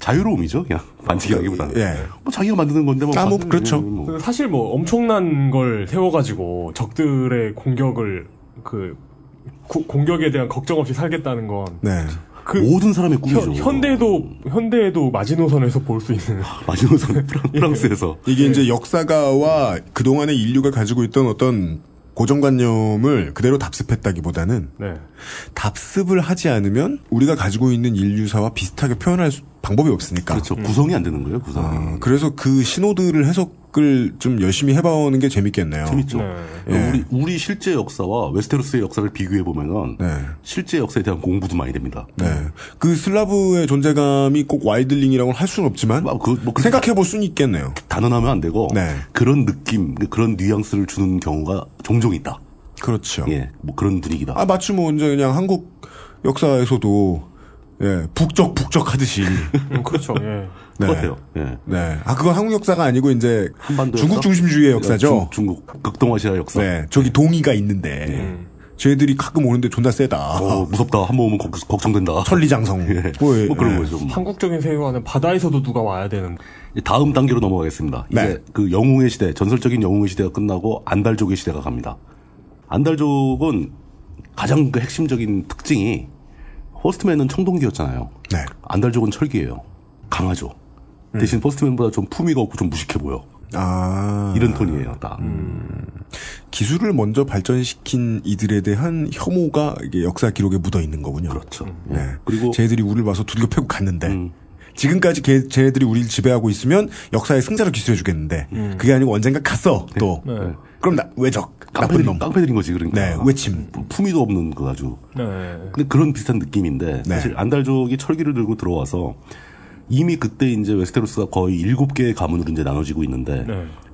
Speaker 4: 자유로움이죠, 그냥 반칙이라기보다는.
Speaker 3: 예.
Speaker 4: 뭐 자기가 만드는 건데 뭐.
Speaker 3: 아, 뭐
Speaker 4: 만드는
Speaker 3: 그렇죠.
Speaker 4: 거는 뭐.
Speaker 2: 그 사실 뭐 엄청난 걸 세워가지고 적들의 공격을 그 고- 공격에 대한 걱정 없이 살겠다는 건
Speaker 3: 네.
Speaker 2: 그
Speaker 4: 모든 사람의 꿈이죠.
Speaker 2: 현, 현대에도 현대에도 마지노선에서 볼 수 있는
Speaker 4: 아, 마지노선
Speaker 2: 예.
Speaker 4: 프랑스에서
Speaker 3: 이게 이제 역사가와 그동안의 인류가 가지고 있던 어떤 고정관념을 그대로 답습했다기보다는
Speaker 2: 네.
Speaker 3: 답습을 하지 않으면 우리가 가지고 있는 인류사와 비슷하게 표현할 수- 방법이 없으니까.
Speaker 4: 그렇죠. 구성이 안 되는 거예요, 구성이.
Speaker 3: 음. 아, 그래서 그 신호들을 해석을 좀 열심히 해봐오는 게 재밌겠네요.
Speaker 4: 재밌죠.
Speaker 3: 예.
Speaker 4: 우리, 우리 실제 역사와 웨스테로스의 역사를 비교해보면은, 실제 역사에 대한 공부도 많이 됩니다.
Speaker 3: 네. 그 슬라브의 존재감이 꼭 와이들링이라고는 할 수는 없지만
Speaker 4: 뭐 아,
Speaker 3: 생각해 볼 수는 있겠네요.
Speaker 4: 그, 단언하면 안 되고, 그런 느낌, 그런 뉘앙스를 주는 경우가 종종 있다.
Speaker 3: 그렇죠.
Speaker 4: 예, 뭐 그런 분위기다.
Speaker 3: 아 마치 뭐 이제 그냥 한국 역사에서도 예 북적 북적 하듯이
Speaker 2: 그렇죠. 예.
Speaker 4: 똑같아요. 예.
Speaker 3: 네. 아 그건 한국 역사가 아니고 이제
Speaker 4: 한반도
Speaker 3: 중국
Speaker 4: 역사?
Speaker 3: 중심주의의 역사죠.
Speaker 4: 중- 중국 극동아시아 역사.
Speaker 3: 네. 저기 동의가 있는데 쟤들이 가끔 오는데 존나 세다.
Speaker 4: 어, 무섭다. 한 번 오면 걱- 걱정된다.
Speaker 3: 천리장성.
Speaker 4: 예.
Speaker 3: 뭐, 예,
Speaker 4: 뭐 그런
Speaker 3: 예.
Speaker 4: 거죠. 뭐.
Speaker 2: 한국적인 세계관은 바다에서도 누가 와야 되는
Speaker 4: 이제 다음 단계로 넘어가겠습니다. 이제 그 영웅의 시대, 전설적인 영웅의 시대가 끝나고 안달족의 시대가 갑니다. 안달족은 가장 그 핵심적인 특징이 포스트맨은 청동기였잖아요.
Speaker 3: 네.
Speaker 4: 안달족은 철기예요. 강하죠. 대신 포스트맨보다 좀 품위가 없고 좀 무식해 보여.
Speaker 3: 아
Speaker 4: 이런 톤이에요, 딱.
Speaker 3: 기술을 먼저 발전시킨 이들에 대한 혐오가 이게 역사 기록에 묻어 있는 거군요.
Speaker 4: 그렇죠. 음.
Speaker 3: 네. 그리고 쟤들이 우리를 봐서 두들겨 패고 갔는데 지금까지 걔, 쟤들이 우리를 지배하고 있으면 역사의 승자로 기술해 주겠는데
Speaker 4: 음. 네.
Speaker 3: 그게 아니고 언젠가 갔어 또. 그럼 나 외적 나쁜 놈.
Speaker 4: 깡패들인 거지 그러니까.
Speaker 3: 네, 외침.
Speaker 4: 품위도 없는 거 아주.
Speaker 2: 네.
Speaker 4: 근데 그런 비슷한 느낌인데 사실 안달족이 철기를 들고 들어와서 이미 그때 이제 웨스테로스가 거의 일곱 개의 가문으로 이제 나눠지고 있는데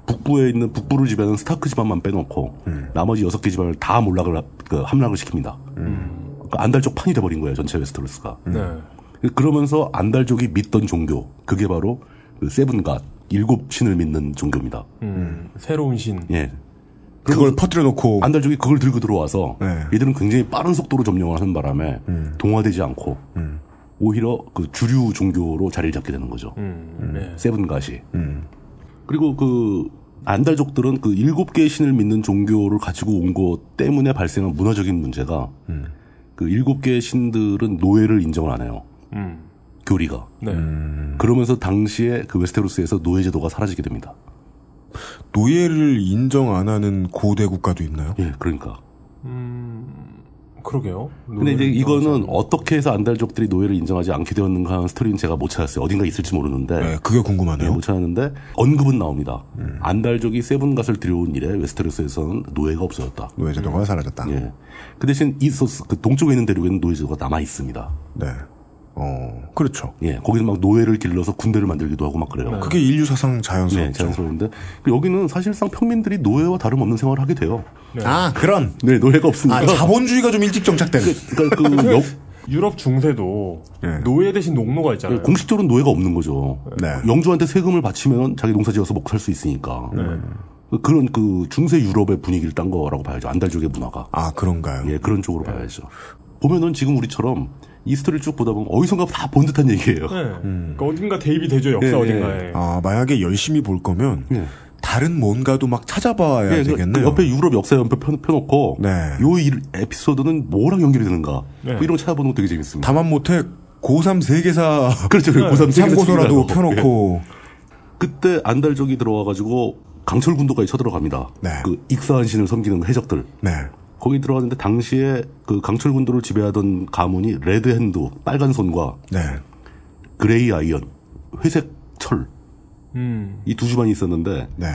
Speaker 4: 북부에 있는 북부를 지배하는 스타크 집안만 빼놓고 나머지 여섯 개 집안을 다 몰락을 합- 그 함락을 시킵니다. 그러니까 안달족 판이 돼버린 거예요 전체 웨스테로스가.
Speaker 2: 네.
Speaker 4: 그러면서 안달족이 믿던 종교 그게 바로 그 세븐갓 일곱 신을 믿는 종교입니다.
Speaker 2: 음, 새로운 신.
Speaker 4: 예.
Speaker 3: 그걸 퍼뜨려 놓고
Speaker 4: 안달족이 그걸 들고 들어와서 얘들은 굉장히 빠른 속도로 점령을 하는 바람에 동화되지 않고 오히려 그 주류 종교로 자리를 잡게 되는 거죠.
Speaker 2: 음. 네.
Speaker 4: 네. 세븐가시.
Speaker 3: 음.
Speaker 4: 그리고 그 안달족들은 그 일곱 개의 신을 믿는 종교를 가지고 온 것 때문에 발생한 문화적인 문제가 그 일곱 개의 신들은 노예를 인정을 안 해요.
Speaker 2: 음.
Speaker 4: 교리가.
Speaker 2: 네.
Speaker 4: 음. 그러면서 당시에 그 웨스테로스에서 노예 제도가 사라지게 됩니다.
Speaker 3: 노예를 인정 안 하는 고대 국가도 있나요?
Speaker 4: 예, 그러니까.
Speaker 2: 음, 그러게요.
Speaker 4: 근데 이제 이거는 어떻게 해서 안달족들이 노예를 인정하지 않게 되었는가 하는 스토리는 제가 못 찾았어요. 어딘가 있을지 모르는데.
Speaker 3: 그게 궁금하네요.
Speaker 4: 못 찾았는데 언급은 나옵니다. 안달족이 세븐갓을 들여온 이래 웨스테로스에서는 노예가 없어졌다.
Speaker 3: 노예 제도가 사라졌다.
Speaker 4: 예. 그 대신 이소스 그 동쪽에 있는 대륙에는 노예 제도가 남아 있습니다.
Speaker 3: 네. 어, 그렇죠.
Speaker 4: 예. 거기는 막 노예를 길러서 군대를 만들기도 하고 막 그래요.
Speaker 3: 네, 그게 그렇죠. 인류 사상 자연스럽죠.
Speaker 4: 네, 자연스러운데 그 여기는 사실상 평민들이 노예와 다름없는 생활을 하게 돼요.
Speaker 3: 아, 그런.
Speaker 4: 네, 노예가 없으니까.
Speaker 3: 아, 자본주의가 좀 일찍 정착된.
Speaker 4: 그러니까 그 역,
Speaker 2: 유럽 중세도 노예 대신 농노가 있잖아요.
Speaker 4: 공식적으로 는 노예가 없는 거죠. 영주한테 세금을 바치면 자기 농사지어서 먹고 살 수 있으니까. 그런 그 중세 유럽의 분위기를 딴 거라고 봐야죠. 안달족의 문화가.
Speaker 3: 아 그런가요?
Speaker 4: 예, 그런 쪽으로 봐야죠. 보면은 지금 우리처럼 이 스토리를 쭉 보다 보면 어디선가 다 본 듯한 얘기예요.
Speaker 2: 네. 그러니까 어딘가 대입이 되죠 역사
Speaker 4: 음. 예, 예.
Speaker 2: 어딘가에.
Speaker 3: 아, 만약에 열심히 볼 거면
Speaker 4: 네.
Speaker 3: 다른 뭔가도 막 찾아봐야
Speaker 4: 예, 그-
Speaker 3: 되겠네요.
Speaker 4: 그 옆에 유럽 역사 연표 펴, 놓고 요 일- 에피소드는 뭐랑 연결이 되는가
Speaker 3: 네.
Speaker 4: 뭐 이런 거 찾아보는 거 되게 재밌습니다.
Speaker 3: 다만 못해 고3 세계사
Speaker 4: 그렇죠. 그 고3 세계사
Speaker 3: 참고서라도
Speaker 4: 책이라고. 네. 예.
Speaker 3: 펴놓고
Speaker 4: 그때 안달족이 들어와가지고 강철 군도까지 쳐들어갑니다. 그 익사한 신을 섬기는 해적들.
Speaker 3: 네.
Speaker 4: 거기 들어갔는데 당시에 그 강철 군도를 지배하던 가문이 레드 핸드, 빨간 손과
Speaker 3: 네.
Speaker 4: 그레이 아이언, 회색 철.
Speaker 2: 음.
Speaker 4: 이 두 집안이 있었는데
Speaker 3: 네.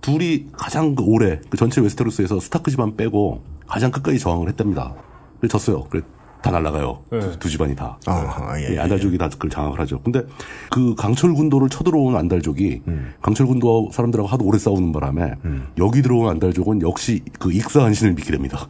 Speaker 4: 둘이 가장 그 오래 그 전체 웨스테로스에서 스타크 집안 빼고 가장 끝까지 저항을 했답니다. 그래 졌어요. 그래 다 날라가요.
Speaker 3: 네.
Speaker 4: 두, 두 집안이 다.
Speaker 3: 아, 예, 예.
Speaker 4: 안달족이 다 그걸 장악을 하죠. 근데 그 강철 군도를 쳐들어온 안달족이
Speaker 3: 음.
Speaker 4: 강철 군도 사람들하고 하도 오래 싸우는 바람에 여기 들어온 안달족은 역시 그 익사한 신을 믿게 됩니다.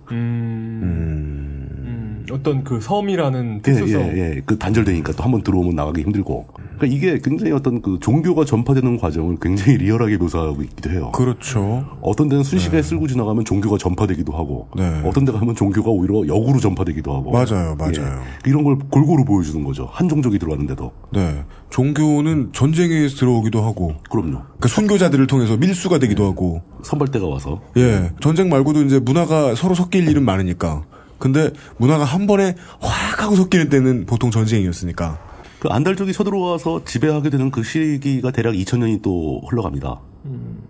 Speaker 2: 음, 어떤 그 섬이라는
Speaker 4: 예,
Speaker 2: 특수성.
Speaker 4: 예, 예. 그 단절되니까 또 한 번 들어오면 나가기 힘들고. 그러니까 이게 굉장히 어떤 그 종교가 전파되는 과정을 굉장히 리얼하게 묘사하고 있기도 해요.
Speaker 3: 그렇죠.
Speaker 4: 어떤 데는 순식간에 쓸고 지나가면 종교가 전파되기도 하고, 어떤 데 가면 종교가 오히려 역으로 전파되기도 하고.
Speaker 3: 네. 맞아요, 맞아요.
Speaker 4: 뭐. 예. 이런 걸 골고루 보여주는 거죠. 한 종족이 들어왔는데도.
Speaker 3: 네. 종교는 전쟁에 들어오기도 하고.
Speaker 4: 그럼요.
Speaker 3: 그 순교자들을 통해서 밀수가 되기도 하고.
Speaker 4: 선발대가 와서.
Speaker 3: 예. 전쟁 말고도 이제 문화가 서로 섞일 일은 많으니까. 근데 문화가 한 번에 확 하고 섞이는 때는 보통 전쟁이었으니까.
Speaker 4: 그 안달족이 쳐들어와서 지배하게 되는 그 시기가 대략 2000년이 또 흘러갑니다.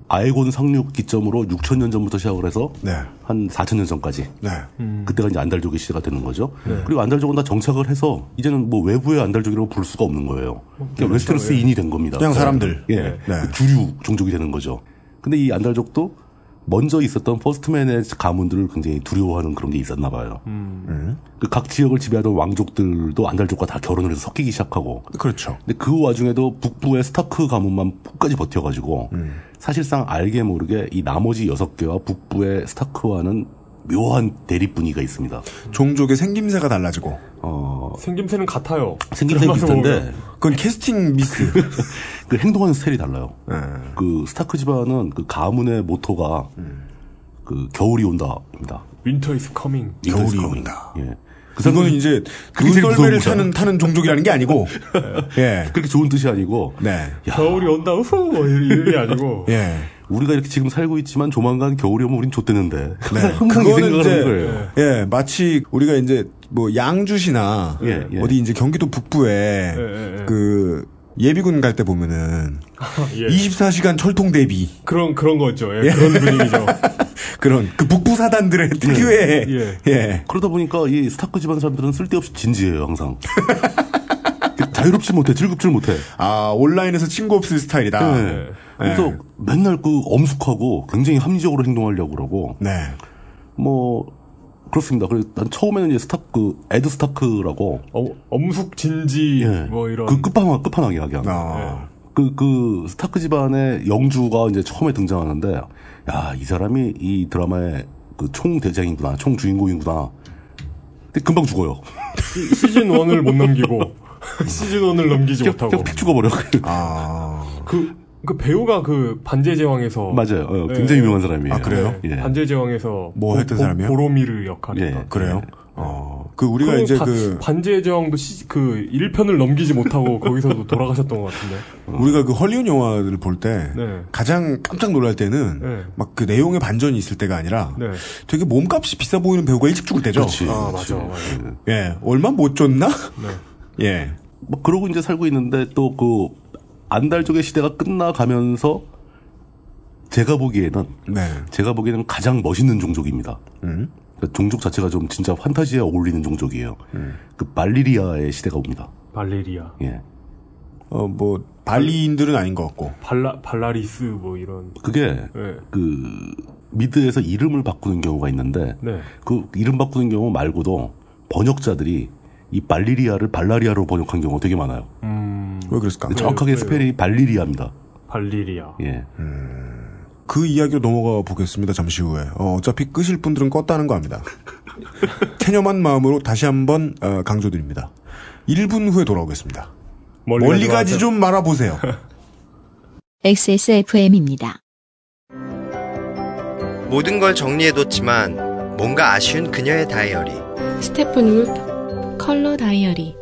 Speaker 4: 아에곤 상륙 기점으로 6000년 전부터 시작을 해서
Speaker 3: 음. 네.
Speaker 4: 한 4000년 전까지.
Speaker 3: 네.
Speaker 4: 그때가 이제 안달족이 시대가 되는 거죠.
Speaker 3: 네.
Speaker 4: 그리고 안달족은 다 정착을 해서 이제는 뭐 외부의 안달족이라고 부를 수가 없는 거예요. 그냥
Speaker 3: 그렇죠.
Speaker 4: 웨스테로스인이 된 겁니다.
Speaker 3: 그냥 사람들.
Speaker 4: 예.
Speaker 3: 네.
Speaker 4: 그 주류 종족이 되는 거죠. 근데 이 안달족도 먼저 있었던 퍼스트맨의 가문들을 굉장히 두려워하는 그런 게 있었나 봐요.
Speaker 3: 음.
Speaker 4: 그 각 지역을 지배하던 왕족들도 안달족과 다 결혼을 해서 섞이기 시작하고.
Speaker 3: 그렇죠.
Speaker 4: 근데 그 와중에도 북부의 스타크 가문만 끝까지 버텨가지고
Speaker 3: 음.
Speaker 4: 사실상 알게 모르게 이 나머지 여섯 개와 북부의 스타크와는 묘한 대립 분위기가 있습니다.
Speaker 3: 종족의 생김새가 달라지고.
Speaker 4: 어
Speaker 2: 생김새는 같아요.
Speaker 4: 생김새
Speaker 2: 드라마에서
Speaker 4: 비슷한데
Speaker 2: 보면.
Speaker 3: 그건 캐스팅 미스.
Speaker 4: 그 행동하는 스타일이 달라요.
Speaker 3: 네.
Speaker 4: 그 스타크 집안은 그 가문의 모토가
Speaker 3: 음.
Speaker 4: 그 겨울이 온다입니다.
Speaker 2: Winter is coming.
Speaker 4: 겨울이 온다. 예.
Speaker 3: 그거는 이제
Speaker 4: 그게 제일
Speaker 3: 눈썰매를
Speaker 4: 무서운
Speaker 3: 타는 타는 종족이라는 게 아니고. 예.
Speaker 4: 그렇게 좋은 뜻이 아니고.
Speaker 3: 네.
Speaker 2: 겨울이 온다. 우후. 뭐 이런 일이 아니고.
Speaker 3: 예.
Speaker 4: 우리가 이렇게 지금 살고 있지만 조만간 겨울이 오면 우린 좆되는데. 항상 이
Speaker 3: 네. 그거는
Speaker 4: 생각을
Speaker 3: 이제
Speaker 4: 하는 거예요.
Speaker 3: 예 마치 우리가 이제 뭐 양주시나
Speaker 4: 예,
Speaker 3: 어디 이제 경기도 북부에 그 예비군 갈 때 보면은
Speaker 2: 예.
Speaker 3: 24시간 철통 대비
Speaker 2: 그런 그런 거죠. 예,
Speaker 3: 예.
Speaker 2: 그런 분위기죠.
Speaker 3: 그런 그 북부 사단들의 특유의
Speaker 2: 예.
Speaker 3: 예.
Speaker 4: 그러다 보니까 이 스타크 집안 사람들은 쓸데없이 진지해요, 항상. 자유롭지 못해, 즐겁지 못해.
Speaker 3: 아, 온라인에서 친구 없을
Speaker 2: 아,
Speaker 3: 스타일이다.
Speaker 4: 네. 그래서 맨날 그 엄숙하고 굉장히 합리적으로 행동하려고 그러고.
Speaker 3: 네.
Speaker 4: 뭐, 그렇습니다. 그래서 난 처음에는 이제 스타크, 그 에드 스타크라고.
Speaker 2: 어, 엄숙 진지 뭐 이런. 아.
Speaker 4: 그 끝판왕, 끝판왕이야, 그냥.
Speaker 3: 아,
Speaker 4: 그, 그, 스타크 집안의 영주가 이제 처음에 등장하는데, 야, 이 사람이 이 드라마의 그 총 대장이구나, 총 주인공이구나. 근데 금방 죽어요.
Speaker 2: 시-
Speaker 4: 그-
Speaker 2: 시즌 1을 못 넘기고 시즌 1을 넘기지 못하고
Speaker 4: 픽 죽어버려.
Speaker 3: 아.
Speaker 2: 그 그 배우가 그 반지의 제왕에서
Speaker 4: 맞아요. 어, 굉장히 유명한 사람이에요.
Speaker 2: 네.
Speaker 4: 예.
Speaker 2: 아, 그래요? 반지의 제왕에서
Speaker 3: 예. 뭐 했던
Speaker 2: 보-
Speaker 3: 사람이요? 예,
Speaker 2: 보로미르 역할이
Speaker 3: 그래요?
Speaker 4: 예.
Speaker 3: 어. 그 우리가 이제 그
Speaker 2: 반지의 제왕도 시, 그 1편을 넘기지 못하고 거기서도 돌아가셨던 것 같은데.
Speaker 3: 우리가 그 헐리우드 영화들을 볼 때
Speaker 2: 네.
Speaker 3: 가장 깜짝 놀랄 때는
Speaker 2: 네.
Speaker 3: 막 그 내용의 반전이 있을 때가 아니라
Speaker 2: 네.
Speaker 3: 되게 몸값이 비싸 보이는 배우가 일찍 죽을 때죠.
Speaker 4: 그렇지.
Speaker 3: 아,
Speaker 4: 그렇지. 예.
Speaker 3: 예, 얼마 못 줬나? 예.
Speaker 4: 뭐 그러고 이제 살고 있는데 또 그 안달족의 시대가 끝나가면서 제가 보기에는
Speaker 3: 네.
Speaker 4: 제가 보기에는 가장 멋있는 종족입니다.
Speaker 3: 음.
Speaker 4: 그 종족 자체가 좀 진짜 환타지에 어울리는 종족이에요.
Speaker 2: 음.
Speaker 4: 그 발리리아의 시대가 옵니다.
Speaker 2: 발레리아.
Speaker 4: 예.
Speaker 3: 어, 뭐 발리인들은 아닌 것 같고.
Speaker 2: 발라 발라리스 뭐 이런.
Speaker 4: 그게
Speaker 2: 네.
Speaker 4: 그 미드에서 이름을 바꾸는 경우가 있는데
Speaker 2: 네.
Speaker 4: 그 이름 바꾸는 경우 말고도 번역자들이 이 발리리아를 발라리아로 번역한 경우가 되게 많아요.
Speaker 2: 음.
Speaker 3: 왜 그랬을까?
Speaker 4: 정확하게 스펠이 발리리아입니다.
Speaker 2: 발리리아.
Speaker 4: 예.
Speaker 3: 그 이야기로 넘어가 보겠습니다. 잠시 후에. 어, 차피 끄실 분들은 껐다는 거 압니다. 체념한 마음으로 다시 한번 어, 강조드립니다. 1분 후에 돌아오겠습니다.
Speaker 2: 멀리,
Speaker 3: 멀리
Speaker 2: 가지
Speaker 3: 가지 좀 말아보세요.
Speaker 1: XSFM입니다.
Speaker 6: 모든 걸 정리해뒀지만 뭔가 아쉬운 그녀의 다이어리.
Speaker 5: 스테픈 울프 컬러 다이어리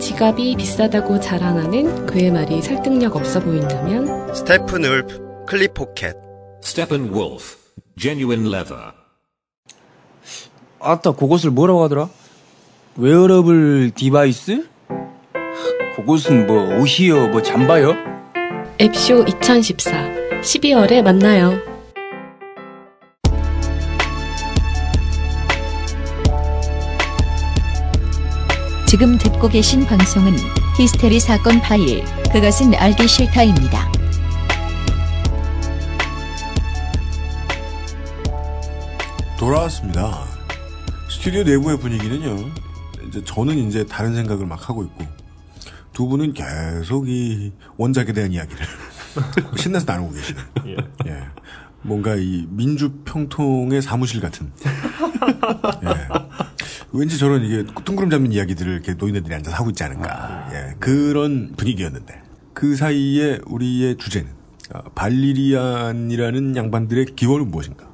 Speaker 5: 지갑이 비싸다고 자랑하는 그의 말이 설득력 없어 보인다면
Speaker 6: 스테픈 울프 클립 포켓.
Speaker 11: Steppenwolf, genuine leather.
Speaker 8: 아따 그것을 뭐라고 하더라? 웨어러블 디바이스? 그것은 뭐 옷이요 뭐 잠바요?
Speaker 5: 앱쇼 2014 12월에 만나요.
Speaker 1: 지금 듣고 계신 방송은 히스테리 사건 파일, 그것은 알기 싫다입니다.
Speaker 3: 돌아왔습니다. 스튜디오 내부의 분위기는요. 이제 저는 이제 다른 생각을 막 하고 있고 두 분은 계속 이 원작에 대한 이야기를 신나서 나누고 계시는.
Speaker 2: 예.
Speaker 3: 예. 뭔가 이 민주평통의 사무실 같은. 예. 왠지 저런 이게 둥그름 잡는 이야기들을 이렇게 노인들이 앉아서 하고 있지 않은가. 예. 그런 분위기였는데. 그 사이에 우리의 주제는 아, 발리리안이라는 양반들의 기원은 무엇인가.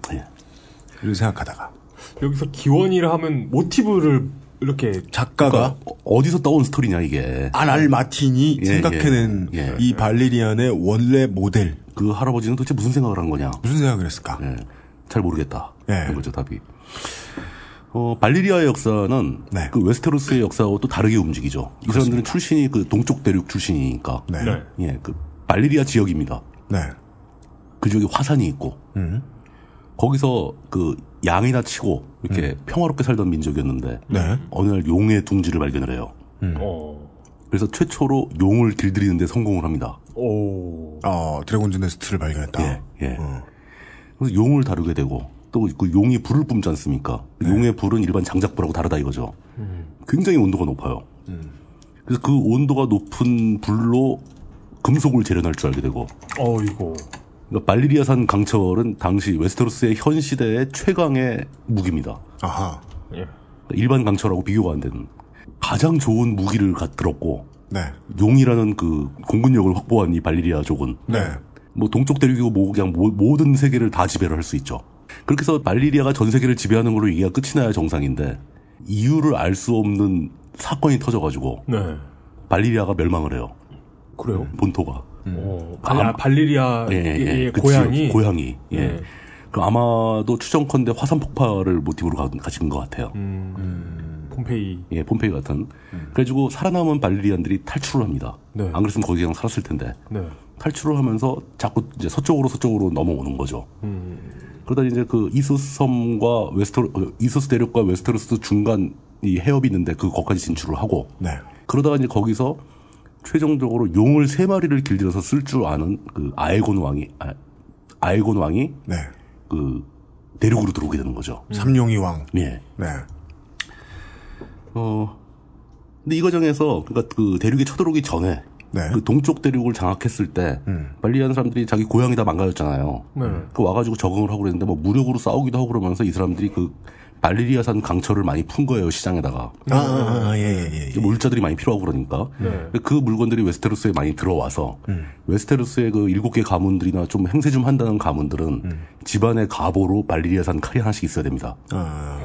Speaker 3: 를 생각하다가.
Speaker 2: 여기서 기원이라 하면 모티브를 이렇게
Speaker 3: 작가가
Speaker 4: 어디서 떠온 스토리냐 이게
Speaker 3: 아날 마틴이
Speaker 4: 그러니까 예,
Speaker 3: 생각해낸
Speaker 4: 예, 예.
Speaker 3: 이 발리리안의 원래 모델
Speaker 4: 그 할아버지는 도대체 무슨 생각을 한 거냐
Speaker 3: 무슨 생각을 했을까
Speaker 4: 예. 잘 모르겠다
Speaker 3: 예.
Speaker 4: 이거죠 답이 어, 발리리아의 역사는 그 웨스테로스의 역사하고 또 다르게 움직이죠 이 사람들은 출신이 그 동쪽 대륙 출신이니까
Speaker 3: 네.
Speaker 4: 예, 그 발리리아 지역입니다
Speaker 3: 네. 음.
Speaker 4: 그 지역에 화산이 있고 거기서 그 양이나 치고 이렇게 평화롭게 살던 민족이었는데
Speaker 3: 네.
Speaker 4: 어느 날 용의 둥지를 발견을 해요
Speaker 2: 어.
Speaker 4: 그래서 최초로 용을 길들이는데 성공을 합니다
Speaker 2: 오.
Speaker 3: 아, 드래곤즈 네스트를 발견했다. 어.
Speaker 4: 예. 그래서 용을 다루게 되고 또 그 용이 불을 뿜지 않습니까? 용의 불은 일반 장작불하고 다르다 이거죠. 굉장히 온도가 높아요. 그래서 그 온도가 높은 불로 금속을 재련할 줄 알게 되고
Speaker 2: 어 이거.
Speaker 4: 그러니까 발리리아산 강철은 당시 웨스테로스의 현 시대의 최강의 무기입니다. 그러니까
Speaker 3: 아하.
Speaker 2: 예.
Speaker 4: 일반 강철하고 비교가 안 되는 가장 좋은 무기를 가- 들었고
Speaker 3: 네.
Speaker 4: 용이라는 그 공군력을 확보한 이 발리리아족은
Speaker 3: 네.
Speaker 4: 뭐 동쪽 대륙이고 뭐 그냥 모- 모든 세계를 다 지배를 할 수 있죠. 그렇게 해서 발리리아가 전 세계를 지배하는 걸로 얘기가 끝이 나야 정상인데 이유를 알 수 없는 사건이 터져가지고
Speaker 2: 네.
Speaker 4: 발리리아가 멸망을 해요.
Speaker 2: 그래요?
Speaker 4: 본토가.
Speaker 3: 음,
Speaker 2: 어.
Speaker 4: 아마-
Speaker 2: 발리, 아, 발리리아의
Speaker 3: 예,
Speaker 2: 예,
Speaker 4: 그
Speaker 2: 고향이
Speaker 4: 지역, 고향이. 예.
Speaker 2: 네.
Speaker 4: 그 아마도 추정컨대 화산 폭발을 모티브로 가- 가진 것 같아요.
Speaker 2: 음. 폼페이.
Speaker 4: 예, 폼페이 같은. 그래가지고 살아남은 발리리안들이 탈출을 합니다.
Speaker 2: 음. 네.
Speaker 4: 안 그랬으면 거기 그냥 살았을 텐데.
Speaker 2: 네.
Speaker 4: 탈출을 하면서 자꾸 이제 서쪽으로 서쪽으로 넘어오는 거죠.
Speaker 2: 음.
Speaker 4: 그러다 이제 그 이소스 섬과 웨스테로 어, 이소스 대륙과 웨스테로스 중간 이 해협이 있는데 그 거까지 진출을 하고
Speaker 3: 네.
Speaker 4: 그러다가 이제 거기서 최종적으로 용을 세 마리를 길들여서 쓸 줄 아는 그 아에곤 왕이 아, 아에곤 왕이
Speaker 3: 네.
Speaker 4: 그 대륙으로 들어오게 되는 거죠.
Speaker 3: 삼룡이 왕.
Speaker 4: 예.
Speaker 3: 네.
Speaker 4: 어. 근데 이 과정에서 그러니까 그 대륙에 쳐들어오기 전에 그 동쪽 대륙을 장악했을 때 발리한 사람들이 자기 고향이 다 망가졌잖아요.
Speaker 2: 네.
Speaker 4: 그 와가지고 적응을 하고 그랬는데 뭐 무력으로 싸우기도 하고 그러면서 이 사람들이 그 말리리아산 강철을 많이 푼 거예요 시장에다가.
Speaker 3: 아, 아, 아, 예, 예, 예.
Speaker 4: 물자들이 많이 필요하고 그러니까
Speaker 3: 네.
Speaker 4: 그 물건들이 웨스테로스에 많이 들어와서
Speaker 3: 음.
Speaker 4: 웨스테로스의 그 일곱 개 가문들이나 좀 행세 좀 한다는 가문들은 집안의 가보로 발리리아산 칼이 하나씩 있어야 됩니다.
Speaker 3: 아.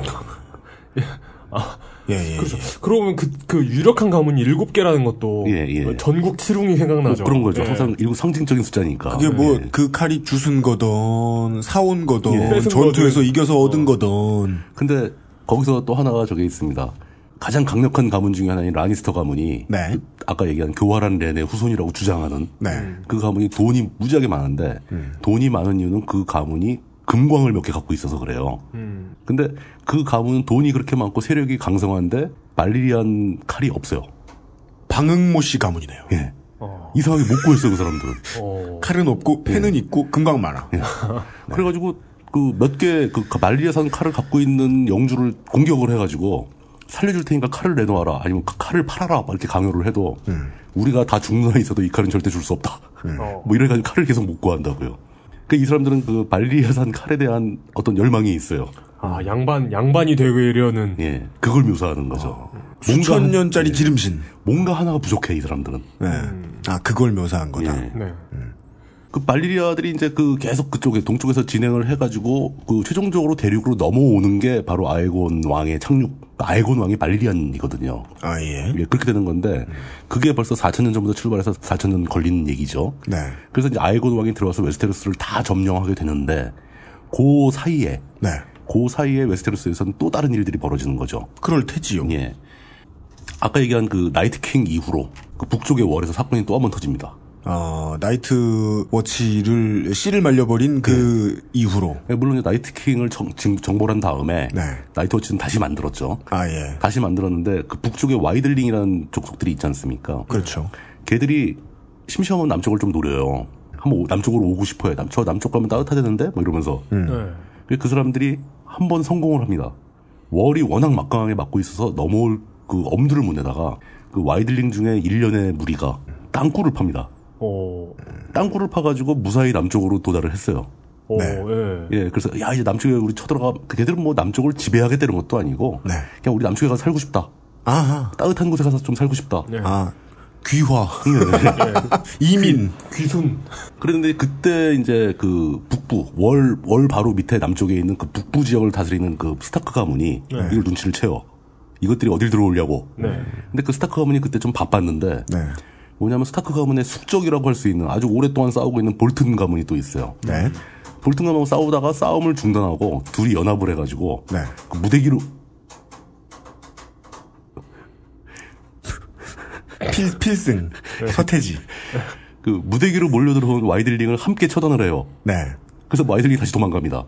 Speaker 4: 아,
Speaker 3: 예, 예.
Speaker 2: 그렇죠. 그러고 보면 그, 그 유력한 가문이 일곱 개라는 것도 뭐 전국 칠웅이 생각나죠.
Speaker 4: 예, 그런 거죠.
Speaker 2: 예.
Speaker 4: 항상 일국 상징적인 숫자니까.
Speaker 3: 그게 뭐 그 칼이 주순 거던 사온 거던
Speaker 4: 예. 어. 뺏은
Speaker 3: 전투에서
Speaker 4: 거든.
Speaker 3: 이겨서 얻은 거던
Speaker 4: 근데 거기서 또 하나가 저게 있습니다. 가장 강력한 가문 중에 하나인 라니스터 가문이
Speaker 3: 네.
Speaker 4: 그 아까 얘기한 교활한 렌의 후손이라고 주장하는 그 가문이 돈이 무지하게 많은데 돈이 많은 이유는 그 가문이 금광을 몇 개 갖고 있어서 그래요.
Speaker 2: 음.
Speaker 4: 근데 그 가문은 돈이 그렇게 많고 세력이 강성한데 말리리안 칼이 없어요.
Speaker 3: 방응모 씨 가문이네요.
Speaker 4: 예. 이상하게 못 구했어 그 사람들은.
Speaker 3: 칼은 없고 펜은 있고 금광 많아.
Speaker 4: 그래가지고 그 몇 개 그 말리에산 칼을 갖고 있는 영주를 공격을 해가지고 살려줄 테니까 칼을 내놓아라 아니면 그 칼을 팔아라 막 이렇게 강요를 해도 우리가 다 죽는 나 있어도 이 칼은 절대 줄 수 없다.
Speaker 2: 예.
Speaker 4: 뭐 이래가지고 칼을 계속 못 구한다고요. 그 이 사람들은 그 말리에산 칼에 대한 어떤 열망이 있어요.
Speaker 2: 아 양반 양반이 되려는
Speaker 4: 예 그걸 묘사하는 거죠.
Speaker 3: 수천 년짜리 기름신
Speaker 4: 뭔가 하나가 부족해 이 사람들은.
Speaker 3: 네. 아 그걸 묘사한 거다.
Speaker 2: 예.
Speaker 4: 예.
Speaker 2: 네.
Speaker 4: 그 발리리아들이 이제 그 계속 그쪽에 동쪽에서 진행을 해가지고 그 최종적으로 대륙으로 넘어오는 게 바로 아에곤 왕의 착륙. 아에곤 왕이 발리리안이거든요.
Speaker 3: 아 예.
Speaker 4: 그렇게 되는 건데 그게 벌써 4천 년 전부터 출발해서 4천 년 걸리는 얘기죠.
Speaker 3: 네.
Speaker 4: 그래서 이제 아에곤 왕이 들어와서 웨스테로스를 다 점령하게 되는데 그 사이에
Speaker 3: 네.
Speaker 4: 그 사이에 웨스테로스에서는 또 다른 일들이 벌어지는 거죠.
Speaker 3: 그럴 테지요.
Speaker 4: 예. 아까 얘기한 그 나이트킹 이후로 그 북쪽의 월에서 사건이 또 한 번 터집니다.
Speaker 3: 어, 나이트 워치를 씨를 말려버린 그 이후로
Speaker 4: 네, 물론 이제 나이트킹을 정, 정- 정보를 한 다음에
Speaker 3: 네.
Speaker 4: 나이트워치는 다시 만들었죠.
Speaker 3: 아 예.
Speaker 4: 다시 만들었는데 그 북쪽에 와이들링이라는 족속들이 있지 않습니까?
Speaker 3: 그렇죠.
Speaker 4: 걔들이 심심하면 남쪽을 좀 노려요. 한번 오- 남쪽으로 오고 싶어요. 남, 저 남쪽 가면 따뜻하대는데 뭐 이러면서
Speaker 2: 네.
Speaker 4: 그래서 그 사람들이 한 번 성공을 합니다. 월이 워낙 막강하게 막고 있어서 넘어올 그 엄두를 못 내다가 그 와이들링 중에 일련의 무리가 땅굴을 팝니다.
Speaker 2: 어,
Speaker 4: 땅굴을 파가지고 무사히 남쪽으로 도달을 했어요.
Speaker 2: 어, 예.
Speaker 4: 예, 그래서 야 이제 남쪽에 우리 쳐들어가 그 걔들은 뭐 남쪽을 지배하겠다는 것도 아니고 그냥 우리 남쪽에 가서 살고 싶다.
Speaker 3: 아
Speaker 4: 따뜻한 곳에 가서 좀 살고 싶다.
Speaker 3: 아 귀화
Speaker 4: 이민
Speaker 2: 귀순.
Speaker 4: 그랬는데 그때 이제 그 북부 월 월 바로 밑에 남쪽에 있는 그 북부 지역을 다스리는 그 스타크 가문이
Speaker 3: 네.
Speaker 4: 이걸 눈치를 채워. 이것들이 어딜 들어오려고.
Speaker 2: 네.
Speaker 4: 근데 그 스타크 가문이 그때 좀 바빴는데
Speaker 3: 네.
Speaker 4: 뭐냐면 스타크 가문의 숙적이라고 할 수 있는 아주 오랫동안 싸우고 있는 볼튼 가문이 또 있어요.
Speaker 3: 네.
Speaker 4: 볼튼 가문하고 싸우다가 싸움을 중단하고 둘이 연합을 해가지고 그 무대기로
Speaker 3: 필, 필승 서태지
Speaker 4: 그 무대기로 몰려들어온 와이들링을 함께 처단을 해요.
Speaker 3: 네.
Speaker 4: 그래서 와이들링이 다시 도망갑니다.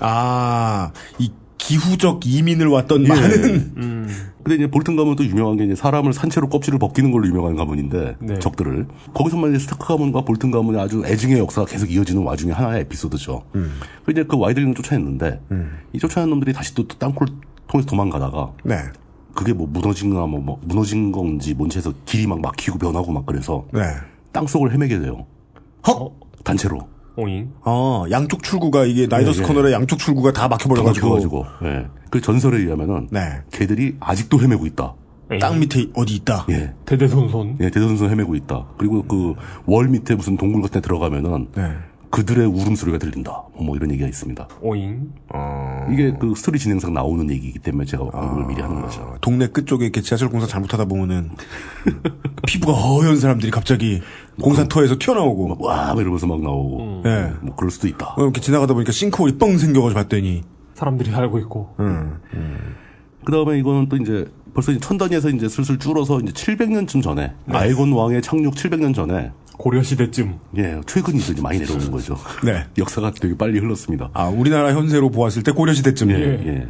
Speaker 3: 아, 이 기후적 이민을 왔던 많은
Speaker 4: 근데 이제 볼튼 가문 또 유명한 게 이제 사람을 산채로 껍질을 벗기는 걸로 유명한 가문인데
Speaker 3: 네.
Speaker 4: 적들을 거기서만 이제 스타크 가문과 볼튼 가문의 아주 애증의 역사가 계속 이어지는 와중에 하나의 에피소드죠.
Speaker 3: 음.
Speaker 4: 그 이제 그 와이들링을 쫓아냈는데 이 쫓아낸 놈들이 다시 또, 또 땅굴 통해서 도망가다가
Speaker 3: 네.
Speaker 4: 그게 뭐 무너진 거나 뭐, 뭐 무너진 건지 뭔지 해서 길이 막 막히고 변하고 막 그래서
Speaker 3: 네.
Speaker 4: 땅속을 헤매게 돼요.
Speaker 3: 헉
Speaker 4: 단체로.
Speaker 2: 오잉.
Speaker 3: 어, 양쪽 출구가 이게 나이더스
Speaker 4: 네, 네.
Speaker 3: 커널의 양쪽 출구가 다 막혀버려 가지고 네.
Speaker 4: 가지고 예. 그 전설에 의하면은 걔들이 아직도 헤매고 있다.
Speaker 3: 땅 밑에 어디 있다.
Speaker 4: 네. 예.
Speaker 2: 대대손손.
Speaker 4: 예, 대선선 헤매고 있다. 그리고 그 월 밑에 무슨 동굴 같은 데 들어가면은 그들의 울음소리가 들린다. 뭐 이런 얘기가 있습니다.
Speaker 2: 오잉.
Speaker 4: 이게 그 스토리 진행상 나오는 얘기이기 때문에 제가 언급을 미리 하는 거죠.
Speaker 3: 동네 끝 쪽에 이렇게 지하철 공사 잘못하다 보면은 피부가 허연 사람들이 갑자기 공사터에서 튀어나오고
Speaker 4: 와 이러면서 막 나오고
Speaker 3: 예.
Speaker 4: 뭐 그럴 수도 있다.
Speaker 3: 어, 이렇게 지나가다 보니까 싱크홀이 뻥 생겨가지고 봤더니
Speaker 2: 사람들이 살고 있고.
Speaker 4: 음. 그 다음에 이거는 또 이제 벌써 이제 천 단위에서 이제 슬슬 줄어서 이제 700년쯤 전에 아이곤 왕의 착륙 700년 전에
Speaker 2: 고려 시대쯤
Speaker 4: 예 최근이 이제 많이 내려오는 거죠.
Speaker 3: 네.
Speaker 4: 역사가 되게 빨리 흘렀습니다.
Speaker 3: 아 우리나라 현세로 보았을 때 고려시대쯤
Speaker 4: 예, 예.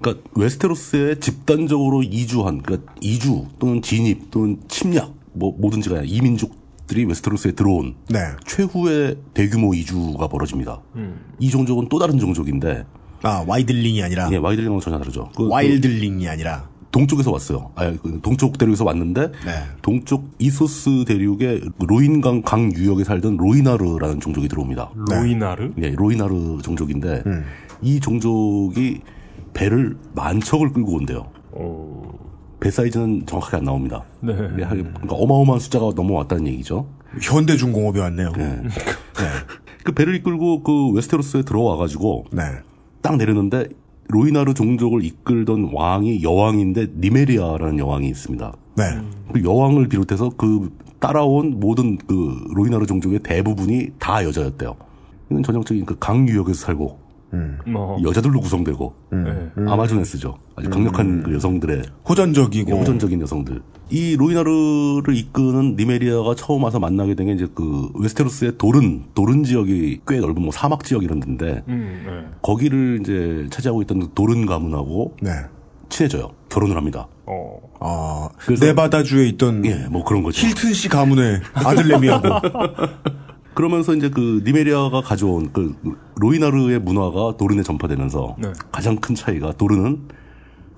Speaker 4: 그러니까 웨스테로스에 집단적으로 이주한 그러니까 이주 또는 진입 또는 침략 뭐 뭐든지가 아니라 이민족들이 웨스테로스에 들어온
Speaker 3: 네.
Speaker 4: 최후의 대규모 이주가 벌어집니다. 이 종족은 또 다른 종족인데
Speaker 3: 아 와이들링이 아니라
Speaker 4: 예, 와이들링은 전혀 다르죠. 그- 그
Speaker 3: 와일들링이 아니라
Speaker 4: 동쪽에서 왔어요. 아, 그 동쪽 대륙에서 왔는데 동쪽 이소스 대륙의 로인강 강 유역에 살던 로이나르라는 네. 예, 종족이 들어옵니다.
Speaker 2: 로이나르.
Speaker 4: 예, 로이나르 종족인데 이 종족이 배를 만 척을 끌고 온대요. 배 사이즈는 정확하게 안 나옵니다.
Speaker 2: 네.
Speaker 4: 근데 하긴 그러니까 어마어마한 숫자가 넘어왔다는 얘기죠.
Speaker 3: 현대중공업이 왔네요.
Speaker 4: 예. 그 배를 이끌고 그 웨스테로스에 들어와가지고
Speaker 3: 네.
Speaker 4: 딱 내렸는데 로이나르 종족을 이끌던 왕이 여왕인데 니메리아라는 여왕이 있습니다.
Speaker 3: 네.
Speaker 4: 그 여왕을 비롯해서 그 따라온 모든 그 로이나르 종족의 대부분이 다 여자였대요. 이건 전형적인 그 강유역에서 살고 음.
Speaker 2: 어. 뭐,
Speaker 4: 여자들로 구성되고
Speaker 2: 음.
Speaker 4: 네, 아마존에스죠. 아주 강력한 그 여성들의
Speaker 2: 음.
Speaker 3: 호전적이고
Speaker 4: 예, 호전적인 여성들. 이 로이나르를 이끄는 니메리아가 처음 와서 만나게 된 게 이제 그 웨스테로스의 도른 도른 지역이 꽤 넓은 뭐 사막 지역 이런 데인데
Speaker 2: 음,
Speaker 4: 거기를 이제 차지하고 있던 그 도른 가문하고
Speaker 3: 네.
Speaker 4: 친해져요. 결혼을 합니다.
Speaker 3: 아, 네바다주에 있던
Speaker 4: 예, 뭐 그런 거죠.
Speaker 3: 힐튼 씨 가문의 아들내미하고
Speaker 4: 그러면서 이제 그 니메리아가 가져온 그 로이나르의 문화가 도른에 전파되면서
Speaker 2: 네.
Speaker 4: 가장 큰 차이가 도른은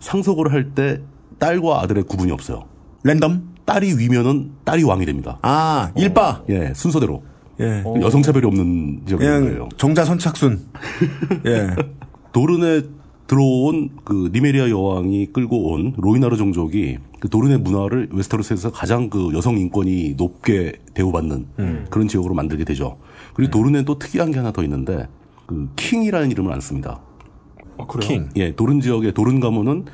Speaker 4: 상속을 할 때 딸과 아들의 구분이 없어요.
Speaker 3: 랜덤?
Speaker 4: 딸이 위면은 딸이 왕이 됩니다.
Speaker 3: 아, 일빠.
Speaker 4: 예, 순서대로.
Speaker 3: 예.
Speaker 4: 여성 차별이 없는 지역인 거예요.
Speaker 3: 그냥 정자 선착순. 예.
Speaker 4: 도른에 들어온 그 니메리아 여왕이 끌고 온 로이나르 종족이 그 도른의 문화를 웨스테로스에서 가장 그 여성 인권이 높게 대우받는
Speaker 3: 음.
Speaker 4: 그런 지역으로 만들게 되죠. 그리고 도른에 또 특이한 게 하나 더 있는데 그 킹이라는 이름을 안 씁니다.
Speaker 2: 어, 그래요?
Speaker 4: 킹. 예, 도른 지역의 도른 가문은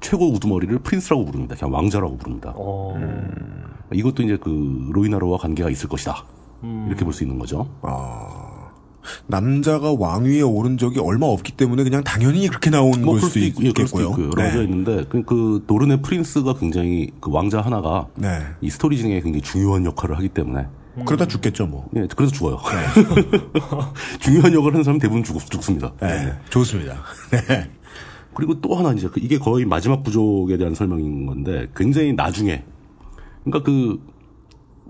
Speaker 4: 최고 우두머리를 프린스라고 부릅니다. 그냥 왕자라고 부릅니다. 음. 이것도 이제 그 로이나르와 관계가 있을 것이다. 이렇게 볼 수 있는 거죠.
Speaker 3: 아, 남자가 왕위에 오른 적이 얼마 없기 때문에 그냥 당연히 그렇게 나온
Speaker 4: 뭐
Speaker 3: 걸
Speaker 4: 그럴
Speaker 3: 수
Speaker 4: 수도
Speaker 3: 있,
Speaker 4: 있고, 예, 그럴 수도
Speaker 3: 있겠고요. 네.
Speaker 4: 있고 여러 가지가 있는데 그, 그 도른의 프린스가 굉장히 그 왕자 하나가
Speaker 3: 네.
Speaker 4: 이 스토리 진행에 굉장히 중요한 역할을 하기 때문에
Speaker 3: 그러다 죽겠죠 뭐.
Speaker 4: 예, 그래서 죽어요.
Speaker 3: 네.
Speaker 4: 중요한 역할을 하는 사람 은 대부분 죽, 죽습니다. 네.
Speaker 3: 좋습니다.
Speaker 4: 그리고 또 하나 이제 그- 이게 거의 마지막 부족에 대한 설명인 건데 굉장히 나중에 그러니까 그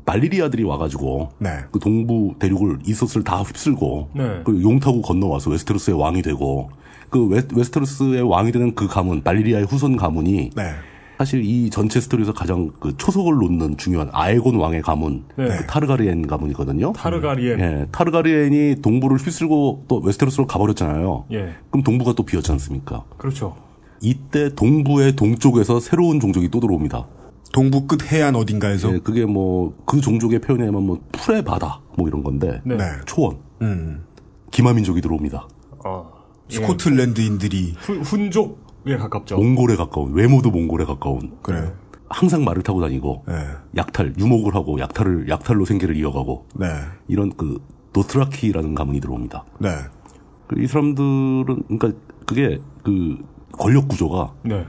Speaker 4: 말리리아들이 와가지고
Speaker 3: 네.
Speaker 4: 그 동부 대륙을 이소스를 다 휩쓸고
Speaker 3: 네.
Speaker 4: 그 용타고 건너와서 웨스테로스의 왕이 되고 그 웨, 웨스테로스의 왕이 되는 그 가문 말리리아의 후손 가문이
Speaker 2: 네.
Speaker 3: 네.
Speaker 4: 사실 이 전체 스토리에서 가장 그 초석을 놓는 중요한 아에곤 왕의 가문
Speaker 2: 네.
Speaker 4: 그 타르가리엔 가문이거든요.
Speaker 2: 타르가리엔.
Speaker 4: 예, 타르가리엔이 동부를 휩쓸고 또 웨스테로스로 가버렸잖아요.
Speaker 2: 예.
Speaker 4: 그럼 동부가 또 비었지 않습니까?
Speaker 2: 그렇죠.
Speaker 4: 이때 동부의 동쪽에서 새로운 종족이 또 들어옵니다.
Speaker 3: 동부 끝 해안 어딘가에서
Speaker 4: 그게 뭐 그 종족의 표현에 하면 뭐 풀의 바다 뭐 이런 건데
Speaker 2: 네. 네.
Speaker 4: 초원
Speaker 3: 음.
Speaker 4: 기마민족이 들어옵니다.
Speaker 2: 아,
Speaker 3: 스코틀랜드인들이
Speaker 2: 훈, 훈족에 가깝죠.
Speaker 4: 몽골에 가까운 외모도 몽골에 가까운
Speaker 3: 그래요.
Speaker 4: 항상 말을 타고 다니고 약탈 유목을 하고 약탈을 약탈로 생계를 이어가고
Speaker 3: 네.
Speaker 4: 이런 그 노트라키라는 가문이 들어옵니다.
Speaker 3: 네.
Speaker 4: 그이 사람들은 그러니까 그게 그 권력 구조가
Speaker 2: 네.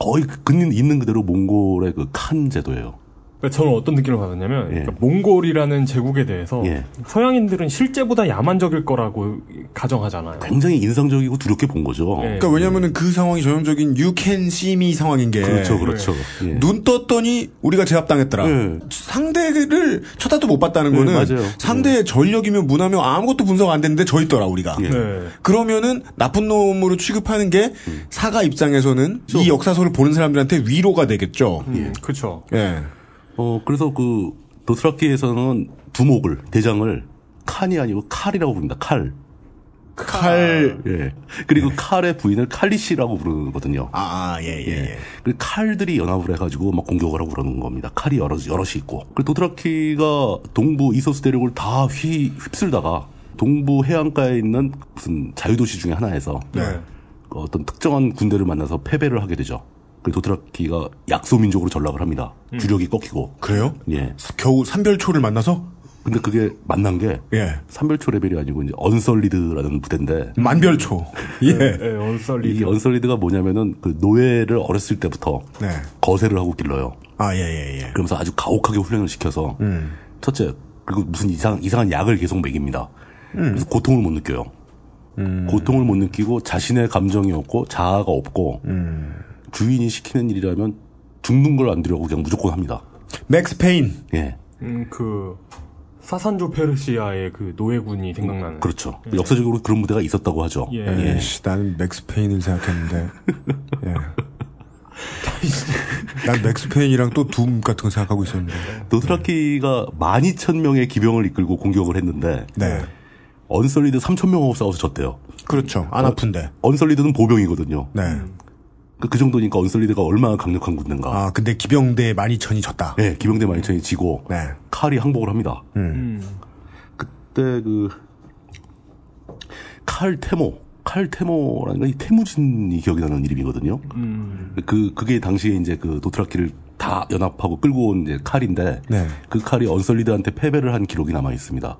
Speaker 4: 거의 근인 있는 그대로 몽골의 그 칸 제도예요.
Speaker 2: 그러니까 저는 어떤 느낌을 받았냐면 그러니까 몽골이라는 제국에 대해서
Speaker 4: 예.
Speaker 2: 서양인들은 실제보다 야만적일 거라고 가정하잖아요.
Speaker 4: 굉장히 인상적이고 두렵게 본 거죠.
Speaker 3: 그러니까 왜냐면은 그 상황이 전형적인 you can see me 상황인 게
Speaker 4: 그렇죠, 그렇죠. 예.
Speaker 3: 눈 떴더니 우리가 제압당했더라.
Speaker 4: 예.
Speaker 3: 상대를 쳐다도 못 봤다는
Speaker 4: 예,
Speaker 3: 거는
Speaker 4: 맞아요.
Speaker 3: 상대의 전력이며 문화며 아무것도 분석 안 됐는데 저 있더라 우리가.
Speaker 4: 예. 네.
Speaker 3: 그러면은 나쁜 놈으로 취급하는 게
Speaker 4: 음.
Speaker 3: 사가 입장에서는
Speaker 4: 그렇죠.
Speaker 3: 이 역사서를 보는 사람들한테 위로가 되겠죠.
Speaker 4: 음.
Speaker 2: 그렇죠.
Speaker 3: 예.
Speaker 4: 어 그래서 그 도스라키에서는 두목을 대장을 칸이 아니고 칼이라고 부릅니다. 칼.
Speaker 3: 칼.
Speaker 4: 예. 그리고 칼의 부인을 칼리시라고 부르거든요.
Speaker 3: 아, 예, 예,
Speaker 4: 그 칼들이 연합을 해가지고 막 공격을 하고 그러는 겁니다. 칼이 여러, 여럿이 있고. 그 도트라키가 동부 이소스 대륙을 다 휘, 휩쓸다가 동부 해안가에 있는 무슨 자유도시 중에 하나에서
Speaker 3: 네.
Speaker 4: 그 어떤 특정한 군대를 만나서 패배를 하게 되죠. 그 도트라키가 약소민족으로 전락을 합니다.
Speaker 3: 음.
Speaker 4: 주력이 꺾이고.
Speaker 3: 그래요?
Speaker 4: 예.
Speaker 3: 겨우 삼별초를 만나서? 예.
Speaker 4: 근데 그게 만난 게
Speaker 2: 예.
Speaker 4: 삼별초 레벨이 아니고 이제 언설리드라는 부대인데
Speaker 3: 만별초. 예.
Speaker 2: 언설리드.
Speaker 4: 이 어- 언설리드가 뭐냐면은 그 노예를 어렸을 때부터
Speaker 3: 네.
Speaker 4: 거세를 하고 길러요.
Speaker 3: 아, 예, 예, 예.
Speaker 4: 그러면서 아주 가혹하게 훈련을 시켜서
Speaker 3: 음.
Speaker 4: 첫째 그리고 무슨 이상 이상한 약을 계속 먹입니다.
Speaker 3: 음.
Speaker 4: 그래서 고통을 못 느껴요.
Speaker 2: 음.
Speaker 4: 고통을 못 느끼고 자신의 감정이 없고 자아가 없고
Speaker 2: 음.
Speaker 4: 주인이 시키는 일이라면 죽는 걸 안 두려고 그냥 무조건 합니다.
Speaker 3: 맥스 페인.
Speaker 4: 예.
Speaker 2: 음, 그 사산조 페르시아의 그 노예군이 생각나는.
Speaker 4: 그렇죠.
Speaker 2: 예.
Speaker 4: 역사적으로 그런 무대가 있었다고 하죠.
Speaker 2: 예.
Speaker 3: 예. 씨, 나는 맥스 페인을 생각했는데. 예. 난 맥스 페인이랑 또 둠 같은 거 생각하고 있었는데.
Speaker 4: 네. 노스라키가 12,000명의 기병을 이끌고 공격을 했는데 언설리드 3천 명하고 싸워서 졌대요.
Speaker 3: 네.
Speaker 4: 어?
Speaker 3: 그렇죠. 안 아픈데.
Speaker 4: 언설리드는 보병이거든요.
Speaker 3: 네.
Speaker 4: 그, 그 정도니까 언설리드가 얼마나 강력한 군대인가.
Speaker 3: 아, 근데 기병대 12,000이 졌다.
Speaker 4: 네, 기병대 12,000이 지고 칼이 항복을 합니다.
Speaker 3: 네. 음.
Speaker 4: 그때 그 칼테모, 칼테모라는 건이 태무진이 기억이 나는 이름이거든요.
Speaker 12: 음.
Speaker 4: 그 그게 당시에 이제 그 도트라키를 다 연합하고 끌고 온 이제 칼인데
Speaker 12: 네.
Speaker 4: 그 칼이 언설리드한테 패배를 한 기록이 남아 있습니다.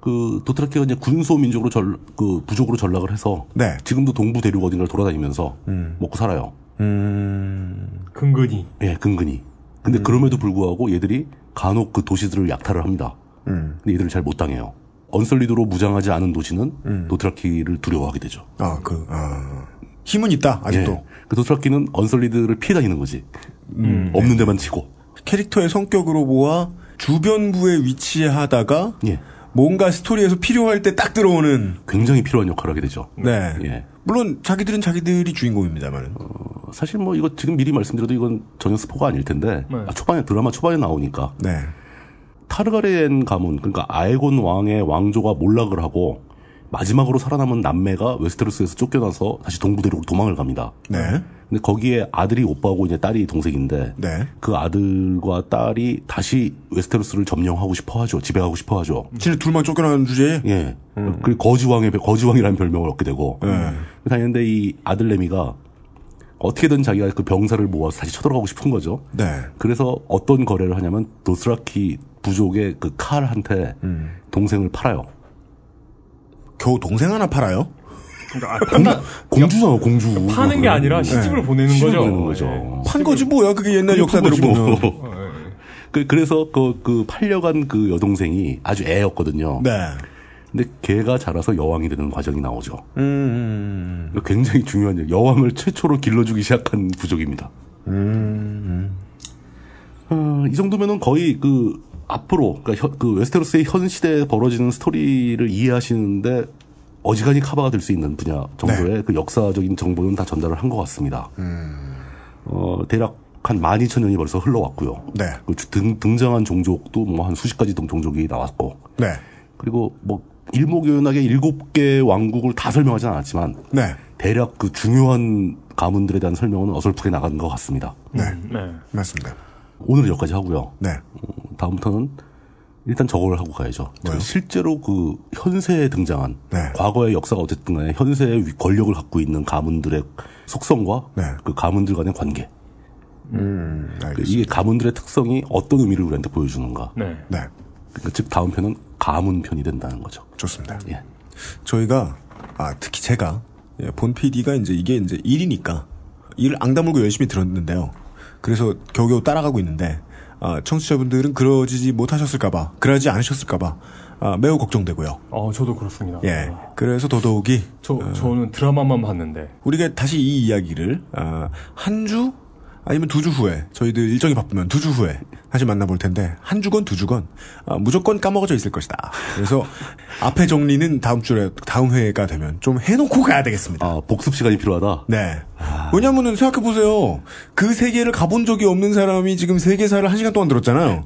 Speaker 4: 그 도트라키가 이제 군소 민족으로 절, 그 부족으로 전락을 해서
Speaker 3: 네.
Speaker 4: 지금도 동부 대륙 어딘가를 돌아다니면서
Speaker 3: 음.
Speaker 4: 먹고 살아요.
Speaker 3: 음.
Speaker 2: 근근히.
Speaker 4: 예, 근근히. 근데 그럼에도 불구하고 얘들이 간혹 그 도시들을 약탈을 합니다.
Speaker 3: 음.
Speaker 4: 근데 얘들을 잘 못 당해요. 언설리드로 무장하지 않은 도시는
Speaker 3: 음.
Speaker 4: 도트라키를 두려워하게 되죠.
Speaker 3: 아, 그, 아. 힘은 있다, 아직도.
Speaker 4: 예. 그 도트라키는 언설리드를 피해 다니는 거지.
Speaker 3: 음,
Speaker 4: 없는 데만 치고.
Speaker 3: 캐릭터의 성격으로 보아 주변부에 위치하다가 뭔가 스토리에서 필요할 때 딱 들어오는
Speaker 4: 예. 굉장히 필요한 역할을 하게 되죠.
Speaker 3: 네.
Speaker 4: 예.
Speaker 3: 물론 자기들은 자기들이 주인공입니다만.
Speaker 4: 사실 뭐 이거 지금 미리 말씀드려도 이건 전혀 스포가 아닐 텐데
Speaker 3: 네.
Speaker 4: 아, 초반에 드라마 초반에 나오니까
Speaker 3: 네.
Speaker 4: 타르가렌 가문 그러니까 아에곤 왕의 왕조가 몰락을 하고 마지막으로 살아남은 남매가 웨스테로스에서 쫓겨나서 다시 동부대륙으로 도망을 갑니다.
Speaker 3: 네.
Speaker 4: 근데 거기에 아들이 오빠고 이제 딸이 동생인데
Speaker 3: 네.
Speaker 4: 그 아들과 딸이 다시 웨스테로스를 점령하고 싶어하죠. 지배하고 싶어하죠.
Speaker 3: 진짜 둘만 쫓겨나는 주제에.
Speaker 4: 예. 그리고 거지왕의 거지왕이라는 별명을 얻게 되고 다니는데 이 아들내미가 어떻게든 자기가 그 병사를 모아서 다시 쳐들어가고 싶은 거죠.
Speaker 3: 네.
Speaker 4: 그래서 어떤 거래를 하냐면 도스라키 부족의 그 칼한테
Speaker 3: 음.
Speaker 4: 동생을 팔아요.
Speaker 3: 겨우 동생 하나 팔아요?
Speaker 2: 그러니까
Speaker 4: 공주잖아 공주.
Speaker 2: 파는 게 아니라 시집을 보내는
Speaker 4: 예. 시집을
Speaker 2: 거죠.
Speaker 4: 보내는 거죠.
Speaker 3: 네.
Speaker 4: 어.
Speaker 3: 판 거지 뭐야 그게 옛날 예. 역사대로 어, 예. 보면.
Speaker 2: 뭐.
Speaker 4: 그, 그래서 그, 그 팔려간 그 여동생이 아주 애였거든요.
Speaker 3: 네.
Speaker 4: 근데 걔가 자라서 여왕이 되는 과정이 나오죠.
Speaker 3: 음.
Speaker 4: 굉장히 중요한 일. 여왕을 최초로 길러주기 시작한 부족입니다. 어, 이 정도면은 거의 그 앞으로 그러니까 현- 그 웨스테로스의 현 시대에 벌어지는 스토리를 이해하시는데 어지간히 커버가 될 수 있는 분야 정도의
Speaker 3: 네.
Speaker 4: 그 역사적인 정보는 다 전달을 한 것 같습니다.
Speaker 3: 음.
Speaker 4: 어, 대략 한 12,000년이 벌써 흘러왔고요.
Speaker 3: 네.
Speaker 4: 그 주- 등, 등장한 종족도 뭐 한 수십 가지 동- 종족이 나왔고.
Speaker 3: 네.
Speaker 4: 그리고 뭐 일목요연하게 일곱 개 왕국을 다 설명하진 않았지만
Speaker 3: 네.
Speaker 4: 대략 그 중요한 가문들에 대한 설명은 어설프게 나간 것 같습니다.
Speaker 3: 네.
Speaker 2: 네.
Speaker 3: 맞습니다.
Speaker 4: 오늘은 여기까지 하고요.
Speaker 3: 네.
Speaker 4: 어, 다음부터는 일단 저걸 하고 가야죠. 저는 실제로 그 현세에 등장한
Speaker 3: 네.
Speaker 4: 과거의 역사가 어쨌든 간에 현세의 위- 권력을 갖고 있는 가문들의 속성과 그 가문들 간의 관계.
Speaker 3: 네. 음.
Speaker 4: 그 이게 가문들의 특성이 어떤 의미를 우리한테 보여주는가.
Speaker 2: 네.
Speaker 3: 네.
Speaker 4: 그러니까 즉 다음 편은 가문 편이 된다는 거죠.
Speaker 3: 좋습니다.
Speaker 4: 예.
Speaker 3: 저희가 아 특히 제가 예, 본 PD가 이제 이게 이제 일이니까 일을 앙다물고 열심히 들었는데요. 그래서 겨우겨우 따라가고 있는데 아, 청취자분들은 그러지 못하셨을까봐 그러지 않으셨을까봐 아, 매우 걱정되고요.
Speaker 2: 어, 저도 그렇습니다.
Speaker 3: 예. 그래서 더더욱이
Speaker 2: 저
Speaker 4: 어.
Speaker 2: 저는 드라마만 봤는데
Speaker 3: 우리가 다시 이 이야기를 아, 한 주 아니면 두 주 후에 저희들 일정이 바쁘면 두 주 후에 다시 만나볼 텐데 한 주건 두 주건 아, 무조건 까먹어져 있을 것이다. 그래서 앞에 정리는 다음 주에 다음 회가 되면 좀 해놓고 가야 되겠습니다.
Speaker 4: 아, 복습 시간이 필요하다.
Speaker 3: 네. 왜냐면은 생각해 보세요. 그 세계를 가본 적이 없는 사람이 지금 세계사를 한 시간 동안 들었잖아요.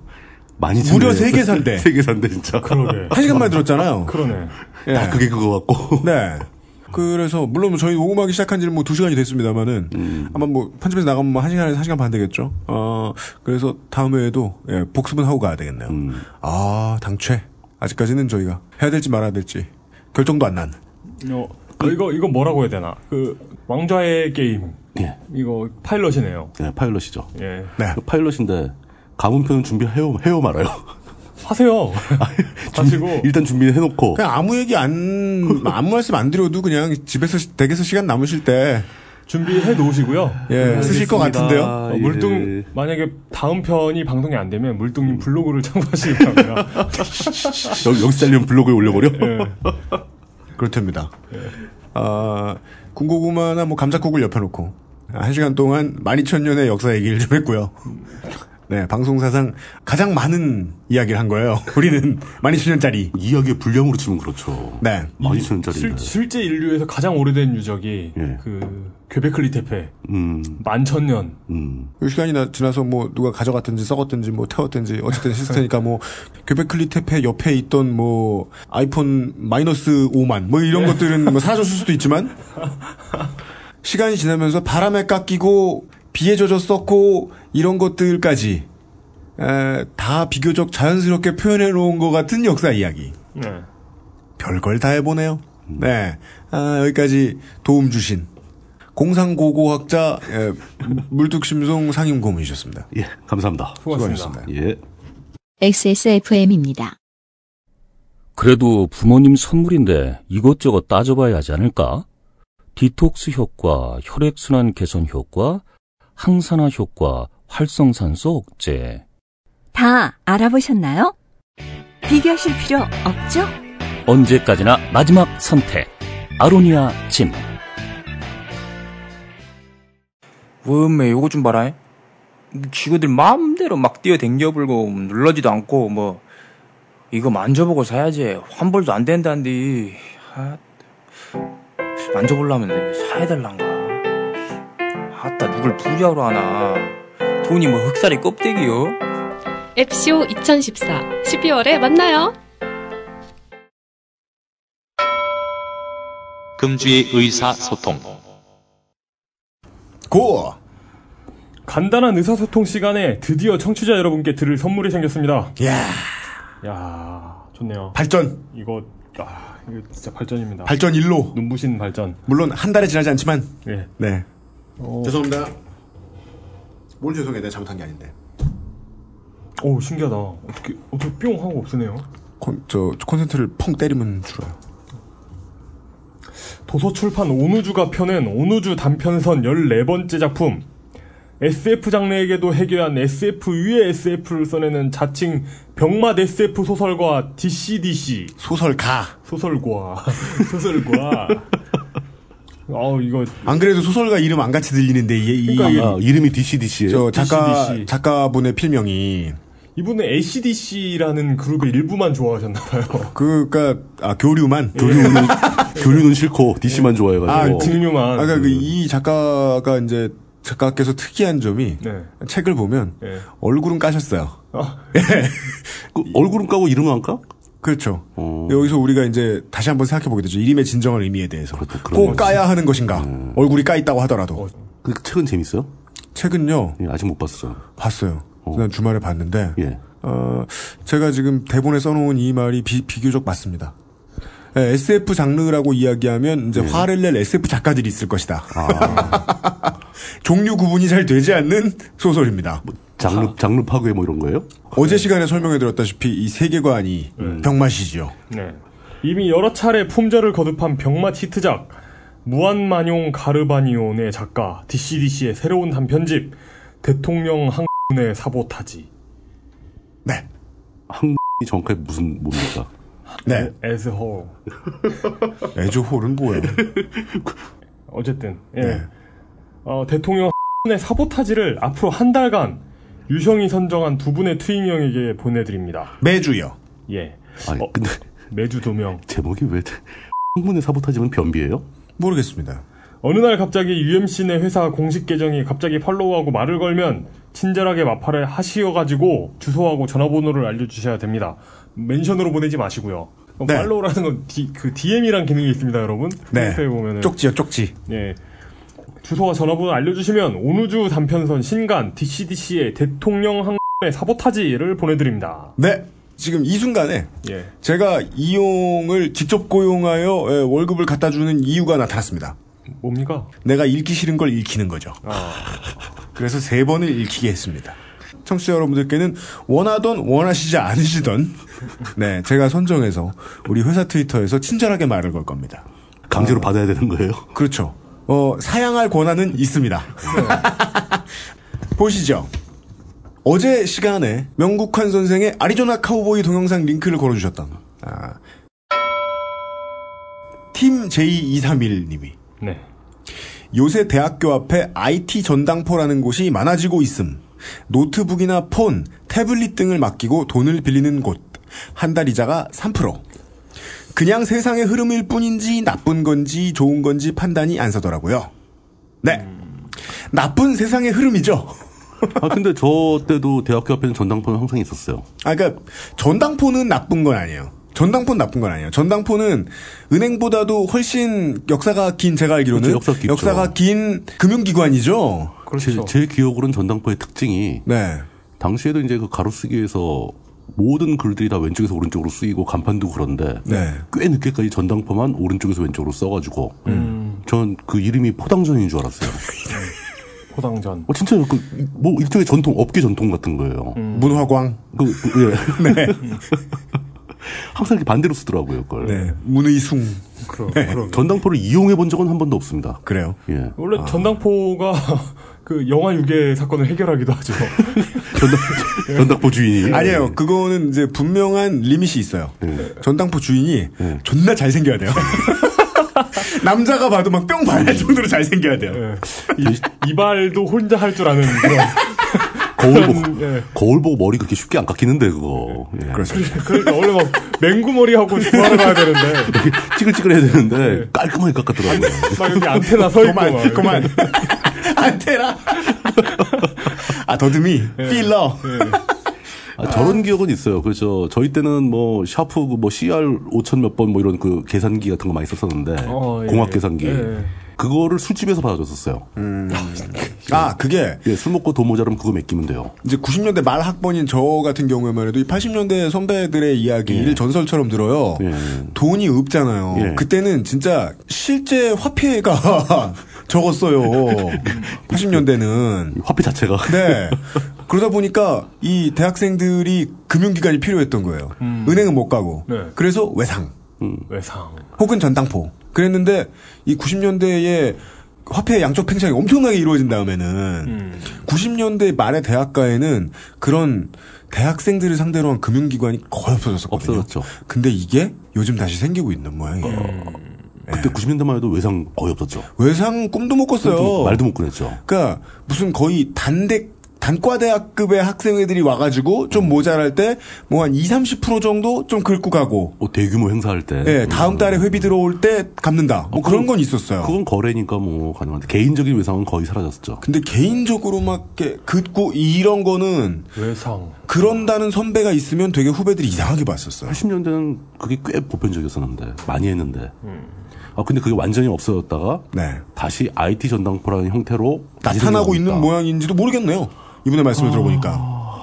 Speaker 4: 많이
Speaker 3: 무려
Speaker 4: 참여해요.
Speaker 3: 세계사인데
Speaker 4: 세계사인데 진짜.
Speaker 3: 한 시간만 들었잖아요.
Speaker 2: 그러네.
Speaker 4: 다 그게 그거 같고.
Speaker 3: 네. 그래서 물론 저희 녹음하기 시작한 지는 뭐 두 시간이 됐습니다만은 아마 뭐 편집해서 나가면 뭐한 시간에서 한 시간 반 되겠죠. 어 그래서 다음 회에도 예, 복습은 하고 가야 되겠네요. 아 당최 아직까지는 저희가 해야 될지 말아야 될지 결정도 안 난.
Speaker 2: 어,
Speaker 4: 그
Speaker 2: 이거 이거 뭐라고 해야 되나? 그 왕좌의 게임.
Speaker 4: 예.
Speaker 2: 이거 파일럿이네요.
Speaker 4: 네, 파일럿이죠.
Speaker 2: 예.
Speaker 4: 그 파일럿인데 가문편은 준비해요 해요 말아요.
Speaker 2: 하세요. 하시고
Speaker 4: 일단 준비해놓고
Speaker 3: 그냥 아무 얘기 안 아무 말씀 안 드려도 그냥 집에서 시- 댁에서 시간 남으실 때
Speaker 2: 준비해 놓으시고요.
Speaker 3: 예,
Speaker 4: 네,
Speaker 3: 쓰실 것 같은데요.
Speaker 2: 어, 물뚱 만약에 다음 편이 방송이 안 되면 물뚱님 블로그를 참고하시기 바랍니다.
Speaker 4: 여기 여기 잘리면 블로그에 올려버려.
Speaker 3: 예. 그렇답니다. 아, 군고구마나 뭐 감자국을 옆에 놓고 한 시간 동안 12,000년의 역사 얘기를 좀 했고요. 네, 방송사상 가장 많은 이야기를 한 거예요. 우리는 12,000년짜리.
Speaker 4: 이야기의 분량으로 치면 그렇죠.
Speaker 3: 네.
Speaker 4: 12,000년짜리.
Speaker 2: 실제 인류에서 가장 오래된 유적이 그 괴베클리 테페
Speaker 4: 음,
Speaker 2: 만천년.
Speaker 3: 시간이 나- 지나서 뭐 누가 가져갔든지 썩었든지 뭐 태웠든지 어쨌든 시스템이니까 뭐 괴베클리 테페 옆에 있던 뭐 아이폰 마이너스 5만 뭐 이런 것들은 뭐 사라졌을 수도 있지만 시간이 지나면서 바람에 깎이고 비에 젖어 썩고 이런 것들까지 에, 다 비교적 자연스럽게 표현해 놓은 것 같은 역사 이야기.
Speaker 2: 네.
Speaker 3: 별걸 다 해보네요. 네. 아, 여기까지 도움 주신 공상고고학자 예, 물뚝심송 상임고문이셨습니다.
Speaker 4: 예, 감사합니다.
Speaker 3: 수고하셨습니다.
Speaker 4: 예.
Speaker 1: XSFM입니다.
Speaker 7: 그래도 부모님 선물인데 이것저것 따져봐야 하지 않을까? 디톡스 효과, 혈액순환 개선 효과, 항산화 효과, 활성산소 억제.
Speaker 13: 다 알아보셨나요? 비교하실 필요 없죠?
Speaker 7: 언제까지나 마지막 선택. 아로니아 진.
Speaker 8: 음메 요거 좀 봐라. 지구들 마음대로 막 뛰어댕겨 불고 눌러지도 않고 뭐 이거 만져보고 사야지 환불도 안 된다는데 아, 만져보려면 사야달란가 아따 누굴 부자로 하나 돈이 뭐 흑살이 껍데기요
Speaker 5: 앱쇼 2014 12월에 만나요.
Speaker 14: 금주의 의사소통.
Speaker 3: 고!
Speaker 2: 간단한 의사소통 시간에 드디어 청취자 여러분께 드릴 선물이 생겼습니다. 야, 좋네요.
Speaker 3: 발전.
Speaker 2: 이거 아, 이거 진짜 발전입니다.
Speaker 3: 발전 일로
Speaker 2: 눈부신 발전.
Speaker 3: 물론 한 달에 지나지 않지만
Speaker 2: 예.
Speaker 3: 네.
Speaker 2: 어.
Speaker 3: 죄송합니다. 뭘 죄송해 내가 잘못한 게 아닌데.
Speaker 2: 오 신기하다. 어떻게 어떻게 뿅 하고 없으네요.
Speaker 3: 콘, 저 콘센트를 펑 때리면 줄어요.
Speaker 2: 도서출판 온우주가 펴낸 온우주 단편선 14번째 작품. SF 장르에게도 해결한 SF 위의 SF를 써내는 자칭 병맛 SF 소설과 DCDC.
Speaker 3: 소설가.
Speaker 2: 소설과. 소설과. 아 이거.
Speaker 3: 안 그래도 소설가 이름 안 같이 들리는데 이, 이
Speaker 2: 그러니까 이게-
Speaker 4: 예. 아, 이름이
Speaker 3: 저
Speaker 4: DCDC예요.
Speaker 3: 작가
Speaker 2: DCDC.
Speaker 3: 작가분의 필명이
Speaker 2: 이분은 ACDC라는 그룹의 일부만 좋아하셨나봐요.
Speaker 3: 그니까 아 교류만
Speaker 4: 교류는 교류는 싫고 DC만 좋아해가지고.
Speaker 3: 아, 그러니까 그이 작가가 이제 작가께서 특이한 점이 책을 보면
Speaker 2: 예.
Speaker 3: 얼굴은 까셨어요.
Speaker 2: 네. 아.
Speaker 4: 그
Speaker 3: 얼굴은 까고 이름은 안 까? 그렇죠. 여기서 우리가 이제 다시 한번 생각해 보게 되죠. 이름의 진정한 의미에 대해서. 꼭
Speaker 4: 거지.
Speaker 3: 까야 하는 것인가? 얼굴이 까 있다고 하더라도.
Speaker 4: 그 책은 재밌어요?
Speaker 3: 책은요.
Speaker 4: 예, 아직 못 봤어요. 예.
Speaker 3: 봤어요. 지난 주말에 봤는데. 어, 제가 지금 대본에 써놓은 이 말이 비, 교적 맞습니다. 예, SF 장르라고 이야기하면 이제 화를 낼 SF 작가들이 있을 것이다. 종류 구분이 잘 되지 않는 소설입니다.
Speaker 4: 장르 장르 파괴 뭐 이런 거예요?
Speaker 3: 어제 시간에 설명해 드렸다시피 이 세계관이 병맛이지요.
Speaker 2: 네. 이미 여러 차례 품절을 거듭한 병맛 히트작 무한만용 가르바니온의 작가 DCDC의 새로운 단편집 대통령 항군의 사보타지
Speaker 4: 한국이 정확히 무슨 뭡니까?
Speaker 3: 네.
Speaker 2: 에스호
Speaker 3: 에즈홀은 뭐예요? 네.
Speaker 2: 어쨌든 예.
Speaker 4: 네.
Speaker 2: 어, 대통령 항군의 사보타지를 앞으로 한 달간 유형이 선정한 두 분의 투잉형에게 보내드립니다.
Speaker 3: 매주요.
Speaker 2: 예.
Speaker 4: 아니, 근데
Speaker 2: 매주 도명
Speaker 4: 제목이 왜 한문의 사보타지면 변비예요?
Speaker 3: 모르겠습니다.
Speaker 2: 어느 날 갑자기 UMC네 회사 공식 계정이 갑자기 팔로우하고 말을 걸면 친절하게 마파를 하시어가지고 주소하고 전화번호를 알려주셔야 됩니다. 멘션으로 보내지 마시고요. 어, 팔로우라는 건 디, 그 DM이란 기능이 있습니다, 여러분.
Speaker 3: 네.
Speaker 2: 페이스북에 보면은
Speaker 3: 쪽지요, 쪽지.
Speaker 2: 예. 주소와 전화번호 알려주시면 온우주 단편선 신간 DCDC의 대통령 항의 사보타지를 보내드립니다.
Speaker 3: 네. 지금 이 순간에
Speaker 2: 예.
Speaker 3: 제가 이용을 직접 고용하여 예, 월급을 갖다 주는 이유가 나타났습니다.
Speaker 2: 뭡니까?
Speaker 3: 내가 읽기 싫은 걸 읽히는 거죠.
Speaker 2: 아,
Speaker 3: 그래서 세 번을 읽히게 했습니다. 청취자 여러분들께는 원하던 원하시지 않으시던 네 제가 선정해서 우리 회사 트위터에서 친절하게 말을 걸 겁니다.
Speaker 4: 강제로 받아야 되는 거예요?
Speaker 3: 그렇죠. 어, 사양할 권한은 있습니다. 보시죠. 어제 시간에 명국환 선생의 아리조나 카우보이 동영상 링크를 걸어주셨던 아, 팀 J231님이
Speaker 2: 네.
Speaker 3: 요새 대학교 앞에 IT 전당포라는 곳이 많아지고 있음. 노트북이나 폰, 태블릿 등을 맡기고 돈을 빌리는 곳. 한 달 이자가 3%. 그냥 세상의 흐름일 뿐인지 나쁜 건지 좋은 건지 판단이 안 서더라고요. 네. 나쁜 세상의 흐름이죠.
Speaker 4: 아 근데 저 때도 대학교 앞에는 전당포는 항상 있었어요.
Speaker 3: 아, 그러니까 전당포는 나쁜 건 아니에요. 전당포는 나쁜 건 아니에요. 전당포는 은행보다도 훨씬 역사가 긴 제가 알기로는
Speaker 4: 그렇죠, 역사 깊죠.
Speaker 3: 가긴 금융기관이죠. 네.
Speaker 4: 제, 제 기억으로는 전당포의 특징이 당시에도 이제 그 가로 쓰기에서 모든 글들이 다 왼쪽에서 오른쪽으로 쓰이고 간판도 그런데
Speaker 3: 네.
Speaker 4: 꽤 늦게까지 전당포만 오른쪽에서 왼쪽으로 써가지고
Speaker 3: 음.
Speaker 4: 전 그 이름이 포당전인 줄 알았어요.
Speaker 2: 포당전.
Speaker 4: 어, 진짜 그 뭐 일종의 전통 업계 전통 같은 거예요.
Speaker 3: 음. 문화광.
Speaker 4: 그, 그, 예.
Speaker 3: 네.
Speaker 4: 항상 이렇게 반대로 쓰더라고요 그걸.
Speaker 3: 네. 문의숭.
Speaker 2: 그럼,
Speaker 4: 네.
Speaker 2: 그럼.
Speaker 4: 전당포를 이용해 본 적은 한 번도 없습니다.
Speaker 3: 그래요?
Speaker 4: 예.
Speaker 3: 아.
Speaker 2: 원래 전당포가 그 영화 유괴 사건을 해결하기도 하죠.
Speaker 4: 전당포
Speaker 2: 네.
Speaker 4: 주인이.
Speaker 3: 아니에요. 그거는 이제 분명한 리밋이 있어요. 전당포 주인이
Speaker 2: 네.
Speaker 3: 존나 잘생겨야 돼요. 남자가 봐도 막 뿅 봐야 할 정도로 잘생겨야 돼요.
Speaker 2: 예. 이, 발도 혼자 할 줄 아는 그런.
Speaker 4: 거울 보고,
Speaker 2: 예.
Speaker 4: 거울 보고 머리 그렇게 쉽게 안 깎이는데, 그거. 예.
Speaker 3: 그렇죠.
Speaker 2: 그래- 그러니까 원래 막 맹구머리 하고 주말에 가야 되는데.
Speaker 4: 찌글찌글해야 되는데,
Speaker 3: 예.
Speaker 4: 깔끔하게 깎았더라고요.
Speaker 2: 막 여기 안테나 서 있고
Speaker 3: 그만,
Speaker 2: 막 네. 이렇게.
Speaker 3: 그만. 안테나. 아, 더듬이.
Speaker 2: 네.
Speaker 3: 필러.
Speaker 4: 아, 저런 기억은 있어요. 그래서 저희 때는 뭐, 샤프, 그뭐 CR 5000 몇 번 뭐 이런 그 계산기 같은 거 많이 썼었는데,
Speaker 3: 어, 예.
Speaker 4: 공학 계산기.
Speaker 3: 예.
Speaker 4: 그거를 술집에서 받아줬었어요.
Speaker 2: 네.
Speaker 3: 아, 그게.
Speaker 4: 예, 술 먹고 돈 모자라면 그거 맡기면 돼요.
Speaker 3: 이제 90년대 말 학번인 저 같은 경우에만 해도 이 80년대 선배들의 이야기를 전설처럼 들어요. 돈이 없잖아요.
Speaker 4: 예.
Speaker 3: 그때는 진짜 실제 화폐가 적었어요. 80년대는.
Speaker 4: 화폐 자체가.
Speaker 3: 네. 그러다 보니까 이 대학생들이 금융기관이 필요했던 거예요. 은행은 못 가고.
Speaker 2: 네.
Speaker 3: 그래서 외상.
Speaker 2: 외상.
Speaker 3: 혹은 전당포. 그랬는데 이 90년대에 화폐의 양적 팽창이 엄청나게 이루어진 다음에는 90년대 말의 대학가에는 그런 대학생들을 상대로 한 금융기관이 거의 없어졌었거든요.
Speaker 4: 없어졌죠.
Speaker 3: 근데 이게 요즘 다시 생기고 있는 모양이에요. 네.
Speaker 4: 그때 90년대만 해도 외상 거의 없었죠.
Speaker 3: 외상 꿈도 못 꿨어요.
Speaker 4: 꿈도- 말도 못 꺼냈죠.
Speaker 3: 그러니까 무슨 거의 단대 단과대학급의 학생회들이 와가지고 좀 모자랄 때 뭐 한 2, 30% 정도 좀 긁고 가고
Speaker 4: 뭐 대규모 행사할 때.
Speaker 3: 예, 다음 달에 회비 들어올 때 갚는다. 뭐 그런 건 있었어요.
Speaker 4: 음. 그건 거래니까 뭐 가능한데 개인적인 외상은 거의 사라졌죠.
Speaker 3: 근데 개인적으로 막 이렇게 긋고 이런 거는
Speaker 2: 외상.
Speaker 3: 그런다는 선배가 있으면 되게 후배들이 이상하게 봤었어요.
Speaker 4: 80년대는 그게 꽤 보편적이었었는데 많이 했는데. 아 근데 그게 완전히 없어졌다가 다시 IT 전당포라는 형태로
Speaker 3: 네. 나타나고 있는 모양인지도 모르겠네요. 이분의 말씀을 들어보니까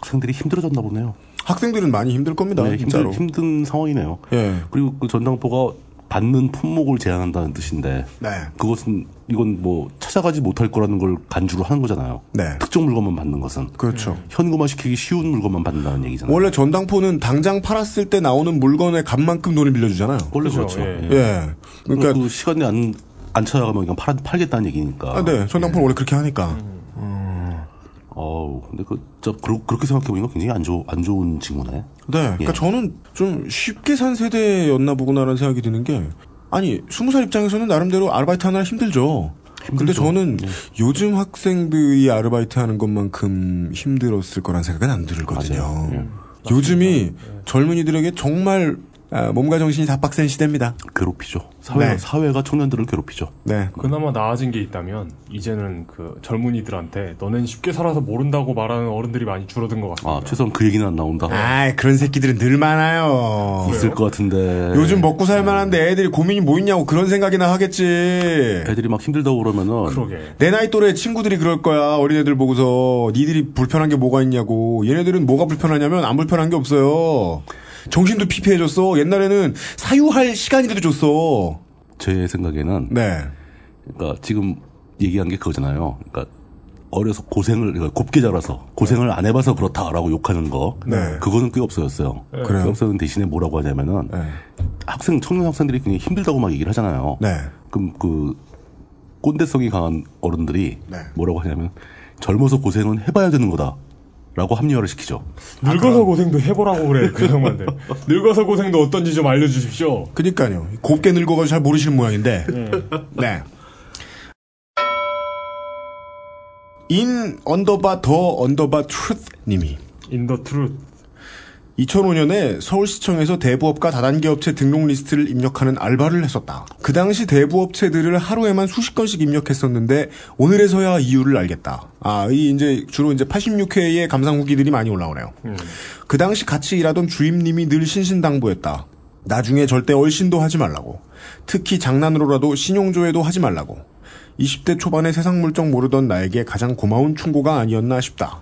Speaker 4: 학생들이 힘들어졌나 보네요.
Speaker 3: 학생들은 많이 힘들 겁니다.
Speaker 4: 네,
Speaker 3: 진짜로.
Speaker 4: 힘들, 힘든 상황이네요.
Speaker 3: 예.
Speaker 4: 그리고 그 전당포가 받는 품목을 제한한다는 뜻인데
Speaker 3: 네.
Speaker 4: 그것은 이건 뭐 찾아가지 못할 거라는 걸 간주로 하는 거잖아요.
Speaker 3: 네.
Speaker 4: 특정 물건만 받는 것은
Speaker 3: 그렇죠.
Speaker 4: 현금화시키기 쉬운 물건만 받는다는 얘기잖아요.
Speaker 3: 원래 전당포는 당장 팔았을 때 나오는 물건의 값만큼 돈을 빌려주잖아요.
Speaker 4: 원래 그렇죠.
Speaker 3: 예. 예.
Speaker 4: 그러니까 그 시간이 안, 안 찾아가면 그냥 팔, 팔겠다는 얘기니까.
Speaker 3: 아, 네. 전당포는 원래 그렇게 하니까.
Speaker 4: 어우, 근데 그, 저, 그러, 그렇게 생각해보니까 굉장히 안, 좋, 안 좋은 징후네.
Speaker 3: 네. 그러니까
Speaker 4: 예.
Speaker 3: 저는 좀 쉽게 산 세대였나 보구나라는 생각이 드는 게 아니 스무 살 입장에서는 나름대로 아르바이트 하느라 힘들죠. 예. 근데 저는 요즘 학생들이 아르바이트 하는 것만큼 힘들었을 거란 생각은 안 들거든요. 예. 요즘이 젊은이들에게 정말 아, 몸과 정신이 다 빡센 시대입니다.
Speaker 4: 괴롭히죠. 사회가,
Speaker 3: 네.
Speaker 4: 사회가 청년들을 괴롭히죠.
Speaker 3: 네.
Speaker 2: 그나마 나아진 게 있다면 이제는 그 젊은이들한테 너넨 쉽게 살아서 모른다고 말하는 어른들이 많이 줄어든 것 같습니다.
Speaker 4: 아, 최소한 그 얘기는 안 나온다.
Speaker 3: 네. 아, 그런 새끼들은 늘 많아요.
Speaker 4: 있을 것 같은데.
Speaker 3: 요즘 먹고 살만한데 애들이 고민이 뭐 있냐고 그런 생각이나 하겠지.
Speaker 4: 애들이 막 힘들다고 그러면은.
Speaker 3: 내 나이 또래 친구들이 그럴 거야. 어린애들 보고서 니들이 불편한 게 뭐가 있냐고. 얘네들은 뭐가 불편하냐면 안 불편한 게 없어요. 정신도 피폐해졌어. 옛날에는 사유할 시간이라도 줬어.
Speaker 4: 제 생각에는.
Speaker 3: 네.
Speaker 4: 그러니까 지금 얘기한 게 그거잖아요. 그러니까 어려서 고생을, 그러니까 곱게 자라서 고생을 안 해봐서 그렇다라고 욕하는 거.
Speaker 3: 네.
Speaker 4: 그거는 꽤 없어졌어요.
Speaker 3: 네.
Speaker 4: 꽤
Speaker 3: 그래요?
Speaker 4: 없어진 대신에 뭐라고 하냐면은 학생, 청년 학생들이 굉장히 힘들다고 막 얘기를 하잖아요.
Speaker 3: 네.
Speaker 4: 그럼 그 꼰대성이 강한 어른들이 뭐라고 하냐면 젊어서 고생은 해봐야 되는 거다. 라고 합리화를 시키죠.
Speaker 3: 아,
Speaker 2: 늙어서 고생도 해보라고 그래 그 형한테. 늙어서 고생도 어떤지 좀 알려주십시오.
Speaker 3: 그니까요. 곱게 늙어가지고 잘 모르시는 모양인데. 네. 인 언더바 더 언더바 트루트 님이
Speaker 2: 인더 트루트
Speaker 3: 2005년에 서울시청에서 대부업과 다단계 업체 등록 리스트를 입력하는 알바를 했었다. 그 당시 대부업체들을 하루에만 수십 건씩 입력했었는데 오늘에서야 이유를 알겠다. 아, 이 이제 주로 이제 86회에 감상 후기들이 많이 올라오네요. 그 당시 같이 일하던 주임님이 늘 신신당부했다. 나중에 절대 얼씬도 하지 말라고. 특히 장난으로라도 신용조회도 하지 말라고. 20대 초반에 세상 물정 모르던 나에게 가장 고마운 충고가 아니었나 싶다.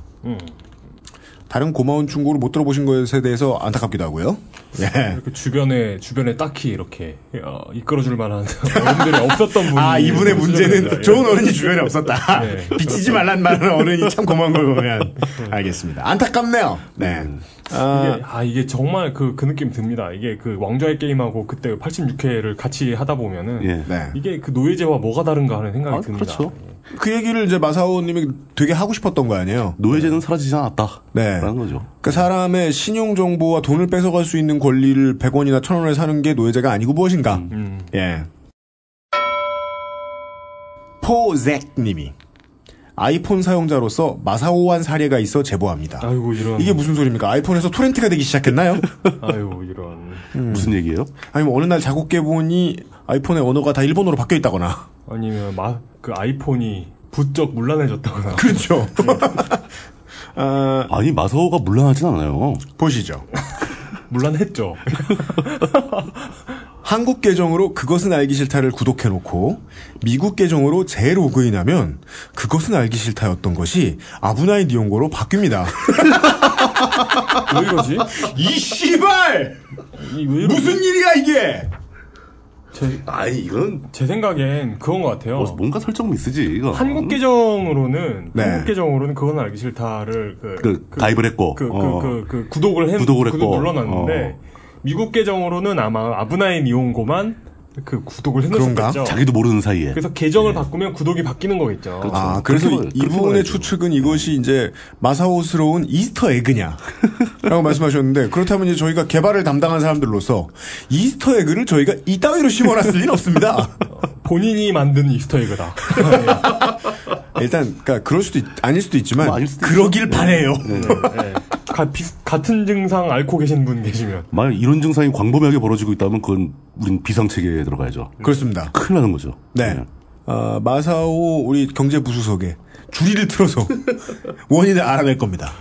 Speaker 3: 다른 고마운 충고를 못 들어보신 것에 대해서 안타깝기도 하고요. 예.
Speaker 2: 이렇게 주변에 주변에 딱히 이렇게 어, 이끌어줄 만한 어른들이 없었던 분이
Speaker 3: 아, 이분의 문제는
Speaker 2: 예.
Speaker 3: 좋은 어른이 주변에 없었다.
Speaker 2: 예.
Speaker 3: 비치지 말란 말은 어른이 참 고마운 걸 보면. 알겠습니다. 안타깝네요. 네. 아,
Speaker 2: 이게, 아, 이게 정말 그, 그 느낌 듭니다. 이게 그 왕좌의 게임하고 그때 86회를 같이 하다 보면은.
Speaker 3: 예. 네.
Speaker 2: 이게 그 노예제와 뭐가 다른가 하는 생각이 듭니다.
Speaker 3: 그렇죠. 그 얘기를 이제 마사오님이 되게 하고 싶었던 거 아니에요?
Speaker 4: 노예제는 사라지지 않았다.
Speaker 3: 네.
Speaker 4: 라는 거죠.
Speaker 3: 그러니까 사람의 신용 정보와 돈을 뺏어갈 수 있는 권리를 100원이나 1000원에 사는 게 노예제가 아니고 무엇인가.
Speaker 2: 음.
Speaker 3: 예. 포zek님이 아이폰 사용자로서 마사오한 사례가 있어 제보합니다.
Speaker 2: 아이고 이런.
Speaker 3: 이게 뭐- 무슨 소리입니까? 아이폰에서 토렌트가 되기 시작했나요?
Speaker 2: 아유 이런.
Speaker 4: 무슨 얘기예요?
Speaker 3: 아니면 어느 날 작업 깨보니 아이폰의 언어가 다 일본어로 바뀌어 있다거나.
Speaker 2: 아니면 마, 그 아이폰이 부쩍 물란해졌다거나.
Speaker 3: 그렇죠. 아,
Speaker 4: 아니 마사오가 물란하진 않아요.
Speaker 3: 보시죠.
Speaker 2: 물란했죠.
Speaker 3: 한국 계정으로 그것은 알기 싫다를 구독해놓고 미국 계정으로 재로그인하면 그것은 알기 싫다였던 것이 아부나이 니온고로 바뀝니다.
Speaker 2: 왜 이러지?
Speaker 3: 이 씨발!
Speaker 2: 이- 왜 이러지?
Speaker 3: 무슨 일이야 이게!
Speaker 2: 제,
Speaker 4: 아니 이건
Speaker 2: 제 생각엔 그건 것 같아요.
Speaker 4: 뭐- 뭔가 설정 미스지 이거.
Speaker 2: 한국 계정으로는
Speaker 4: 네.
Speaker 2: 한국 계정으로는 그건 알기 싫다를 그,
Speaker 4: 그, 가입을 했고.
Speaker 2: 그, 그,
Speaker 4: 어.
Speaker 2: 그, 그 구독을 했
Speaker 4: 구독을
Speaker 2: 구독
Speaker 4: 했고.
Speaker 2: 눌러놨는데 미국 계정으로는 아마 아브나인 이용고만 그 구독을
Speaker 4: 그런가?
Speaker 2: 해놓으셨겠죠.
Speaker 4: 자기도 모르는 사이에.
Speaker 2: 그래서 계정을 바꾸면 구독이 바뀌는 거겠죠.
Speaker 3: 아, 그래서
Speaker 2: 그렇게
Speaker 3: 이
Speaker 2: 말-
Speaker 3: 부분의 추측은 이것이 이제 마사오스러운 이스터 에그냐. 라고 말씀하셨는데, 그렇다면 이제 저희가 개발을 담당한 사람들로서 이스터 에그를 저희가 이따위로 심어놨을 리는 없습니다.
Speaker 2: 본인이 만든 이스터 에그다.
Speaker 3: 일단, 그러니까 그니까, 그럴 수도, 있- 아닐 수도 있지만, 그러길 바래요
Speaker 2: 네. 가- 비- 같은 증상 앓고 계신 분 계시면
Speaker 4: 만약 이런 증상이 광범위하게 벌어지고 있다면 그건 우린 비상체계에 들어가야죠.
Speaker 3: 그렇습니다.
Speaker 4: 큰일 나는 거죠. 예.
Speaker 3: 네. 아, 마사오 우리 경제부수석에 줄이를 틀어서 원인을 알아낼 겁니다.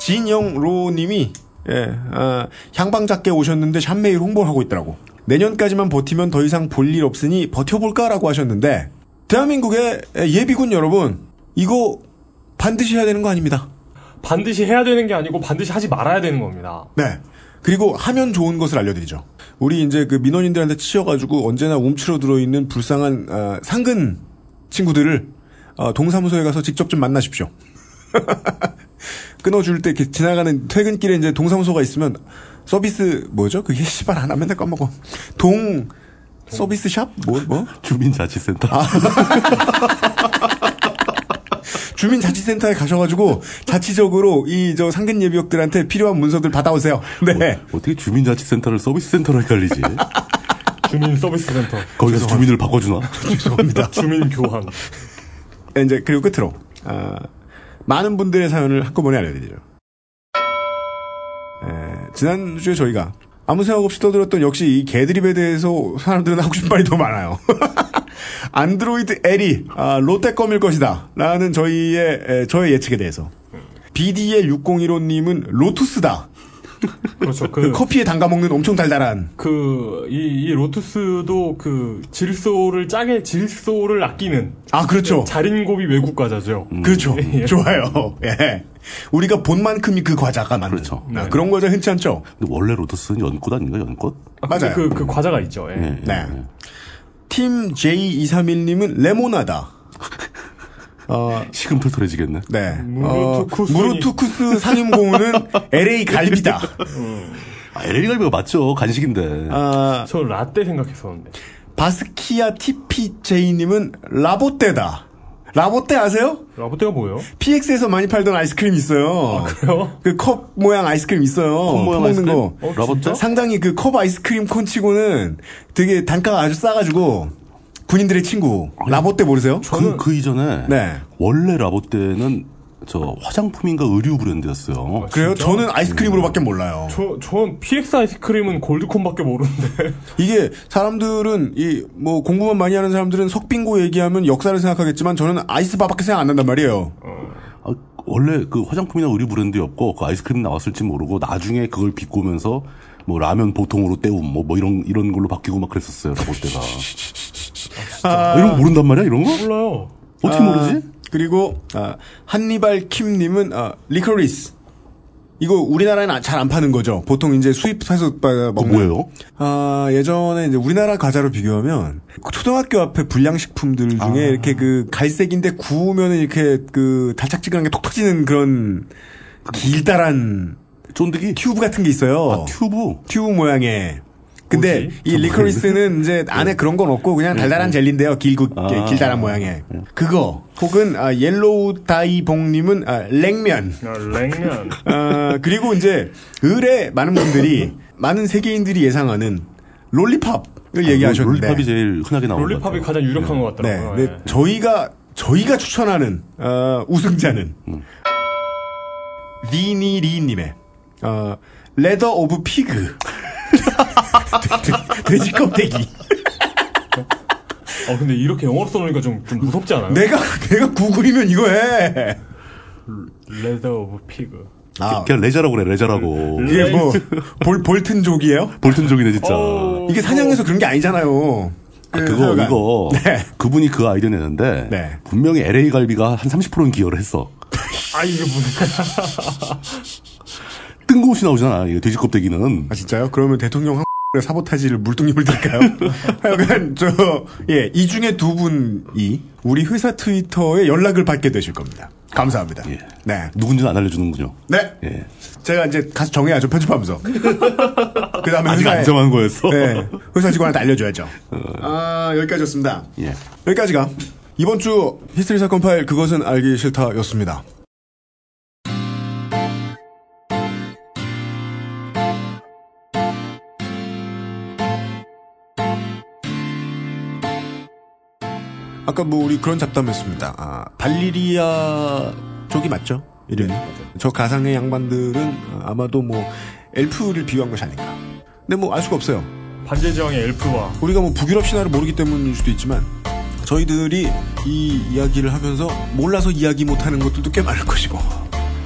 Speaker 3: 진영로님이 예, 아, 향방 작게 오셨는데 샵메일 홍보를 하고 있더라고. 내년까지만 버티면 더 이상 볼 일 없으니 버텨볼까라고 하셨는데 대한민국의 예비군 여러분 이거 반드시 해야 되는 거 아닙니다.
Speaker 2: 반드시 해야 되는 게 아니고 반드시 하지 말아야 되는 겁니다.
Speaker 3: 네. 그리고 하면 좋은 것을 알려드리죠. 우리 이제 그 민원인들한테 치여가지고 언제나 움츠러 들어있는 불쌍한 어, 상근 친구들을 어, 동사무소에 가서 직접 좀 만나십시오. 끊어줄 때 이렇게 지나가는 퇴근길에 이제 동사무소가 있으면 서비스 뭐죠? 그게 씨발 안 하면 내가 먹어. 동 서비스 샵? 뭐 뭐?
Speaker 4: 주민자치센터.
Speaker 3: 주민자치센터에 가셔가지고 자치적으로 이 저 상근 예비역들한테 필요한 문서들 받아오세요. 네.
Speaker 4: 뭐 어떻게 주민자치센터를 서비스센터로 헷갈리지?
Speaker 2: 주민 서비스 센터.
Speaker 4: 거기 가서 주민을 바꿔주나?
Speaker 3: 죄송합니다.
Speaker 2: 주민 교환.
Speaker 3: 이제 그리고 끝으로 아, 많은 분들의 사연을 한꺼번에 알려드리죠. 에, 지난주에 저희가 아무 생각 없이 떠들었던 역시 이 개드립에 대해서 사람들은 하고 싶은 말이 더 많아요. 안드로이드 L이 아, 롯데껌일 것이다 라는 저희의 에, 저의 예측에 대해서 BD의 6015님은 로투스다.
Speaker 2: 그렇죠.
Speaker 3: 그
Speaker 4: 음.
Speaker 2: 그,
Speaker 3: 커피에 담가 먹는 엄청 달달한.
Speaker 2: 그, 이, 이 로투스도 그 질소를 짜게 질소를 아끼는.
Speaker 3: 아 그렇죠.
Speaker 2: 자린고비 외국 과자죠.
Speaker 3: 그렇죠.
Speaker 4: 음.
Speaker 2: 예.
Speaker 3: 좋아요. 예. 우리가 본만큼이 그 과자가 맞는.
Speaker 4: 그렇죠.
Speaker 3: 아, 그런 과자 흔치 않죠.
Speaker 4: 근데 원래 로터스는 연꽃 아닌가 연꽃?
Speaker 2: 아, 근데
Speaker 3: 맞아요.
Speaker 2: 그, 그 과자가 있죠. 예.
Speaker 4: 네.
Speaker 3: 네. 팀 J231님은 레모나다. 어,
Speaker 4: 시금털털해지겠네.
Speaker 3: 네.
Speaker 2: 무르투쿠스.
Speaker 3: 어, 무르투쿠스 상임고우는 LA 갈비다.
Speaker 4: 아, LA 갈비가 맞죠. 간식인데. 어,
Speaker 3: 아,
Speaker 2: 저 라떼 생각했었는데.
Speaker 3: 바스키아 TPJ님은 라보떼다. 라보떼 아세요?
Speaker 2: 라떼가 뭐예요?
Speaker 3: PX에서 많이 팔던 아이스크림 있어요.
Speaker 2: 그래요?
Speaker 3: 그 컵 모양 아이스크림 있어요.
Speaker 4: 컵 모양
Speaker 3: 퍼먹는
Speaker 4: 아이스크림?
Speaker 3: 거.
Speaker 4: 어, 라보떼?
Speaker 3: 상당히 그 컵 아이스크림 콘치고는 되게 단가가 아주 싸가지고 군인들의 친구 라보떼 모르세요?
Speaker 4: 그, 그 이전에
Speaker 3: 네.
Speaker 4: 원래 라보떼는 저 화장품인가 의류 브랜드였어요.
Speaker 3: 그래요? 저는 아이스크림으로밖에 몰라요.
Speaker 2: 저, 전 PX 아이스크림은 골드콘밖에 모르는데.
Speaker 3: 이게 사람들은 이 뭐 공부만 많이 하는 사람들은 석빙고 얘기하면 역사를 생각하겠지만 저는 아이스바밖에 생각 안 난단 말이에요.
Speaker 4: 아, 원래 그 화장품이나 의류 브랜드였고 그 아이스크림 나왔을지 모르고 나중에 그걸 비꼬면서 뭐 라면 보통으로 때움 뭐, 뭐 이런 이런 걸로 바뀌고 막 그랬었어요. 라보떼가.
Speaker 3: 아,
Speaker 4: 이런 거 모른단 말이야 이런 거?
Speaker 2: 몰라요.
Speaker 4: 어떻게 모르지?
Speaker 3: 그리고 아, 한니발 킴님은 아, 리코리스. 이거 우리나라에는 아, 잘 안 파는 거죠. 보통 이제 수입해서 빠- 먹는.
Speaker 4: 그 뭐예요?
Speaker 3: 아 예전에 이제 우리나라 과자로 비교하면 그 초등학교 앞에 불량식품들 중에
Speaker 4: 아.
Speaker 3: 이렇게 그 갈색인데 구우면 이렇게 그 달짝지근한 게 톡 터지는 그런 길다란
Speaker 4: 쫀득이
Speaker 3: 튜브 같은 게 있어요.
Speaker 4: 아, 뭐 튜브
Speaker 3: 튜브 모양의. 근데
Speaker 4: 뭐지? 네.
Speaker 3: 이 리코리스는 이제 안에 그런 건 없고 그냥 달달한 젤리인데요. 길고 예,
Speaker 4: 아.
Speaker 3: 길다란 모양의. 그거 혹은 아, 옐로우 다이봉님은 아, 냉면.
Speaker 2: 냉면.
Speaker 3: 아, 그리고 이제 을에 많은 분들이 많은 세계인들이 예상하는 롤리팝을 얘기하셨는데
Speaker 4: 아, 롤리팝이 제일 흔하게 나오는 것 같아요.
Speaker 2: 롤리팝이 가장 유력한 것
Speaker 3: 네,
Speaker 2: 같더라고요. 예.
Speaker 3: 근데 저희가 저희가 추천하는 어, 우승자는 리니리님의 어, 레더 오브 피그 돼- 돼- 돼지 껍데기.
Speaker 2: 어, 근데 이렇게 영어로 써놓으니까 좀, 좀 무섭지 않아요?
Speaker 3: 내가 내가 구글이면 이거 해.
Speaker 2: 레더 오브 피그.
Speaker 3: 아,
Speaker 4: 그냥 레저라고 그래 레저라고.
Speaker 3: 이게 뭐 볼, 볼튼족이에요?
Speaker 4: 볼튼족이네 진짜.
Speaker 2: 어,
Speaker 3: 이게 사냥해서 그런 게 아니잖아요.
Speaker 4: 아, 그거
Speaker 3: 하여간.
Speaker 4: 이거 그분이 그 아이디어 내는데
Speaker 3: 네.
Speaker 4: 분명히 LA 갈비가 한 30%는 기여를 했어.
Speaker 2: 아, 이게 무슨.
Speaker 4: 뜬금없이 나오잖아 이거 돼지 껍데기는.
Speaker 3: 아 진짜요? 그러면 대통령 한 사보타지를 물뚱님을 드릴까요? 하여간 저예 이 중에 두 분이 우리 회사 트위터에 연락을 받게 되실 겁니다. 감사합니다. 네,
Speaker 4: 누군지는 안 알려주는군요.
Speaker 3: 네.
Speaker 4: 예.
Speaker 3: 제가 이제 가서 정해야죠 편집하면서. 그다음에
Speaker 4: 아직
Speaker 3: 회사에-
Speaker 4: 안 어. 정한 거였어.
Speaker 3: 네, 회사 직원한테 알려줘야죠. 아 여기까지였습니다.
Speaker 4: 예.
Speaker 3: 여기까지가 이번 주 히스테리 사건 파일 그것은 알기 싫다였습니다. 아까 뭐 우리 그런 잡담했습니다. 아, 발리리아 쪽이 맞죠? 이름이. 저 가상의 양반들은 아마도 뭐 엘프를 비유한 것이 아닐까. 근데 뭐 알 수가 없어요.
Speaker 2: 반제지왕의 엘프와
Speaker 3: 우리가 뭐 북유럽 신화를 모르기 때문일 수도 있지만 저희들이 이 이야기를 하면서 몰라서 이야기 못하는 것들도 꽤 많을 것이고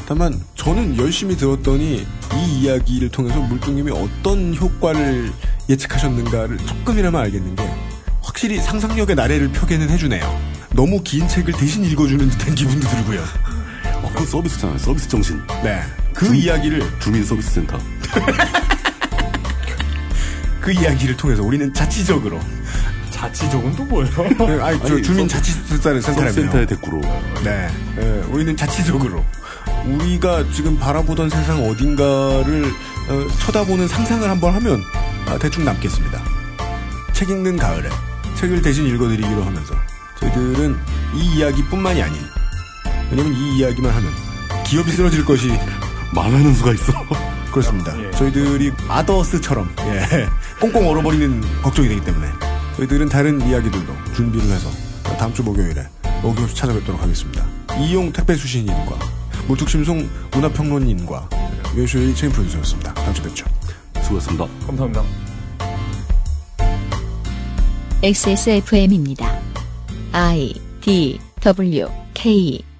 Speaker 3: 다만 저는 열심히 들었더니 이 이야기를 통해서 물뚱님이 어떤 효과를 예측하셨는가를 조금이나마 알겠는 게 확실히 상상력의 나래를 펴게는 해주네요 너무 긴 책을 대신 읽어주는 듯한 기분도 들고요
Speaker 4: 어, 그 서비스잖아요. 서비스 정신.
Speaker 3: 네그
Speaker 2: 음.
Speaker 3: 이야기를
Speaker 4: 주민 서비스 센터.
Speaker 3: 그 이야기를 통해서 우리는 자치적으로 네,
Speaker 2: 자치족은 또 뭐예요?
Speaker 3: 아니, 저
Speaker 4: 아니,
Speaker 3: 주민
Speaker 4: 서-
Speaker 3: 자치 센터를
Speaker 4: 서비스
Speaker 3: 센터라며요
Speaker 4: 센터의 대꾸로.
Speaker 3: 네. 예, 우리는 자치적으로 우리가 지금 바라보던 세상 어딘가를 어, 쳐다보는 상상을 한번 하면 아, 대충 남겠습니다. 책 읽는 가을에 책을 대신 읽어드리기로 하면서 저희들은 이 이야기뿐만이 아닌 왜냐면 이 이야기만 하면 기업이 쓰러질 것이
Speaker 4: 망하는 수가 있어.
Speaker 3: 그렇습니다.
Speaker 2: 예.
Speaker 3: 저희들이 아더스처럼 예, 꽁꽁 얼어버리는 걱정이 되기 때문에 저희들은 다른 이야기들도 준비를 해서 다음 주 목요일에 어김없이 찾아뵙도록 하겠습니다. 이용 택배 수신인과 무뚝심송 문화평론인과 연수의 책임 프로듀서였습니다. 다음 주 뵙죠.
Speaker 4: 수고했습니다.
Speaker 2: 감사합니다.
Speaker 1: XSFM입니다. I D W K